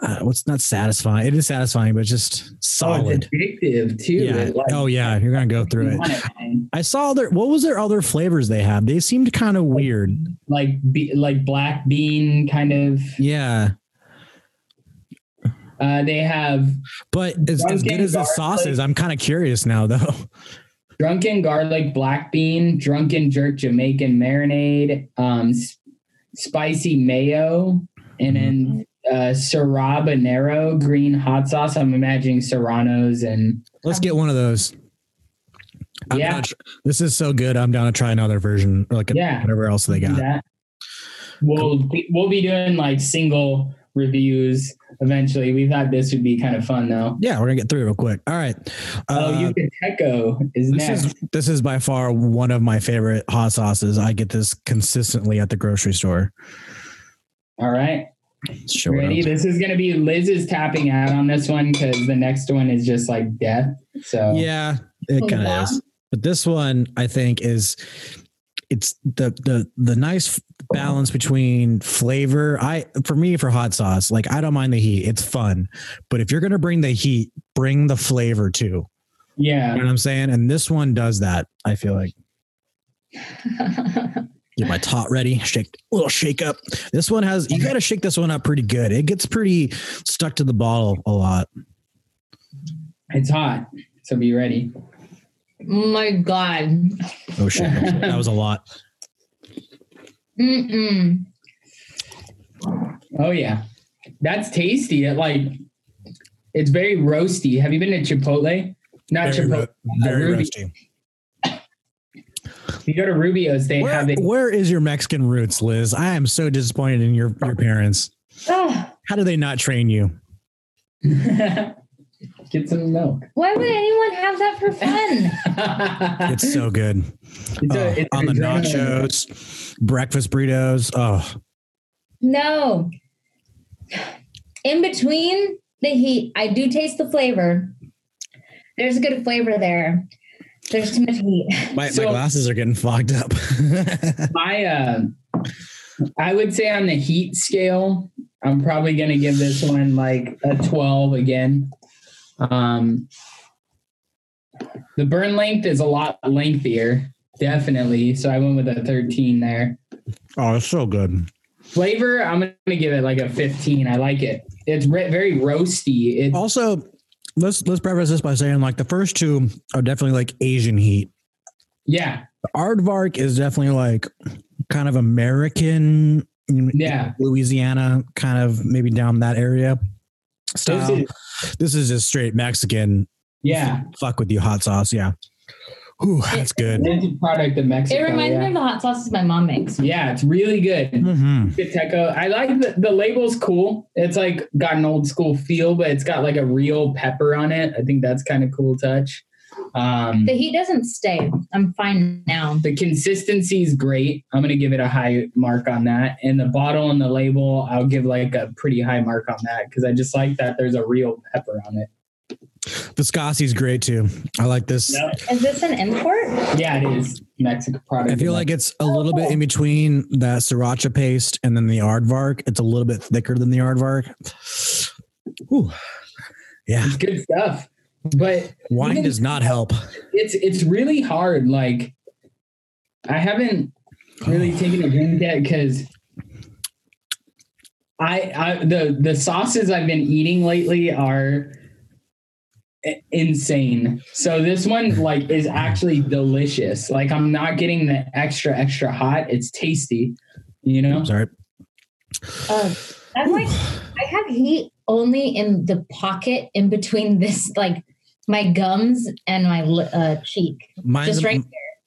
Speaker 2: uh, what's not satisfying. It is satisfying, but just
Speaker 3: oh, it's
Speaker 2: solid.
Speaker 3: addictive too.
Speaker 2: yeah.
Speaker 3: It, like,
Speaker 2: oh yeah, you're gonna go
Speaker 3: you
Speaker 2: through it.
Speaker 3: want it, man.
Speaker 2: I saw their what was their other flavors they had. They seemed kind of weird.
Speaker 3: Like, be, like black bean kind of.
Speaker 2: Yeah.
Speaker 3: Uh, they have
Speaker 2: But as, as
Speaker 3: Drunken
Speaker 2: good as the
Speaker 3: garlic.
Speaker 2: sauce is, I'm kind of curious now, though.
Speaker 3: drunken garlic black bean, drunken jerk Jamaican marinade, um, s- spicy mayo, and then uh, serrabanero green hot sauce. I'm imagining serranos and
Speaker 2: Let's get one of those. I'm
Speaker 3: Yeah.
Speaker 2: down to tr- this is so good. I'm down to try another version, or like
Speaker 3: Yeah.
Speaker 2: whatever else they got.
Speaker 3: that. We'll be- we'll be doing like single reviews eventually. We thought this would be kind of fun though.
Speaker 2: Yeah, we're gonna get through it real quick. All right.
Speaker 3: oh,
Speaker 2: Uh,
Speaker 3: Yucateco is
Speaker 2: this
Speaker 3: next.
Speaker 2: is this is by far one of my favorite hot sauces. I get this consistently at the grocery store.
Speaker 3: All right,
Speaker 2: Sure.
Speaker 3: ready. This is gonna be Liz is tapping out on this one because the next one is just like death. So
Speaker 2: Yeah, it
Speaker 4: Oh,
Speaker 2: kind of
Speaker 4: yeah.
Speaker 2: is. But this one, I think, is it's the the the nice balance between flavor. I for me for hot sauce, like I don't mind the heat; it's fun. But if you're gonna bring the heat, bring the flavor too. You know
Speaker 3: yeah.
Speaker 2: what I'm saying? And this one does that. I feel like
Speaker 4: Oh
Speaker 2: get my tot ready, shake little shake up. This one has you got to shake this one up pretty good. It gets pretty stuck to the bottle a lot.
Speaker 3: It's hot, so be ready.
Speaker 4: my God.
Speaker 2: Oh shit, that was a lot.
Speaker 4: Mm-mm.
Speaker 3: Oh yeah, that's tasty. It like it's very roasty. Have you been to Chipotle? Not
Speaker 2: Very,
Speaker 3: Chipotle.
Speaker 2: ro- very
Speaker 3: Ruby.
Speaker 2: roasty.
Speaker 3: You go to Rubio's, they
Speaker 2: Where-
Speaker 3: have it.
Speaker 2: where is your Mexican roots, Liz? I am so disappointed in your, your parents.
Speaker 4: Ugh.
Speaker 2: How do they not train you?
Speaker 3: Get some milk.
Speaker 4: why would anyone have that for fun?
Speaker 3: it's,
Speaker 2: It's so good. Oh,
Speaker 3: it's
Speaker 2: on the
Speaker 3: adrenaline.
Speaker 2: nachos, breakfast burritos. Oh,
Speaker 4: No. In between the heat, I do taste the flavor. There's a good flavor there. There's too much heat.
Speaker 2: my,
Speaker 3: So-
Speaker 2: my glasses are getting fogged up.
Speaker 3: My, uh, I would say on the heat scale, I'm probably gonna give this one like a 12 again. Um, the burn length is a lot lengthier, definitely. So I went with a 13 there.
Speaker 2: oh, it's so good.
Speaker 3: Flavor, I'm gonna give it like a 15. I like it. It's re- very roasty. It's
Speaker 2: Also, let's let's preface this by saying like the first two are definitely like Asian heat.
Speaker 3: Yeah.
Speaker 2: Aardvark is definitely like kind of American,
Speaker 3: Yeah.
Speaker 2: Louisiana, kind of maybe down that area. Style.
Speaker 3: This
Speaker 2: this is just straight Mexican.
Speaker 3: Yeah.
Speaker 2: Fuck with you, hot sauce. Yeah. Ooh, that's good.
Speaker 3: It's a product of Mexico.
Speaker 4: It reminds
Speaker 3: Oh, yeah.
Speaker 4: me of the hot sauces my mom makes.
Speaker 3: Yeah, it's really good.
Speaker 2: Mm-hmm.
Speaker 3: Teco. I like the, the label's cool. It's like got an old school feel, but it's got like a real pepper on it. I think that's kind of cool touch. Um,
Speaker 4: The heat doesn't stay. I'm fine now.
Speaker 3: the consistency is great. I'm gonna give it a high mark on that. And the bottle and the label, I'll give like a pretty high mark on that because I just like that there's a real pepper on it.
Speaker 2: Viscosi's great too. I like this.
Speaker 4: Is this an import?
Speaker 3: Yeah, it is Mexican product.
Speaker 2: I feel like it's a little bit in between that sriracha paste and then the aardvark. It's a little bit thicker than the aardvark. Ooh. Yeah,
Speaker 3: good stuff, but
Speaker 2: wine does not help.
Speaker 3: it's it's really hard. Like I haven't really taken a drink yet because I, I the the sauces I've been eating lately are i- insane. So this one like is actually delicious. Like I'm not getting the extra extra hot. It's tasty, you know.
Speaker 2: Sorry.
Speaker 4: Oh, that's like I have heat only in the pocket in between this, like my gums and my li- uh, cheek.
Speaker 2: Mine's,
Speaker 4: Just right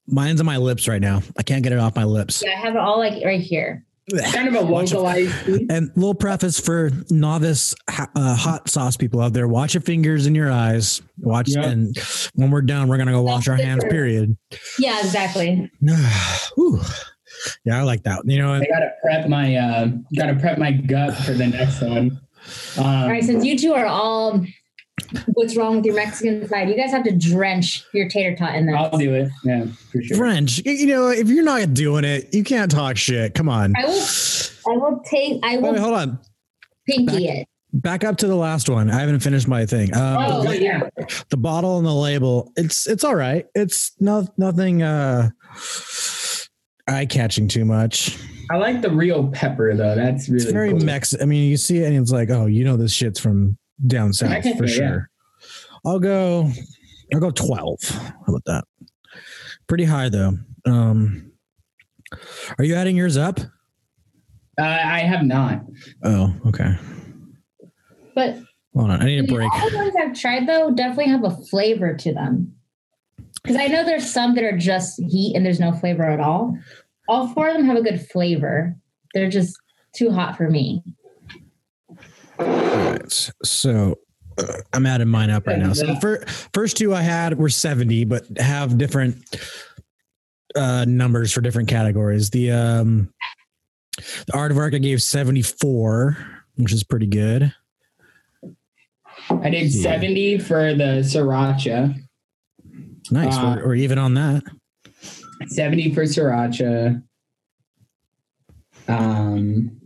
Speaker 2: mine's on my lips right now. I can't get it off my lips.
Speaker 4: Yeah, I have it all like right here.
Speaker 3: Kind of a
Speaker 2: Watch it.
Speaker 3: localized.
Speaker 2: And little preface for novice ha- uh, hot sauce people out there: watch your fingers and your eyes. Watch,
Speaker 3: Yeah.
Speaker 2: and when we're done, we're gonna go wash our hands. Period.
Speaker 4: Yeah, exactly.
Speaker 2: Whew. yeah, I like that. You know,
Speaker 3: I
Speaker 2: what?
Speaker 3: gotta prep my uh, gotta prep my gut for the next one. Um,
Speaker 4: All right, since you two are all, um, what's wrong with your Mexican side? You guys have to drench your tater tot in that.
Speaker 3: I'll do it. Yeah, for sure.
Speaker 2: French. You know, if you're not doing it, you can't talk shit. Come on.
Speaker 4: I will. I will take. I
Speaker 2: Wait,
Speaker 4: will
Speaker 2: hold on.
Speaker 4: pinky it.
Speaker 2: Back up to the last one. I haven't finished my thing. Um,
Speaker 4: Oh,
Speaker 3: But yeah,
Speaker 2: the bottle and the label it's it's all right it's no, nothing uh eye catching too much
Speaker 3: I like the real pepper though. That's really
Speaker 2: it's very
Speaker 3: cool.
Speaker 2: mex i mean you see it and it's like oh you know this shit's from down south for
Speaker 3: Mexico, yeah.
Speaker 2: sure i'll go i'll go 12 how about that pretty high though um are you adding yours up
Speaker 3: Uh, I have not.
Speaker 2: oh okay
Speaker 4: But
Speaker 2: hold on i need a break
Speaker 4: all the ones I've tried though definitely have a flavor to them. Because I know there's some that are just heat and there's no flavor at all. All four of them have a good flavor. They're just too hot for me.
Speaker 2: All right. So uh, I'm adding mine up right now. So the fir- first two I had were 70, but have different uh, numbers for different categories. The um, the Art of Arc I gave 74, which is pretty good.
Speaker 3: I did
Speaker 2: Yeah.
Speaker 3: 70 for the sriracha,
Speaker 2: Nice.
Speaker 3: Uh,
Speaker 2: we're, we're even on that.
Speaker 3: 70 for sriracha. Um,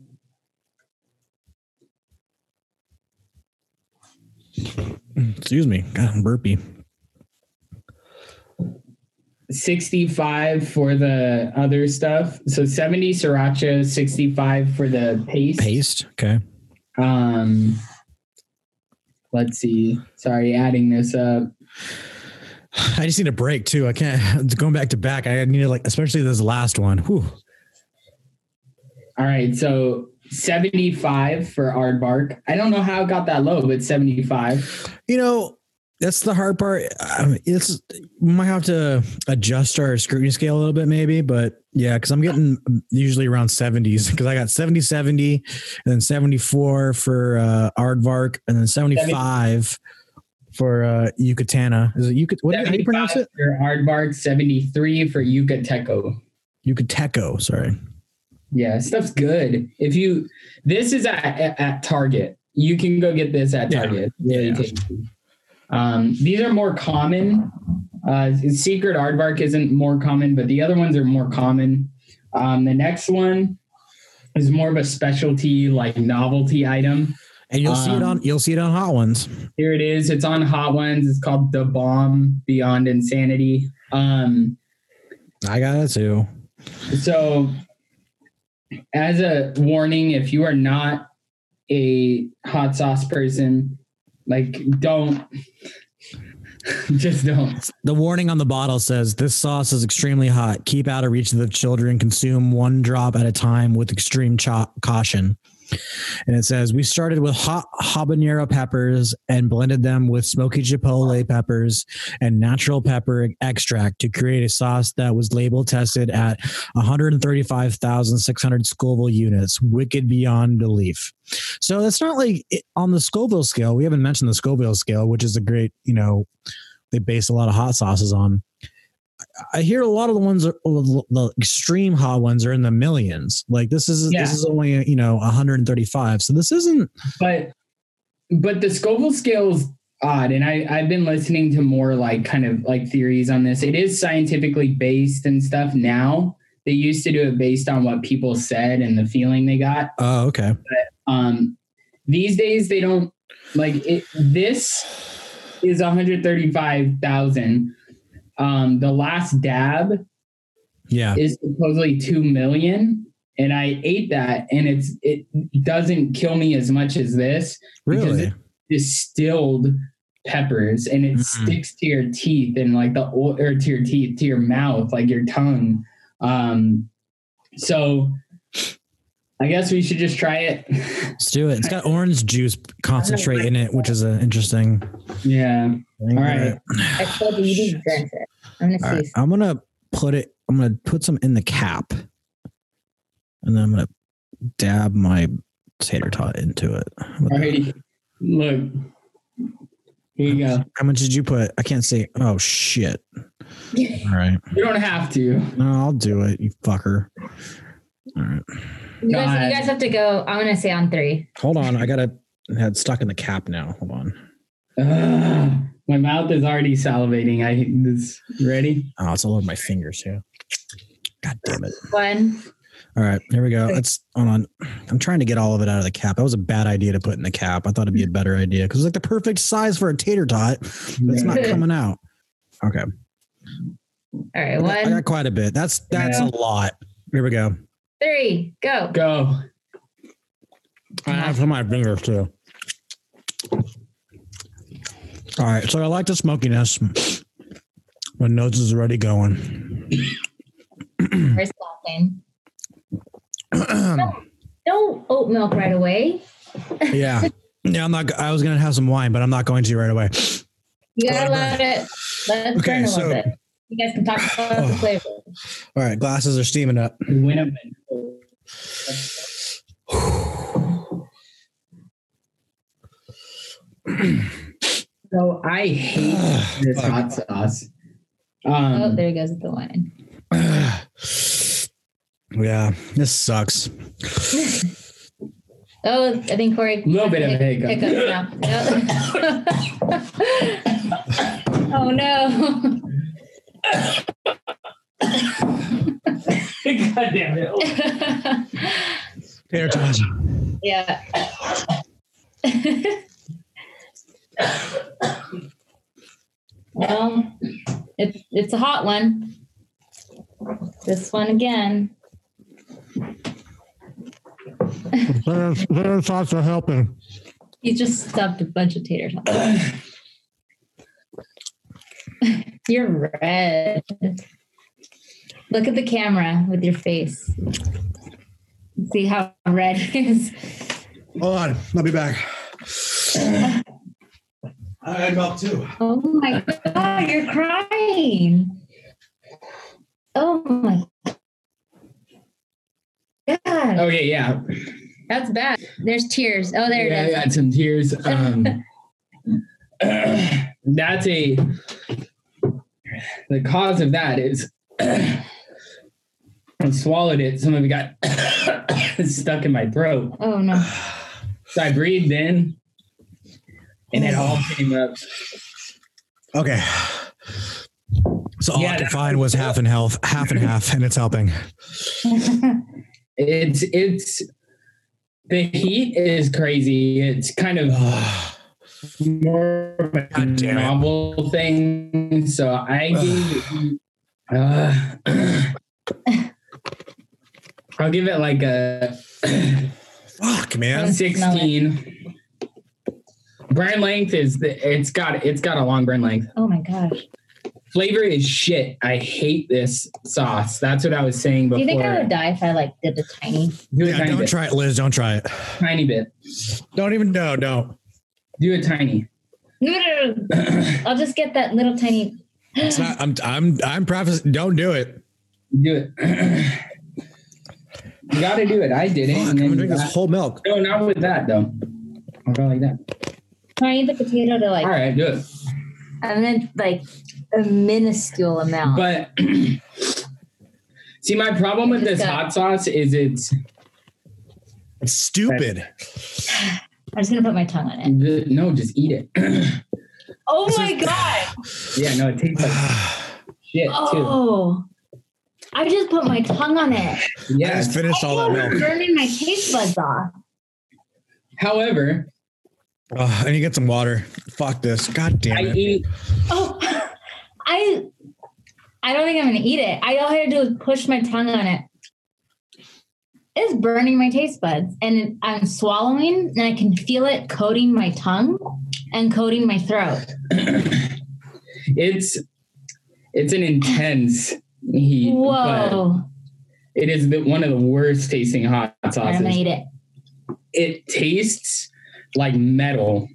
Speaker 2: Excuse me. God, I'm burpy.
Speaker 3: 65 for the other stuff. So 70 sriracha, 65 for the paste.
Speaker 2: Paste. Okay.
Speaker 3: Um, let's see. Sorry, adding this up.
Speaker 2: I just need a break too. I can't. It's going back to back. I need to like, especially this last one. Whew.
Speaker 3: All right, so 75 for Aardvark. I don't know how it got that low, but 75.
Speaker 2: You know, that's the hard part. Um, it's we might have to adjust our scrutiny scale a little bit, maybe. But yeah, because I'm getting usually around 70s because I got 70, 70, and then 74 for uh, Aardvark, and then 75 for uh, Yucatana. Is it Yucat? What do you, how do you pronounce it?
Speaker 3: 75 For Aardvark, 73 for Yucateco.
Speaker 2: Yucateco. Sorry.
Speaker 3: Yeah, stuff's good. If you this is at, at, at Target. You can go get this at
Speaker 2: Yeah.
Speaker 3: Target. Really
Speaker 2: Yeah.
Speaker 3: tasty. Um, these are more common. Uh, Secret Aardvark isn't more common, but the other ones are more common. Um, the next one is more of a specialty, like novelty item.
Speaker 2: And you'll see it
Speaker 3: Um,
Speaker 2: on you'll see it on Hot Ones.
Speaker 3: Here it is. It's on Hot Ones. It's called The Bomb Beyond Insanity. Um,
Speaker 2: I got it too.
Speaker 3: so, as a warning, if you are not a hot sauce person, like don't Just don't.
Speaker 2: The warning on the bottle says this sauce is extremely hot. Keep out of reach of the children. Consume one drop at a time with extreme cha- caution. And it says we started with hot habanero peppers and blended them with smoky chipotle peppers and natural pepper extract to create a sauce that was label tested at 135,600 Scoville units, wicked beyond belief. So it's not like it- on the Scoville scale. We haven't mentioned the Scoville scale, which is a great, you know, they base a lot of hot sauces on. I hear a lot of the ones, are- the extreme hot ones, are in the millions. Like this is
Speaker 3: Yeah.
Speaker 2: this is only you know 135. So this isn't
Speaker 3: but but the Scoville scale's odd, and I I've been listening to more like kind of like theories on this. It is scientifically based and stuff now. They used to do it based on what people said and the feeling they got.
Speaker 2: oh okay.
Speaker 3: Um, these days they don't like it, this is 135,000. Um, the last dab
Speaker 2: Yeah.
Speaker 3: is supposedly 2 million and I ate that and it's it doesn't kill me as much as this
Speaker 2: Really?
Speaker 3: distilled peppers and it
Speaker 2: Mhm.
Speaker 3: sticks to your teeth and like the oil or to your teeth to your mouth like your tongue um so i guess we should just try it
Speaker 2: Let's do it. It's got orange juice concentrate in it, which is an interesting
Speaker 3: yeah
Speaker 2: thing.
Speaker 3: All right.
Speaker 4: I told you, you didn't drink it. I'm gonna
Speaker 2: All right.
Speaker 4: see.
Speaker 2: I'm gonna put it. I'm gonna put some in the cap, and then I'm gonna dab my tater tot into it. What
Speaker 3: all
Speaker 2: the-
Speaker 3: right look here you go
Speaker 2: How much did you put? I can't see. Oh shit! All right.
Speaker 3: you don't have to
Speaker 2: No, I'll do it. You fucker. All right.
Speaker 4: You guys,
Speaker 3: God.
Speaker 4: you guys have to go. I'm gonna say on three.
Speaker 2: Hold on. I gotta. I had stuck in the cap now. Hold on.
Speaker 3: Ugh. my mouth is already salivating i this ready
Speaker 2: Oh, it's all over my fingers here. God damn it.
Speaker 4: One.
Speaker 2: All right, here we go. Let's hold on. I'm trying to get all of it out of the cap. That was a bad idea to put in the cap. I thought it'd be a better idea because it's like the perfect size for a tater tot, but it's not coming out. Okay,
Speaker 4: All right.
Speaker 2: I
Speaker 4: One,
Speaker 2: got quite a bit. That's that's a lot. Here we go.
Speaker 4: three, go.
Speaker 3: go
Speaker 2: I have some on my fingers too. All right, so I like the smokiness. My nose is already going.
Speaker 4: We're stopping. No oat milk right away.
Speaker 2: yeah, yeah. I'm not. I was gonna have some wine, but I'm not going to right away.
Speaker 4: You gotta
Speaker 2: Whatever.
Speaker 4: let it. Let it
Speaker 2: Okay,
Speaker 4: burn a little
Speaker 2: so-
Speaker 4: bit. You guys can talk about the flavor. Oh,
Speaker 2: All right, glasses are steaming up.
Speaker 3: win a so i hate this
Speaker 2: Fuck.
Speaker 3: hot sauce
Speaker 4: Oh,
Speaker 3: um
Speaker 4: there goes the wine.
Speaker 2: yeah, this sucks.
Speaker 4: Oh, I think Corey.
Speaker 3: a little bit of a hiccup
Speaker 4: Hiccup now. oh no.
Speaker 3: god damn it
Speaker 2: Tater tots.
Speaker 4: yeah. well, it's it's a hot one. This one again.
Speaker 2: Tater tots are helping.
Speaker 4: You just stuffed a bunch of tater tots. You're red. Look at the camera with your face. See how red it is.
Speaker 2: Hold on, I'll be back. I had milk too.
Speaker 4: Oh my god, you're crying. Oh my god,
Speaker 3: okay yeah
Speaker 4: that's bad. There's tears. Oh, there
Speaker 3: yeah,
Speaker 4: it is.
Speaker 3: I got some tears. Um, that's a the cause of that is I swallowed it. Some of it got stuck in my throat.
Speaker 4: Oh no.
Speaker 3: So I breathed in, and it all came up.
Speaker 2: Okay. So all I
Speaker 3: Yeah,
Speaker 2: could
Speaker 3: that-
Speaker 2: find was half and half, half and half, and it's helping.
Speaker 3: It's it's the heat is crazy. It's kind of more of a
Speaker 2: God damn it.
Speaker 3: novel thing. So I gave. Uh, I'll give it like a
Speaker 2: Fuck, man.
Speaker 3: sixteen. Brand length is the, it's got it's got a long brand length.
Speaker 4: Oh my gosh.
Speaker 3: Flavor is shit. I hate this sauce. That's what I was saying
Speaker 4: Do
Speaker 3: before.
Speaker 4: you think I would die if I like did a tiny?
Speaker 3: Do a
Speaker 2: Yeah,
Speaker 3: tiny
Speaker 2: don't
Speaker 3: bit.
Speaker 2: try it, Liz. Don't try it.
Speaker 3: tiny bit.
Speaker 2: Don't even no, don't.
Speaker 3: Do a tiny.
Speaker 4: No, no, no, no. I'll just get that little tiny.
Speaker 2: It's not, I'm I'm I'm prefacing. Don't do it.
Speaker 3: Do it. you got to do it. I did it.
Speaker 2: Fuck, I'm
Speaker 3: and then
Speaker 2: gonna
Speaker 3: you
Speaker 2: drink this
Speaker 3: got-
Speaker 2: whole milk.
Speaker 3: no, not with that though. I'll go like that.
Speaker 4: I need the potato to like,
Speaker 3: All right, do it.
Speaker 4: and then like a minuscule amount.
Speaker 3: But see, my problem with this hot sauce is it's
Speaker 2: It's stupid.
Speaker 4: I'm just gonna put my tongue on it.
Speaker 3: good. No, just eat it.
Speaker 4: Oh my god!
Speaker 3: yeah, no, it tastes like shit too.
Speaker 4: Oh, I just put my tongue on it.
Speaker 2: I
Speaker 3: Yeah.
Speaker 2: just finished all that
Speaker 4: I'm
Speaker 2: milk.
Speaker 4: burning my taste buds off.
Speaker 3: However,
Speaker 2: Ugh, I need to get some water. Fuck this. God damn
Speaker 3: I
Speaker 2: it.
Speaker 3: eat.
Speaker 4: Oh, I, I don't think I'm gonna eat it. I all I had to do was push my tongue on it. It's burning my taste buds, and I'm swallowing, and I can feel it coating my tongue and coating my throat.
Speaker 3: It's it's an intense heat. But
Speaker 4: Whoa!
Speaker 3: it is the, one of the worst tasting hot
Speaker 4: I'm gonna
Speaker 3: sauces.
Speaker 4: eat it.
Speaker 3: It tastes like metal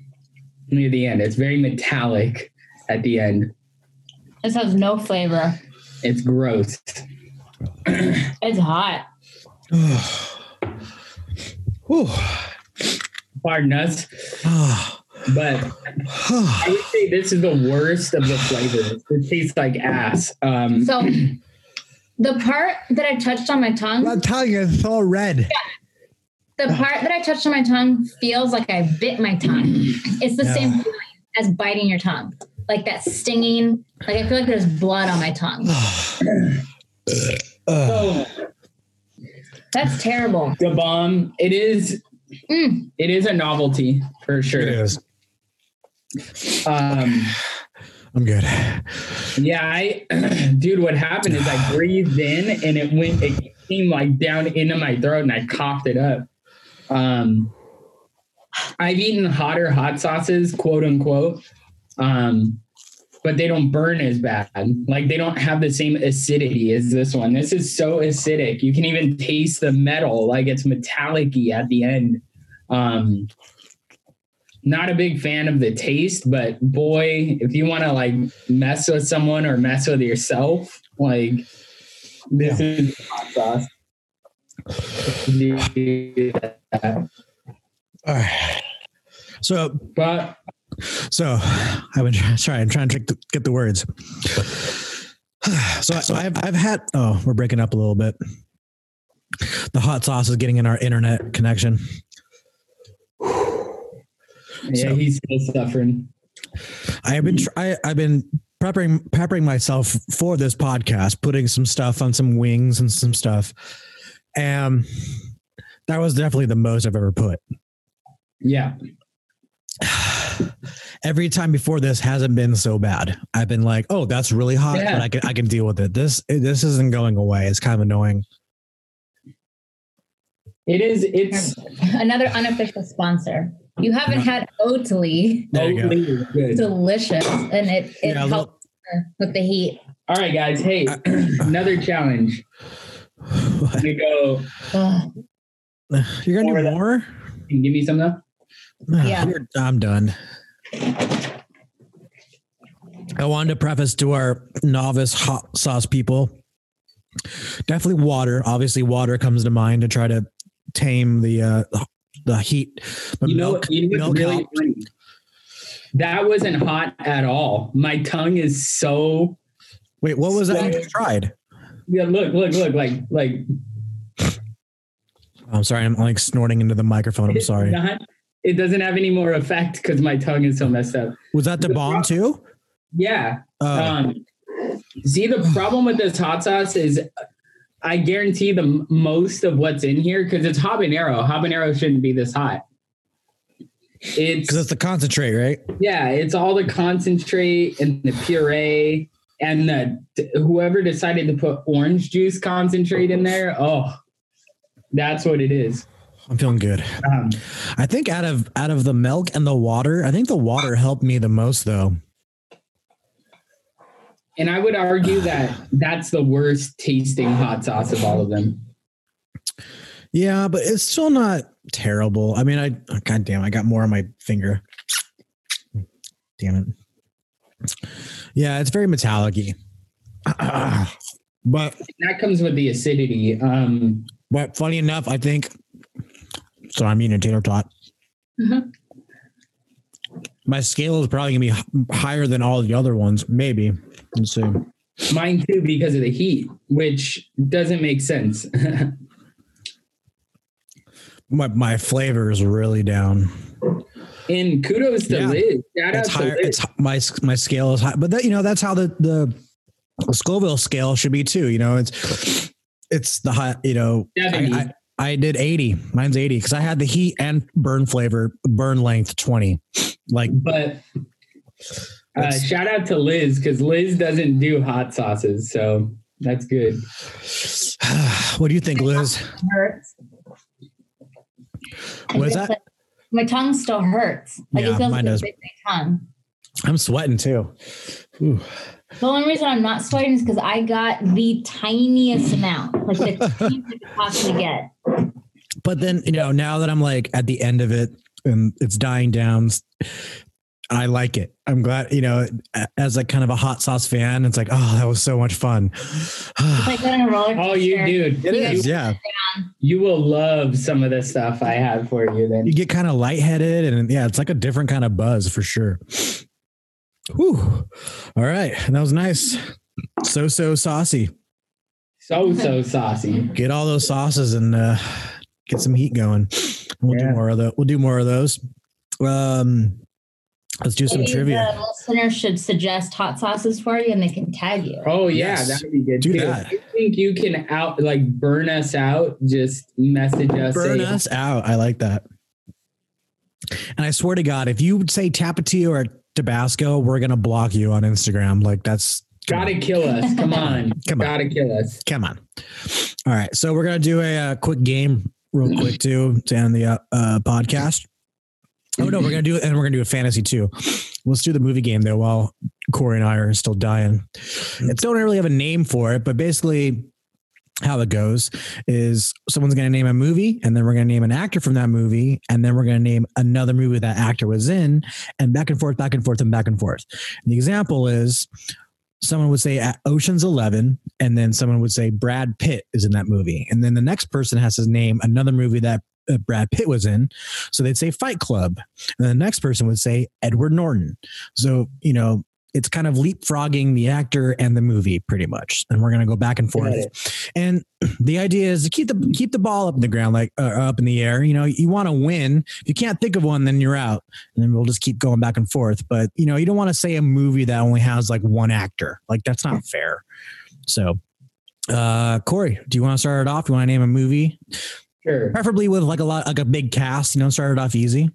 Speaker 3: near the end. It's very metallic at the end.
Speaker 4: This has no flavor.
Speaker 3: It's gross.
Speaker 4: It's hot.
Speaker 2: Whew.
Speaker 3: Pardon us,
Speaker 2: Ah.
Speaker 3: but I would say this is the worst of the flavors. It tastes like ass. Um,
Speaker 4: So the part that I touched on my tongue,
Speaker 2: I'm telling you, it's all red.
Speaker 4: the part that I touched on my tongue feels like I bit my tongue. It's the
Speaker 2: Yeah.
Speaker 4: same feeling as biting your tongue. Like that stinging, like I feel like there's blood on my tongue.
Speaker 2: Ugh.
Speaker 3: so
Speaker 4: That's terrible.
Speaker 3: the bomb. It is.
Speaker 4: Mm.
Speaker 3: It is a novelty for
Speaker 2: It
Speaker 3: sure.
Speaker 2: is.
Speaker 3: Um,
Speaker 2: I'm good.
Speaker 3: yeah, I, dude. What happened is I breathed in and it went. It came like down into my throat and I coughed it up. Um, I've eaten hotter hot sauces, quote unquote, um, but they don't burn as bad. Like they don't have the same acidity as this one. This is so acidic. You can even taste the metal, like it's metallic-y at the end. Um, not a big fan of the taste, but boy, if you want to like mess with someone or mess with yourself, like this is hot sauce. Do that.
Speaker 2: All right. So,
Speaker 3: But
Speaker 2: so I've been try- sorry. I'm trying to trick the, get the words. So, so I've I've had. Oh, we're breaking up a little bit. The hot sauce is getting in our internet connection.
Speaker 3: yeah,
Speaker 2: So-
Speaker 3: he's still suffering.
Speaker 2: I have been tr- I, I've been prepping prepping myself for this podcast, putting some stuff on some wings and some stuff. Um that was definitely the most I've ever put.
Speaker 3: Yeah.
Speaker 2: Every time before this hasn't been so bad. I've been like, oh, that's really hot,
Speaker 3: Yeah.
Speaker 2: but I can I can deal with it. This this isn't going away. It's kind of annoying.
Speaker 3: It is it's
Speaker 4: Another unofficial sponsor. You haven't had Oatly.
Speaker 2: There you go.
Speaker 3: totally good.
Speaker 4: Delicious, and it it
Speaker 2: Yeah, a little-
Speaker 4: helps with the heat.
Speaker 3: All right, guys. Hey, another challenge. We go
Speaker 4: Ugh.
Speaker 2: You're gonna
Speaker 3: Or
Speaker 2: do
Speaker 3: that-
Speaker 2: more?
Speaker 3: can you give me some though?
Speaker 2: Ugh,
Speaker 4: Yeah.
Speaker 2: Ah, we're- I'm done. I wanted to preface to our novice hot sauce people. Definitely water. Obviously, water comes to mind to try to tame the uh, the heat. But
Speaker 3: You know,
Speaker 2: milk,
Speaker 3: you know
Speaker 2: milk
Speaker 3: what's really
Speaker 2: help-
Speaker 3: funny? That wasn't hot at all. My tongue is so
Speaker 2: Wait, what was that you just tried?
Speaker 3: yeah, look, look, look, like like
Speaker 2: I'm sorry, I'm like snorting into the microphone. I'm
Speaker 3: it's
Speaker 2: sorry.
Speaker 3: not- it doesn't have any more effect because my tongue is so messed up.
Speaker 2: Was that the bomb too?
Speaker 3: Yeah.
Speaker 2: Uh,
Speaker 3: Um, see, the problem with this hot sauce is I guarantee the m- most of what's in here because it's habanero. Habanero shouldn't be this hot. It's,
Speaker 2: because it's the concentrate, right?
Speaker 3: yeah, it's all the concentrate and the puree and the whoever decided to put orange juice concentrate in there. Oh, that's what it is.
Speaker 2: I'm feeling good.
Speaker 3: Um,
Speaker 2: I think out of out of the milk and the water, I think the water helped me the most though.
Speaker 3: and I would argue that that's the worst tasting hot sauce of all of them.
Speaker 2: Yeah, but it's still not terrible. I mean, I oh, god damn, I got more on my finger. Damn it. Yeah, it's very metallic But
Speaker 3: That comes with the acidity. Um,
Speaker 2: but funny enough, I think so I'm eating a tater tot.
Speaker 4: Mhm.
Speaker 2: My scale is probably gonna be h- higher than all the other ones, maybe. Let's see.
Speaker 3: mine too because of the heat, which doesn't make sense.
Speaker 2: My my flavor is really down.
Speaker 3: and kudos to
Speaker 2: Yeah.
Speaker 3: Liz. Shout
Speaker 2: it's
Speaker 3: out to
Speaker 2: higher.
Speaker 3: Liz.
Speaker 2: It's my my scale is high, but that you know that's how the the Scoville scale should be too. You know, it's it's the high. You know,
Speaker 3: Seventy.
Speaker 2: I, I, I did eighty. Mine's eighty because I had the heat and burn flavor, burn length twenty. Like
Speaker 3: but uh,
Speaker 2: That's-
Speaker 3: shout out to Liz because Liz doesn't do hot sauces, so that's good.
Speaker 2: what do you think, Liz?
Speaker 4: hurts. I
Speaker 2: What is that?
Speaker 4: just, like, My tongue still hurts. Like
Speaker 2: Yeah,
Speaker 4: it
Speaker 2: mine
Speaker 4: feels like a
Speaker 2: does.
Speaker 4: big, big tongue.
Speaker 2: I'm sweating too. Ooh.
Speaker 4: The only reason I'm not sweating is because I got the tiniest amount, like the tiniest I could possibly get.
Speaker 2: But then you know, now that I'm like at the end of it and it's dying down. I like it. I'm glad, you know, a- as like kind of a hot sauce fan, it's like, oh, that was so much fun.
Speaker 4: It's like going on a roller coaster.
Speaker 3: Oh, you dude,
Speaker 2: It
Speaker 4: Yeah.
Speaker 2: is, yeah.
Speaker 3: you will love some of the stuff I have for you. Then
Speaker 2: You get kind of lightheaded, and yeah, it's like a different kind of buzz for sure. Whew. All right, that was nice. So so saucy.
Speaker 3: so so saucy.
Speaker 2: Get all those sauces and uh, get some heat going. We'll
Speaker 3: Yeah.
Speaker 2: do more of those. We'll do more of those. Um, let's do some
Speaker 4: Maybe
Speaker 2: trivia.
Speaker 4: The listener should suggest hot sauces for you, and they can tag you.
Speaker 3: Oh yeah,
Speaker 2: Yes.
Speaker 3: that would be good.
Speaker 2: Do
Speaker 3: too.
Speaker 2: that.
Speaker 3: You think you can out like burn us out? Just message us.
Speaker 2: Burn
Speaker 3: say,
Speaker 2: us out. I like that. And I swear to God, if you would say Tapatio or Tabasco, we're gonna block you on Instagram. Like that's
Speaker 3: Gotta kill us. Come on.
Speaker 2: Come on.
Speaker 3: Gotta kill us.
Speaker 2: Come on. All right. So we're going to do a, uh quick game real quick too to end the uh, uh, podcast. Oh no, we're going to do it and we're going to do a fantasy too. Let's do the movie game though while Corey and I are still dying. It's don't really have a name for it, but basically how it goes is someone's going to name a movie and then we're going to name an actor from that movie and then we're going to name another movie that actor was in and back and forth, back and forth and back and forth. The example is someone would say uh, Ocean's 11 and then someone would say Brad Pitt is in that movie. And then the next person has to name another movie that uh, Brad Pitt was in. So they'd say Fight Club. And the next person would say Edward Norton. So, you know, it's kind of leapfrogging the actor and the movie pretty much. And we're going to go back and
Speaker 3: Got
Speaker 2: forth. And the idea is to keep the keep the ball up in the ground like uh, up in the air. You know, you want to win. If you can't think of one then you're out. And then we'll just keep going back and forth, but you know, you don't want to say a movie that only has like one actor. Like that's not fair. So, uh, Corey, do you want to start it off? You want to name a movie,
Speaker 3: Sure.
Speaker 2: preferably with like a lot, like a big cast. You know, start it off easy.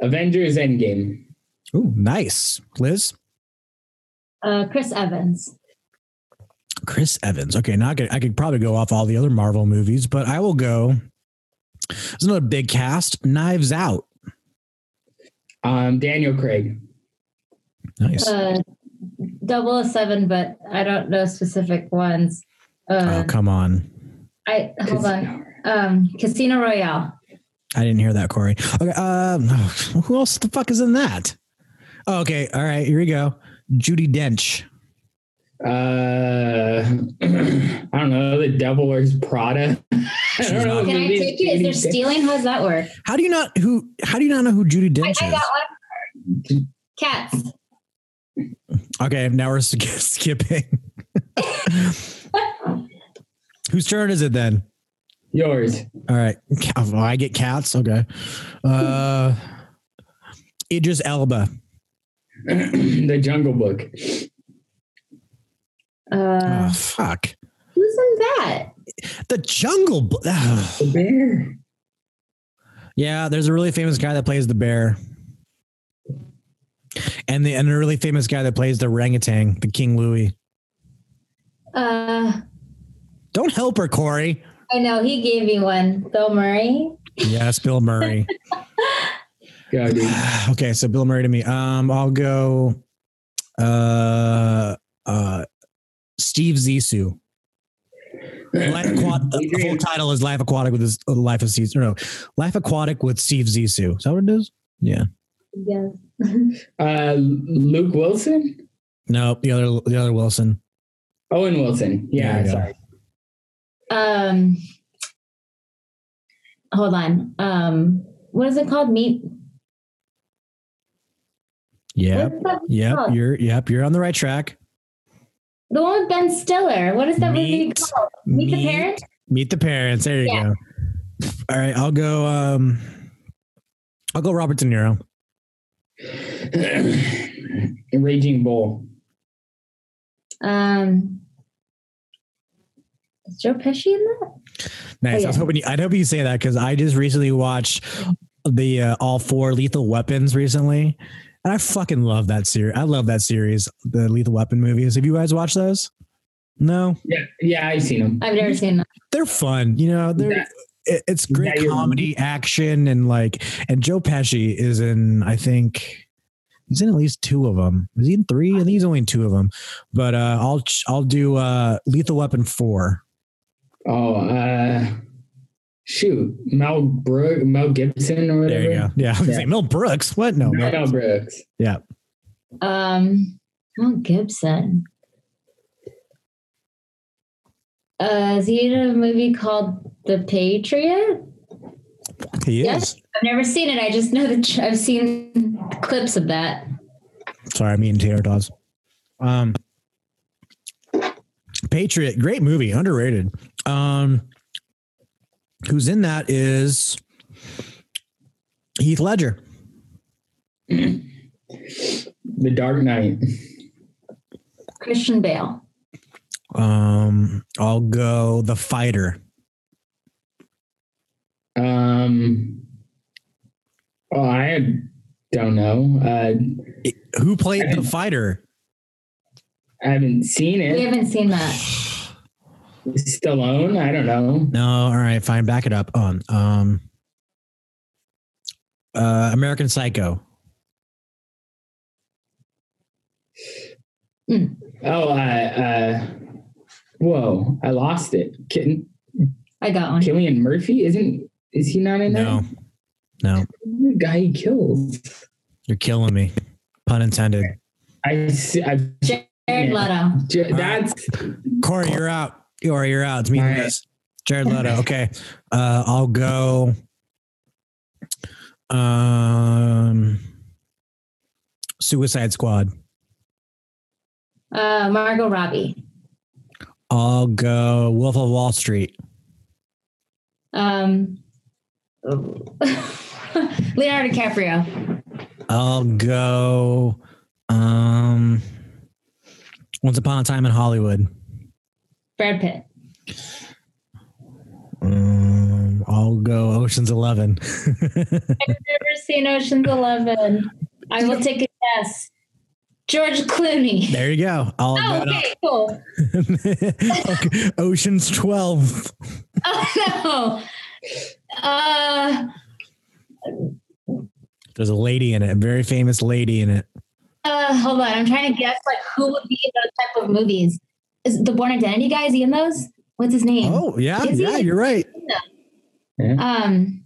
Speaker 3: Avengers Endgame.
Speaker 2: Ooh, nice, Liz.
Speaker 4: Uh, Chris Evans.
Speaker 2: Chris Evans. Okay, now I could, I could probably go off all the other Marvel movies, but I will go. There's another big cast. Knives Out.
Speaker 3: Um, Daniel Craig.
Speaker 2: Nice.
Speaker 4: Uh, 007, but I don't know specific ones. Uh,
Speaker 2: oh come on,
Speaker 4: I hold on. Um, Casino Royale.
Speaker 2: I didn't hear that, Corey. Okay, um, who else the fuck is in that? Oh, okay, all right, here we go. Judy Dench.
Speaker 3: Uh, I don't know. The Devil Wears Prada. I don't know.
Speaker 4: Can I take it? Is there stealing? How does that work?
Speaker 2: How do you not who? How do you not know who Judy
Speaker 4: I,
Speaker 2: Dench
Speaker 4: I got
Speaker 2: is?
Speaker 4: one. Cats.
Speaker 2: Okay, now we're sk- skipping. Whose turn is it then?
Speaker 3: Yours.
Speaker 2: All right, Ca- oh, I get cats. Okay, uh, Idris Elba.
Speaker 3: the Jungle Book.
Speaker 2: Oh,
Speaker 4: Uh,
Speaker 2: fuck,
Speaker 4: who's in that?
Speaker 2: the Jungle. Bo- oh,
Speaker 3: The Bear.
Speaker 2: Yeah, there's a really famous guy that plays the bear, and the and a really famous guy that plays the orangutan, the King Louis.
Speaker 4: Uh,
Speaker 2: Don't help her, Corey.
Speaker 4: I know he gave me one. Bill Murray.
Speaker 2: Yes, Bill Murray.
Speaker 3: Go, dude.
Speaker 2: okay, so Bill Murray to me. Um, I'll go. Uh, uh, Steve Zissou. Life Aqua- the full title is Life Aquatic with his uh, Life of Zissou. No, Life Aquatic with Steve Zissou. Is that what it is?
Speaker 4: Yes.
Speaker 3: Uh, Luke Wilson?
Speaker 2: No, the other the other Wilson.
Speaker 3: Owen Wilson. Yeah,
Speaker 2: There you go.
Speaker 3: sorry.
Speaker 4: Um. Hold on. Um. What is it called? Meet.
Speaker 2: Yep,
Speaker 4: what is that
Speaker 2: yep,
Speaker 4: called?
Speaker 2: you're yep, you're on the right track.
Speaker 4: The one with Ben Stiller. What is that movie
Speaker 2: Meet-
Speaker 4: called? Meet, the Parents.
Speaker 2: Meet the parents. There you
Speaker 4: Yeah.
Speaker 2: go. All right, I'll go. Um, I'll go Robert De Niro.
Speaker 3: Raging Bull.
Speaker 4: Um. Is Joe Pesci in that?
Speaker 2: Nice.
Speaker 4: Oh,
Speaker 2: I was
Speaker 4: yeah.
Speaker 2: hoping you, I'd hope you say that because I just recently watched the uh, all four Lethal Weapons recently, and I fucking love that series. I love that series, the Lethal Weapon movies. Have you guys watched those? No,
Speaker 3: Yeah, yeah, I've seen him.
Speaker 4: I've never seen that.
Speaker 2: they're fun. You know, they're
Speaker 3: Yeah.
Speaker 2: it- it's great
Speaker 3: Yeah, you're-
Speaker 2: comedy, action, and like. And Joe Pesci is in. I think he's in at least two of them. Is he in three? I think he's only in two of them. But uh, I'll ch- I'll do uh, Lethal Weapon four.
Speaker 3: Oh, uh, shoot. Mel Brook, Mel Gibson or whatever.
Speaker 2: There you go. Yeah, I was
Speaker 3: Yeah.
Speaker 2: gonna say Mel Brooks. What? No, Mel-
Speaker 3: Not Mel Brooks.
Speaker 4: Um, Mel Gibson. Uh, is he in a movie called The Patriot?
Speaker 2: he
Speaker 4: Yes.
Speaker 2: is.
Speaker 4: I've never seen it. I just know that tr- I've seen clips of that.
Speaker 2: Sorry, me and Taylor Dawes. Um, Patriot, great movie, underrated. Um, who's in that is Heath Ledger.
Speaker 3: The Dark Knight.
Speaker 4: Christian Bale.
Speaker 2: Um, I'll go The Fighter.
Speaker 3: Um, oh, I don't know. Uh,
Speaker 2: Who played The Fighter?
Speaker 3: I haven't seen
Speaker 4: We
Speaker 3: it.
Speaker 4: haven't seen that.
Speaker 3: Stallone? I don't know.
Speaker 2: No, all right, fine, back it up. On um, uh, American Psycho.
Speaker 3: Oh, uh, uh, whoa, I lost it. Ki-
Speaker 4: I got one.
Speaker 3: Killian Murphy? Isn't, is he not in
Speaker 2: No, no,
Speaker 3: that? The guy he kills.
Speaker 2: you're killing me. Pun intended.
Speaker 3: I see. I,
Speaker 4: Jared Leto.
Speaker 3: J-
Speaker 2: right.
Speaker 3: that's
Speaker 2: Corey, you're out. Corey, you're out. It's me,
Speaker 3: All
Speaker 2: and
Speaker 3: right.
Speaker 2: Liz. Jared Leto. Okay, uh, I'll go. Um, Suicide Squad.
Speaker 4: Uh, Margot Robbie.
Speaker 2: I'll go Wolf of Wall Street.
Speaker 4: Um, Leonardo DiCaprio.
Speaker 2: I'll go. Um, Once Upon a Time in Hollywood.
Speaker 4: Brad Pitt.
Speaker 2: Um, I'll go Ocean's Eleven.
Speaker 4: Never seen Ocean's Eleven. I will take a guess. George Clooney.
Speaker 2: there you go. I'll
Speaker 4: Oh,
Speaker 2: bet on-
Speaker 4: okay, cool.
Speaker 2: Okay, Ocean's Twelve.
Speaker 4: Oh no. Uh
Speaker 2: There's a lady in it, a very famous lady in it.
Speaker 4: uh hold on. I'm trying to guess like who would be in those type of movies. Is the Born Identity guy is he in those? What's his name?
Speaker 2: Oh yeah,
Speaker 4: Is
Speaker 2: yeah,
Speaker 4: it?
Speaker 2: you're right.
Speaker 4: Um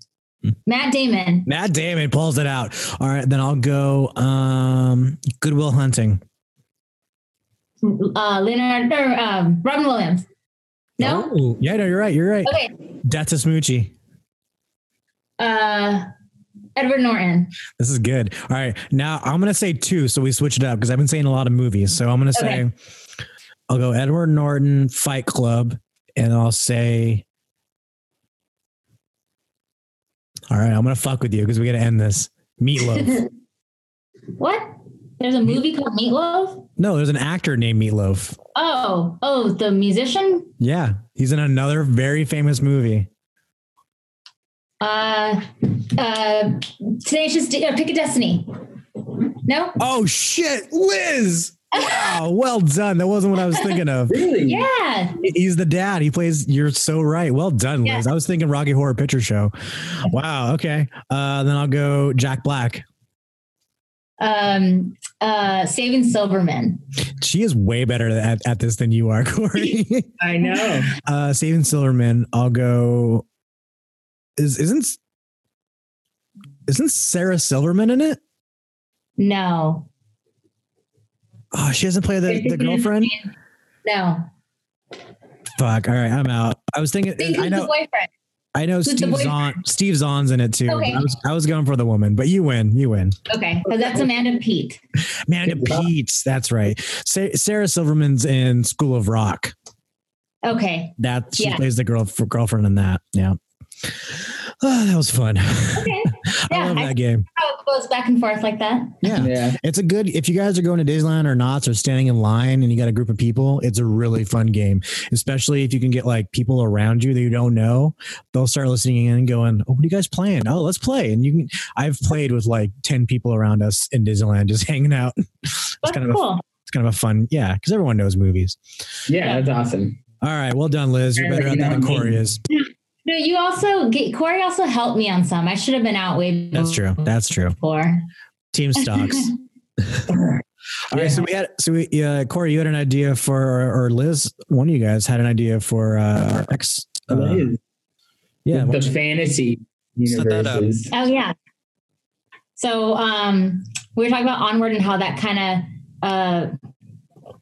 Speaker 4: Matt Damon.
Speaker 2: Matt Damon pulls it out. All right, then I'll go um Goodwill Hunting.
Speaker 4: Uh Leonard or um Robin Williams. No?
Speaker 2: Oh, yeah, no, you're right. You're right.
Speaker 4: Okay.
Speaker 2: That's a smoochie.
Speaker 4: Uh Edward Norton.
Speaker 2: This is good. All right, now I'm gonna say two, so we switch it up because I've been saying a lot of movies. So I'm gonna say I'll go Edward Norton, Fight Club, and I'll say. All right, I'm gonna fuck with you because we gotta end this. Meatloaf.
Speaker 4: what? There's a movie called Meatloaf?
Speaker 2: no, there's an actor named Meatloaf.
Speaker 4: Oh, oh, the musician?
Speaker 2: Yeah, he's in another very famous movie.
Speaker 4: Uh uh Tenacious D, uh, Pick a Destiny. No?
Speaker 2: Oh shit, Liz! Wow, well done. That wasn't what I was thinking of.
Speaker 3: Really?
Speaker 4: Yeah.
Speaker 2: He's the dad. He plays. You're so right. Well done,
Speaker 4: Yeah.
Speaker 2: Liz. I was thinking Rocky Horror Picture Show. Wow. Okay. Uh, then I'll go Jack Black.
Speaker 4: Um, uh, Saving Silverman.
Speaker 2: She is way better at, at this than you are, Corey.
Speaker 3: I know.
Speaker 2: uh, Saving Silverman. I'll go. Is isn't isn't Sarah Silverman in it?
Speaker 4: No.
Speaker 2: Oh, she doesn't play the, the girlfriend.
Speaker 4: No.
Speaker 2: Fuck. All right, I'm out. I was thinking.
Speaker 4: Think
Speaker 2: I
Speaker 4: who's the
Speaker 2: know.
Speaker 4: boyfriend.
Speaker 2: I know.
Speaker 4: who's the
Speaker 2: Steve
Speaker 4: boyfriend?
Speaker 2: Zahn. Steve Zahn's in it too.
Speaker 4: Okay.
Speaker 2: I was I was going for the woman, but you win. You win.
Speaker 4: Okay. Because that's Amanda Pete.
Speaker 2: Amanda
Speaker 3: Yeah.
Speaker 2: Pete. That's right. Sa- Sarah Silverman's in School of Rock.
Speaker 4: Okay.
Speaker 2: That she
Speaker 4: Yeah.
Speaker 2: plays the girl girlfriend in that. Yeah. Ah, that was fun.
Speaker 4: Okay.
Speaker 2: I
Speaker 4: Yeah.
Speaker 2: love
Speaker 4: I
Speaker 2: that game.
Speaker 4: how it goes back and forth like that.
Speaker 2: Yeah.
Speaker 3: Yeah.
Speaker 2: It's a good if you guys are going to Disneyland or not, or standing in line and you got a group of people, it's a really fun game. Especially if you can get like people around you that you don't know. They'll start listening in and going, Oh, what are you guys playing? Oh, let's play. And you can I've played with like 10 people around us in Disneyland just hanging out. it's
Speaker 4: That's
Speaker 2: kind of a,
Speaker 4: cool.
Speaker 2: it's kind of a fun, yeah, because everyone knows movies.
Speaker 3: Yeah, that's awesome.
Speaker 2: All right. Well done, Liz. You're
Speaker 3: Yeah,
Speaker 2: better at
Speaker 3: you
Speaker 2: that
Speaker 3: know
Speaker 2: than
Speaker 3: me.
Speaker 2: Corey is.
Speaker 4: No, you also get Corey also helped me on some. I should have been out way
Speaker 2: That's true.
Speaker 4: Mm-hmm.
Speaker 2: That's true.
Speaker 4: before.
Speaker 2: Team stocks. All right, so we had so we uh, Corey, you had an idea for or, or Liz, one of you guys had an idea for uh, X. uh,
Speaker 3: Liz,
Speaker 2: yeah,
Speaker 3: the fantasy
Speaker 2: Set that up.
Speaker 3: universes.
Speaker 4: Oh yeah. So um we were talking about onward and how that kind of uh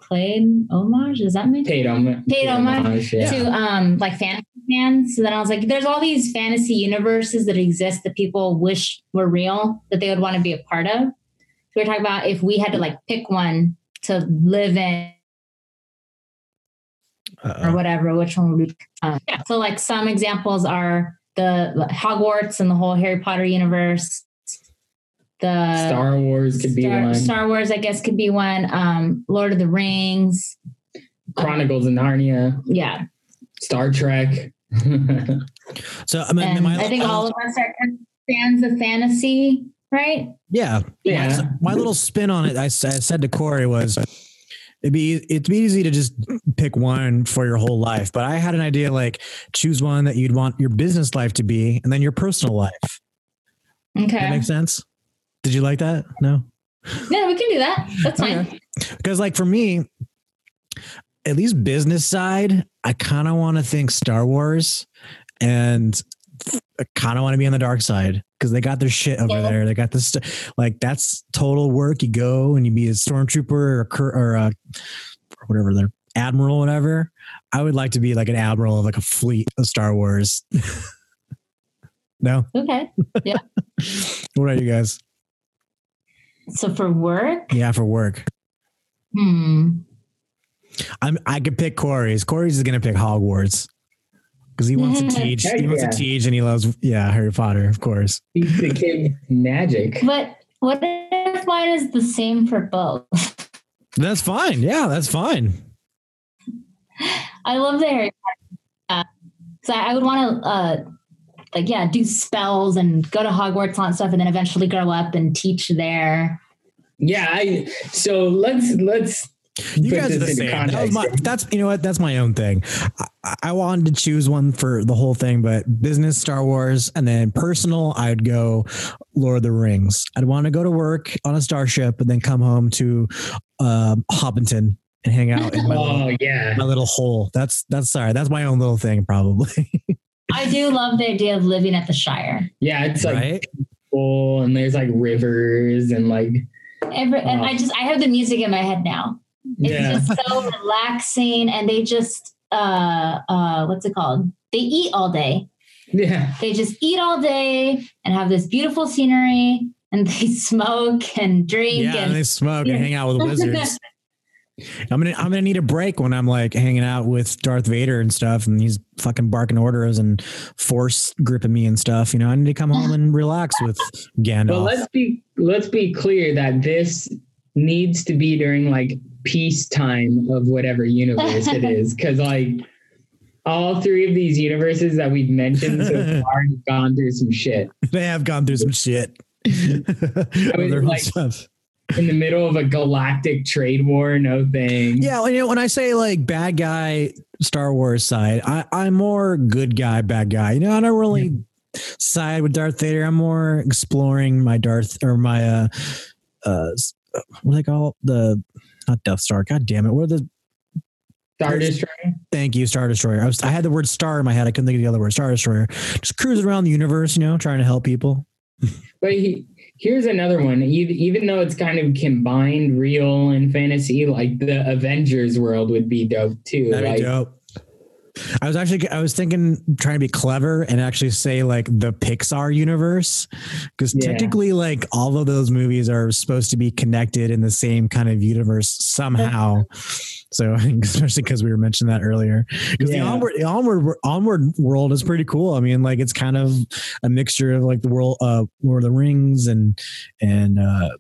Speaker 4: played homage. Does that make
Speaker 3: Paid homage.
Speaker 4: Paid homage.
Speaker 3: Yeah.
Speaker 4: uh, to um like fantasy fans? So then I was like, there's all these fantasy universes that exist that people wish were real that they would want to be a part of. So we were talking about if we had to like pick one to live in or
Speaker 3: Uh-huh.
Speaker 2: uh,
Speaker 4: whatever, which one would be? Um, yeah. So like some examples are the Hogwarts and the whole Harry Potter universe. The
Speaker 3: Star Wars could be
Speaker 4: uh, Star,
Speaker 3: one.
Speaker 4: Star Wars, I guess, could be one. Um, Lord of the Rings.
Speaker 3: Chronicles of Narnia.
Speaker 4: Yeah.
Speaker 3: Star Trek.
Speaker 2: so I mean,
Speaker 4: and
Speaker 2: my,
Speaker 4: I think all of us are kind of fans of fantasy, right?
Speaker 2: yeah,
Speaker 3: yeah.
Speaker 2: My, my little spin on it, I, s- I said to Corey was. It'd be it'd be easy to just pick one for your whole life, but I had an idea like choose one that you'd want your business life to be, and then your personal life. That
Speaker 4: Okay.
Speaker 2: makes sense. Did you like that? No.
Speaker 4: Yeah, we can do that. That's fine.
Speaker 2: because like for me at least business side i kind of want to think star wars and i kind of want to be on the dark side because they got their shit over
Speaker 4: Yeah.
Speaker 2: there they got this st- like that's total work you go and you be a stormtrooper or a, cur- or a or whatever they're admiral whatever i would like to be like an admiral of like a fleet of star wars no
Speaker 4: Okay.
Speaker 2: what are you guys
Speaker 4: So for work,
Speaker 2: yeah for work
Speaker 4: hmm.
Speaker 2: I'm I could pick Corey's. Corey's is gonna pick Hogwarts. Because he wants to teach. He wants
Speaker 3: Yeah.
Speaker 2: to teach and he loves yeah, Harry Potter, of course.
Speaker 3: He's the kid magic.
Speaker 4: But what if mine is the same for both?
Speaker 2: That's fine. Yeah, that's fine.
Speaker 4: I love the Harry Potter. Uh, so I I would want to, uh, like, yeah, do spells and go to Hogwarts and stuff, and then eventually grow up and teach there.
Speaker 3: Yeah, I so let's let's
Speaker 2: You
Speaker 3: put
Speaker 2: guys are the
Speaker 3: this into
Speaker 2: same. That was
Speaker 3: context.
Speaker 2: my, that's you know what? That's my own thing. I- I, I wanted to choose one for the whole thing, but business, Star Wars, and then personal, I'd go Lord of the Rings. I'd want to go to work on a starship and then come home to uh Hobbiton and hang out in my little,
Speaker 3: Oh yeah.
Speaker 2: my little hole. That's that's sorry. That's my own little thing, probably.
Speaker 4: I do love the idea of living at the Shire.
Speaker 3: Yeah, it's like
Speaker 2: right?
Speaker 3: full and there's like rivers and like
Speaker 4: Every, and
Speaker 3: Oh.
Speaker 4: I just I have the music in my head now. It's
Speaker 3: yeah.
Speaker 4: just so relaxing, and they just uh uh what's it called? They eat all day.
Speaker 3: yeah.
Speaker 4: They just eat all day and have this beautiful scenery, and they smoke and drink.
Speaker 2: Yeah, and
Speaker 4: and
Speaker 2: they smoke and hang out with wizards. I'm gonna I'm gonna need a break when I'm like hanging out with Darth Vader and stuff, and he's fucking barking orders and force gripping me and stuff. You know, I need to come home and relax with
Speaker 3: But
Speaker 2: Gandalf.
Speaker 3: let's be let's be clear that this needs to be during like peacetime of whatever universe it is. Cause like all three of these universes that we've mentioned so far have gone through some shit.
Speaker 2: they have gone through some shit.
Speaker 3: mean,
Speaker 2: Their own
Speaker 3: like-
Speaker 2: stuff.
Speaker 3: in the middle of a galactic trade war. No thing.
Speaker 2: Yeah, you know, when I say like bad guy Star Wars side, I, I'm more good guy, bad guy. You know, I don't really side with Darth Vader. I'm more exploring my Darth or my uh uh s- what do they call it? the not Death Star. God damn it. What are the
Speaker 3: Star Destroyer.
Speaker 2: thank you, Star Destroyer? I was I had the word star in my head. I couldn't think of the other word, Star Destroyer. Just cruising around the universe, you know, trying to help people.
Speaker 3: But he, here's another one. Even, even though it's kind of combined real and fantasy, like the Avengers world would be dope too.
Speaker 2: That'd
Speaker 3: like,
Speaker 2: be dope. I was actually I was thinking trying to be clever and actually say like the Pixar universe because
Speaker 3: Yeah.
Speaker 2: technically like all of those movies are supposed to be connected in the same kind of universe somehow. so especially because we were mentioning that earlier because the
Speaker 3: Yeah.
Speaker 2: onward the onward onward world is pretty cool. I mean like it's kind of a mixture of like the world uh Lord of the Rings and and uh,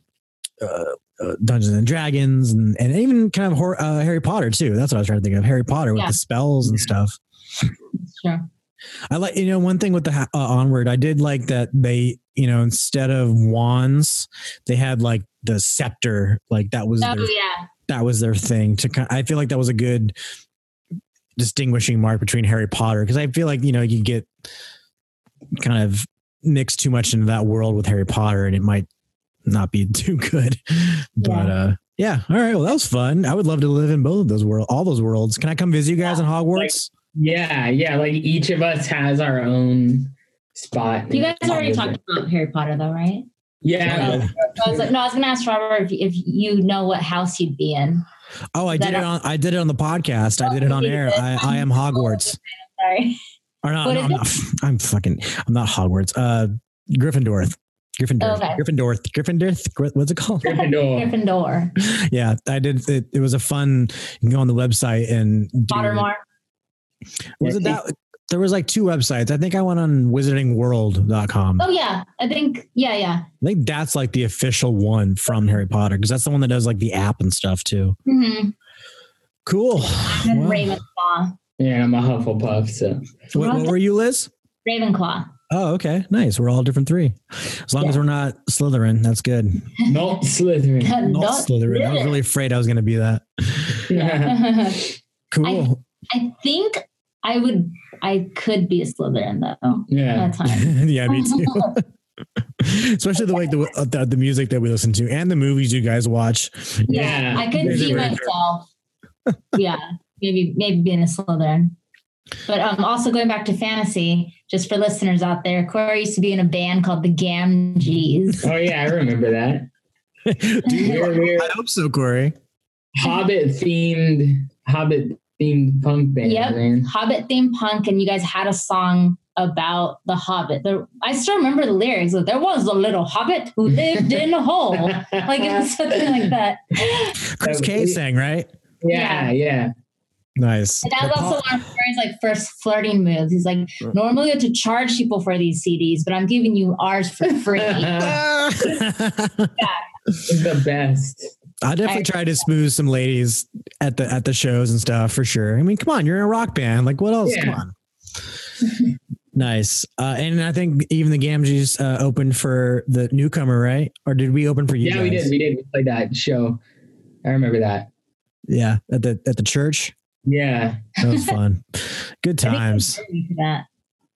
Speaker 2: uh uh, Dungeons and Dragons and, and even kind of hor- uh, Harry Potter too. That's what I was trying to think of. Harry Potter with
Speaker 4: Yeah.
Speaker 2: the spells and stuff.
Speaker 4: Sure.
Speaker 2: I like you know one thing with the ha- uh, onward. I did like that they you know instead of wands they had like the scepter like that was
Speaker 4: Oh
Speaker 2: their,
Speaker 4: yeah.
Speaker 2: that was their thing. To ki- I feel like that was a good distinguishing mark between Harry Potter because I feel like you know you get kind of mixed too much into that world with Harry Potter and it might not be too good. But
Speaker 4: Yeah.
Speaker 2: uh yeah, all right. Well, that was fun. I would love to live in both of those world, all those worlds. Can I come visit you guys in Hogwarts?
Speaker 3: Yeah, yeah. Like each of us has our own spot.
Speaker 4: You guys already talked about Harry Potter though, right?
Speaker 3: Yeah.
Speaker 2: Yeah.
Speaker 4: I was like, no, I was gonna ask Robert if, if you know what house you'd be in.
Speaker 2: oh, I did
Speaker 4: That-
Speaker 2: it on. I did it on the podcast. I did it on air. I, I am Hogwarts.
Speaker 4: Sorry.
Speaker 2: Or not?
Speaker 4: What
Speaker 2: no,
Speaker 4: is
Speaker 2: I'm, not I'm fucking. I'm not Hogwarts. Uh, Gryffindor. Gryffindor.
Speaker 4: Okay.
Speaker 2: Gryffindor. Gryffindor. Gry- What's it called?
Speaker 3: Gryffindor.
Speaker 4: Gryffindor.
Speaker 2: yeah, I did. It, it was a fun. You can go on the website and do.
Speaker 4: Pottermore.
Speaker 2: Was it that? There was like two websites. I think I went on wizardingworld.com.
Speaker 4: Oh yeah. I think yeah, yeah.
Speaker 2: I think that's like the official one from Harry Potter because that's the one that does like the app and stuff too.
Speaker 4: Mm-hmm.
Speaker 2: Cool.
Speaker 4: And
Speaker 2: Wow.
Speaker 4: Ravenclaw.
Speaker 3: Yeah, I'm a Hufflepuff. So
Speaker 2: What, what were you, Liz?
Speaker 4: Ravenclaw.
Speaker 2: Oh, okay. Nice. We're all different three. As long as we're not Slytherin, that's good.
Speaker 3: not Slytherin.
Speaker 2: Not
Speaker 4: Not-
Speaker 2: Slytherin. I was really afraid I was going to be that. Cool.
Speaker 4: I think I would I could be a Slytherin though.
Speaker 3: yeah.
Speaker 4: That's fine.
Speaker 2: yeah, me too. Especially the like the, uh, the the music that we listen to and the movies you guys watch.
Speaker 3: Yeah.
Speaker 4: I could see
Speaker 3: Ranger.
Speaker 4: myself. yeah, maybe maybe being a Slytherin. But um, also going back to fantasy, just for listeners out there, Corey used to be in a band called the Gamgees.
Speaker 3: Oh yeah, I remember that. We were, we were
Speaker 2: I hope so, Corey.
Speaker 3: Hobbit themed, Hobbit themed punk band.
Speaker 4: Yep.
Speaker 3: Man.
Speaker 4: Hobbit theme punk, and you guys had a song about the Hobbit. There, I still remember the lyrics. There was a little Hobbit who lived in a hole, like it was something like that.
Speaker 2: Chris
Speaker 3: Uh,
Speaker 2: K
Speaker 3: we-
Speaker 2: sang right.
Speaker 3: yeah, yeah.
Speaker 2: Nice.
Speaker 4: And that was
Speaker 2: The
Speaker 4: also one of Corey's like first flirting moves. He's like, normally you have to charge people for these CDs, but I'm giving you ours for free.
Speaker 2: Ah. pop-
Speaker 3: the best.
Speaker 2: I definitely
Speaker 4: I-
Speaker 2: try to smooth some ladies at the at the shows and stuff for sure. I mean, come on, you're in a rock band. Like, what else?
Speaker 3: Yeah.
Speaker 2: Come on. nice. Uh, and I think even the Gamgees uh, opened for the newcomer, right? Or did we open for you?
Speaker 3: Yeah, we
Speaker 2: guys?
Speaker 3: did. We did. We played that show. I remember that.
Speaker 2: Yeah, at the at the church.
Speaker 3: Yeah.
Speaker 2: That was fun. Good
Speaker 4: I think
Speaker 2: times.
Speaker 4: I'm ready for that.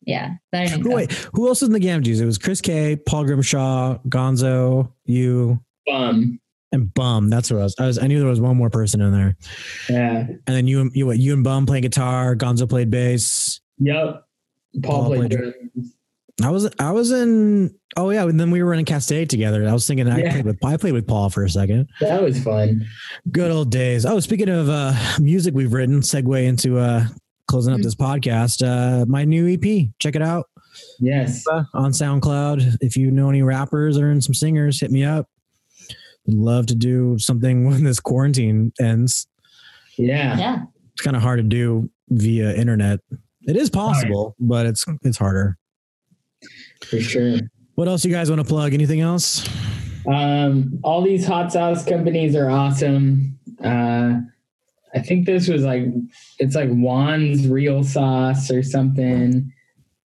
Speaker 4: Yeah. But I didn't
Speaker 2: Who,
Speaker 4: go.
Speaker 2: wait, who else was in the Gamgees? It was Chris K, Paul Grimshaw, Gonzo, you,
Speaker 3: Bum.
Speaker 2: and Bum. That's who I was. I was. I knew there was one more person in there.
Speaker 3: Yeah.
Speaker 2: And then you, and- you, what, you and Bum playing guitar. Gonzo played bass.
Speaker 3: Yep. Paul,
Speaker 2: Paul
Speaker 3: played
Speaker 2: played
Speaker 3: drums.
Speaker 2: I was I was in oh yeah, and then we were in Cascade together. I was thinking I
Speaker 3: Yeah.
Speaker 2: played with I played with Paul for a second.
Speaker 3: That was fun.
Speaker 2: Good old days. Oh, speaking of uh music we've written, segue into uh closing up this podcast. Uh my new EP. Check it out
Speaker 3: Yes.
Speaker 2: uh, on SoundCloud. If you know any rappers or some singers, hit me up. Would love to do something when this quarantine ends.
Speaker 3: Yeah.
Speaker 4: Yeah.
Speaker 2: It's kind of hard to do via internet. It is possible, but it's it's harder.
Speaker 3: For sure.
Speaker 2: What else you guys want to plug? Anything else?
Speaker 3: Um, all these hot sauce companies are awesome. Uh, I think this was like it's like Juan's Real Sauce or something,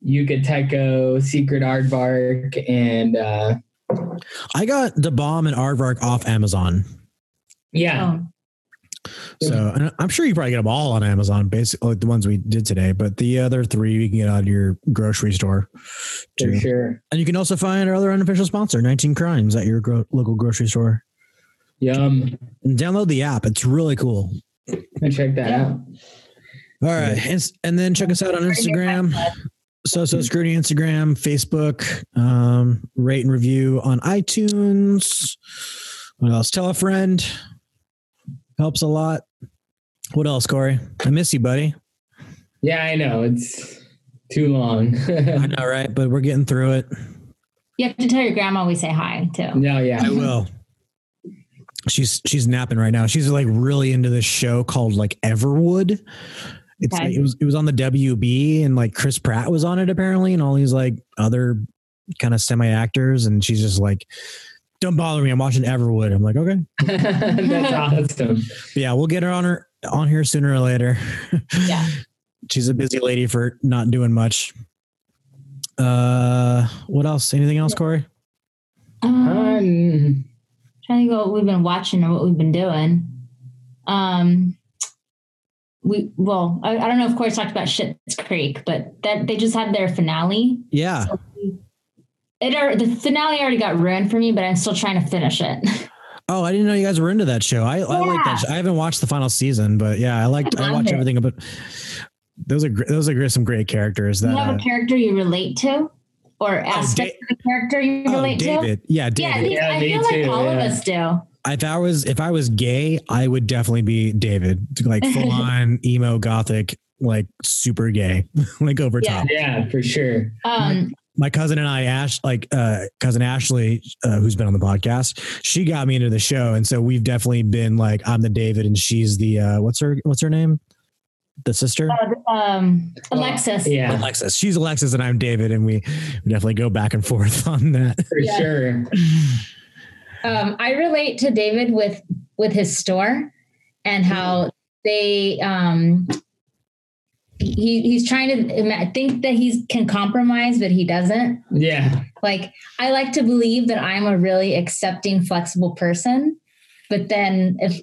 Speaker 3: Yucateco, Secret Aardvark, and uh,
Speaker 2: I got the bomb and Aardvark off Amazon.
Speaker 3: Yeah.
Speaker 4: Oh.
Speaker 2: So and I'm sure you probably get them all on Amazon, basically like the ones we did today. But the other three you can get out of your grocery store.
Speaker 3: For
Speaker 2: True.
Speaker 3: sure.
Speaker 2: And you can also find our other unofficial sponsor, 19 Crimes, at your gro- local grocery store.
Speaker 3: Yum.
Speaker 2: And download the app; it's really cool.
Speaker 3: I check that
Speaker 4: Yeah.
Speaker 3: out.
Speaker 2: All right, and, and then check us out on Instagram. So so scrutiny Instagram, Facebook, um, rate and review on iTunes. What else? Tell a friend. Helps a lot. What else, Corey? I miss you, buddy.
Speaker 3: Yeah, I know. It's too long.
Speaker 2: I
Speaker 3: no,
Speaker 2: know, right? But we're getting through it.
Speaker 4: You have to tell your grandma we say hi too.
Speaker 2: I
Speaker 3: yeah.
Speaker 2: will. She's she's napping right now. She's like really into this show called like Everwood. It's
Speaker 4: Okay.
Speaker 2: like, it was it was on the WB and like Chris Pratt was on it apparently and all these like other kind of semi actors and she's just like don't bother me. I'm watching Everwood. I'm like, okay,
Speaker 3: That's awesome.
Speaker 2: But yeah, we'll get her on her on here sooner or later.
Speaker 4: Yeah.
Speaker 2: she's a busy lady for not doing much. Uh, what else? Anything else, Corey?
Speaker 4: Um,
Speaker 3: Um,
Speaker 4: trying to go what we've been watching or what we've been doing. Um, we well, I, I don't know if Corey talked about Shit's Creek, but that they just had their finale.
Speaker 2: Yeah,
Speaker 4: It are, the finale already got ruined for me, but I'm still trying to finish it.
Speaker 2: Oh, I didn't know you guys were into that show. I, I like
Speaker 4: Yeah.
Speaker 2: that. Show. I haven't watched the final season, but yeah, I liked. I
Speaker 4: love
Speaker 2: watch
Speaker 4: it.
Speaker 2: everything. But those are gr- those are gr- some great characters.
Speaker 4: Do
Speaker 2: That
Speaker 4: you have
Speaker 2: uh,
Speaker 4: a character you relate to, or aspect of the character you
Speaker 2: oh,
Speaker 4: relate to?
Speaker 2: David. Yeah,
Speaker 4: Yeah, I,
Speaker 2: David.
Speaker 4: think,
Speaker 3: Yeah,
Speaker 4: I
Speaker 3: me
Speaker 4: feel like
Speaker 3: too,
Speaker 4: all
Speaker 3: yeah.
Speaker 4: of us do. Um,
Speaker 2: If I was if I was gay, I would definitely be David, like full on emo gothic, like super gay, like over
Speaker 4: Yeah.
Speaker 2: top.
Speaker 3: yeah, for sure.
Speaker 4: Um,
Speaker 2: my cousin and I, Ash, like uh, cousin Ashley, uh, who's been on the podcast, she got me into the show, and so we've definitely been like, I'm the David, and she's the uh, what's her what's her name, the sister,
Speaker 4: um, Alexis.
Speaker 3: Yeah,
Speaker 2: Alexis. She's Alexis, and I'm David, and we definitely go back and forth on that.
Speaker 3: for
Speaker 4: Yeah.
Speaker 3: sure.
Speaker 4: Um, I relate to David with with his store and how they um he he's trying to ima- think that he can compromise, but he doesn't.
Speaker 3: Yeah.
Speaker 4: Like I like to believe that I'm a really accepting, flexible person, but then if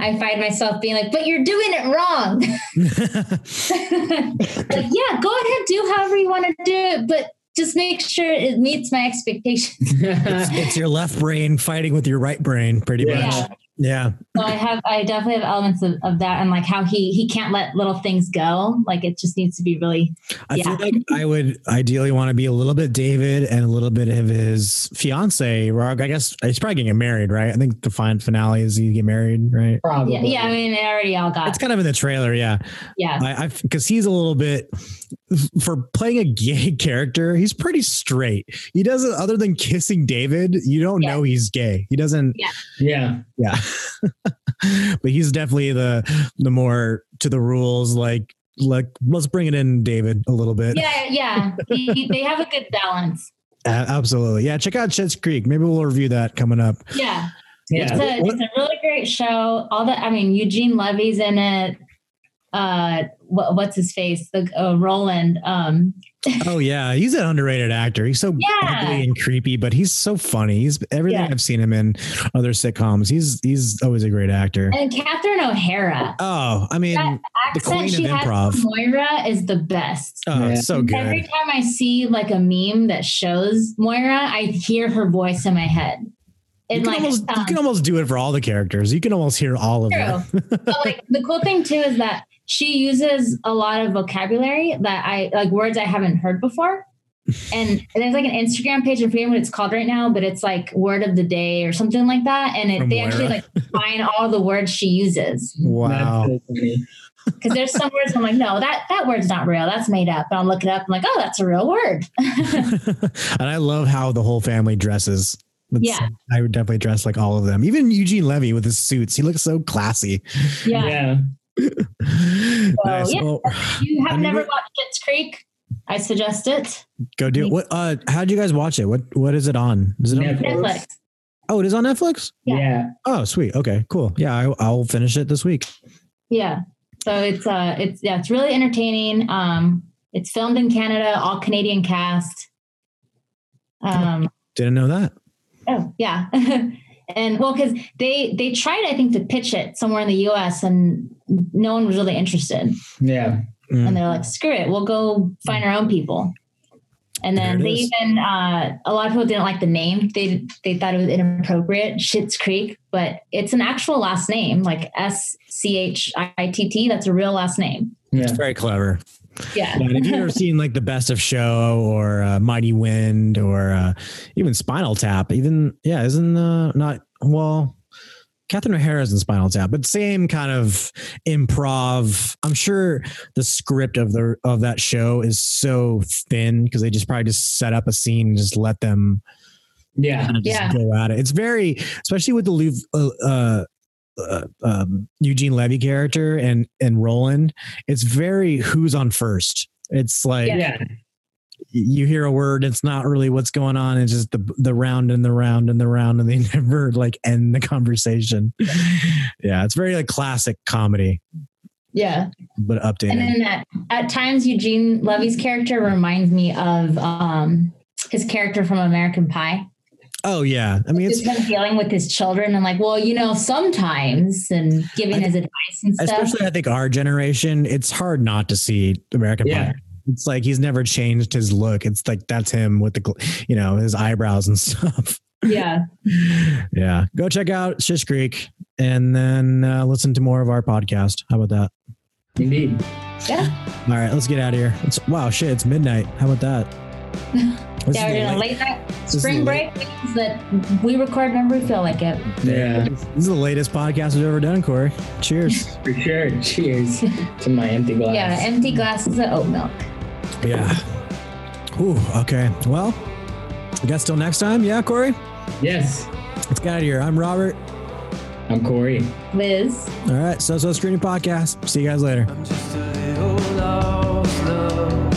Speaker 4: I find myself being like, "But you're doing it wrong." like, yeah, go ahead, do however you want to do it, but just make sure it meets my expectations.
Speaker 2: it's your left brain fighting with your right brain, pretty
Speaker 3: Yeah.
Speaker 2: much. Yeah,
Speaker 4: So I have, I definitely have elements of, of that, and like how he he can't let little things go. Like it just needs to be really.
Speaker 2: I
Speaker 4: Yeah.
Speaker 2: feel like I would ideally want to be a little bit David and a little bit of his fiance. Rog, I guess he's probably getting married, right? I think the fine finale is you get married, right?
Speaker 3: Probably.
Speaker 4: Yeah, yeah. I mean, it already all got.
Speaker 2: It's kind of in the trailer, yeah.
Speaker 4: yeah,
Speaker 2: I I because he's a little bit for playing a gay character, he's pretty straight. He doesn't, other than kissing David, you don't
Speaker 4: Yeah.
Speaker 2: know he's gay. He doesn't,
Speaker 3: yeah.
Speaker 2: yeah. but he's definitely the the more to the rules. Like, like let's bring it in, David, a little bit.
Speaker 4: yeah, yeah. He, he- they have a good balance.
Speaker 2: A- absolutely, yeah. Check out Shit's Creek. Maybe we'll review that coming up.
Speaker 4: Yeah,
Speaker 3: Yeah.
Speaker 4: it's a, it's a really great show. All the, I mean, Eugene Levy's in it. Uh, what, what's his face? The uh, Roland. Um,
Speaker 2: Oh yeah, he's an underrated actor. He's so
Speaker 4: Yeah.
Speaker 2: ugly and creepy, but he's so funny. He's everything
Speaker 4: Yeah.
Speaker 2: I've seen him in other sitcoms. He's he's always a great actor.
Speaker 4: and Catherine O'Hara.
Speaker 2: Oh, I mean,
Speaker 4: That
Speaker 2: the queen
Speaker 4: accent she
Speaker 2: of
Speaker 4: has
Speaker 2: improv.
Speaker 4: from Moira is the best.
Speaker 2: oh,
Speaker 3: Yeah.
Speaker 2: it's so
Speaker 4: Every
Speaker 2: good.
Speaker 4: time I see like a meme that shows Moira, I hear her voice in my head.
Speaker 2: You
Speaker 4: And
Speaker 2: can,
Speaker 4: like,
Speaker 2: almost, you
Speaker 4: um,
Speaker 2: can almost do it for all the characters. You can almost hear all of them.
Speaker 4: true. but like the cool thing too is that she uses a lot of vocabulary that I like words I haven't heard before. And there's like an Instagram page, I forget what it's called right now, but it's like word of the day or something like that. And it,
Speaker 2: From
Speaker 4: they actually
Speaker 2: Moira.
Speaker 4: like find all the words she uses.
Speaker 2: Wow.
Speaker 3: That's so funny.
Speaker 4: Because there's some words I'm like, no, that that word's not real. That's made up. And I'll look it up. I'm like, oh, that's a real word.
Speaker 2: and I love how the whole family dresses. That's-
Speaker 4: Yeah.
Speaker 2: I would definitely dress like all of them. Even Eugene Levy with his suits. He looks so classy.
Speaker 4: Yeah.
Speaker 3: Yeah.
Speaker 2: Nice.
Speaker 4: yeah.
Speaker 2: Well,
Speaker 4: You have
Speaker 2: I mean,
Speaker 4: never
Speaker 2: what-
Speaker 4: watched Schitt's Creek? I suggest it.
Speaker 2: go do it. What uh how'd you guys watch it? What what is it on? Is it on
Speaker 3: Netflix.
Speaker 4: Netflix.
Speaker 2: Oh, it is on Netflix?
Speaker 4: Yeah.
Speaker 3: Yeah.
Speaker 2: Oh, sweet. Okay, cool. Yeah, I, I'll finish it this week.
Speaker 4: Yeah. So it's uh it's yeah, it's really entertaining. Um it's filmed in Canada, all Canadian cast. Um
Speaker 2: Didn't know that.
Speaker 4: Oh yeah, and well, because they they tried, I think, to pitch it somewhere in the U.S. and no one was really interested.
Speaker 3: Yeah.
Speaker 2: Mm.
Speaker 4: And they're like, screw it, we'll go find our own people. And then
Speaker 2: There
Speaker 4: they
Speaker 2: it is.
Speaker 4: even uh, a lot of people didn't like the name. They they thought it was inappropriate, Shits Creek, but it's an actual last name, like S C H I T T. That's a real last name.
Speaker 3: Yeah.
Speaker 2: Very clever.
Speaker 4: Yeah.
Speaker 2: Yeah, and if you've ever seen like the Best of Show or uh, Mighty Wind or uh, even Spinal Tap, even yeah, isn't uh, not well. Catherine O'Hara's in Spinal Tap, but same kind of improv. I'm sure the script of the of that show is so thin because they just probably just set up a scene and just let them
Speaker 3: Yeah.
Speaker 2: kind of just
Speaker 4: Yeah.
Speaker 2: go at it. It's very, especially with the Lou, uh, uh, uh, um, Eugene Levy character and and Roland. It's very who's on first. It's like
Speaker 3: Yeah.
Speaker 2: you hear a word, it's not really what's going on. It's just the the round and the round and the round, and they never like end the conversation. yeah, it's very like classic comedy,
Speaker 4: Yeah.
Speaker 2: but updated.
Speaker 4: And then at, at times, Eugene Levy's character reminds me of um, his character from American Pie.
Speaker 2: oh yeah, I mean it's
Speaker 4: Just him dealing with his children and like, well, you know, sometimes and giving his advice and stuff.
Speaker 2: especially I think our generation, it's hard not to see American
Speaker 3: Yeah.
Speaker 2: Pie. It's like he's never changed his look. It's like that's him with the gl- you know his eyebrows and stuff.
Speaker 4: yeah.
Speaker 2: yeah, go check out Shish Creek and then uh, listen to more of our podcast. How about that?
Speaker 3: Indeed.
Speaker 2: All right, let's get out of here. It's, wow, shit, it's midnight. How about that? This
Speaker 4: yeah,
Speaker 2: is
Speaker 4: we're doing
Speaker 2: the
Speaker 4: a
Speaker 2: late-
Speaker 4: late night
Speaker 2: is
Speaker 4: spring
Speaker 2: the
Speaker 4: break means that we record whenever we feel like it.
Speaker 3: Yeah.
Speaker 2: this is the latest podcast we've ever done, Corey. Cheers.
Speaker 3: For sure. Cheers to my empty glass.
Speaker 4: Yeah. Empty glasses of oat milk.
Speaker 2: yeah. Ooh, okay. Well, I guess till next time. Yeah, Corey.
Speaker 3: yes.
Speaker 2: Let's get out of here. I'm Robert.
Speaker 3: I'm Corey.
Speaker 4: Liz.
Speaker 2: All right. So, so screening podcast. See you guys later.
Speaker 5: I'm just a little lost, love.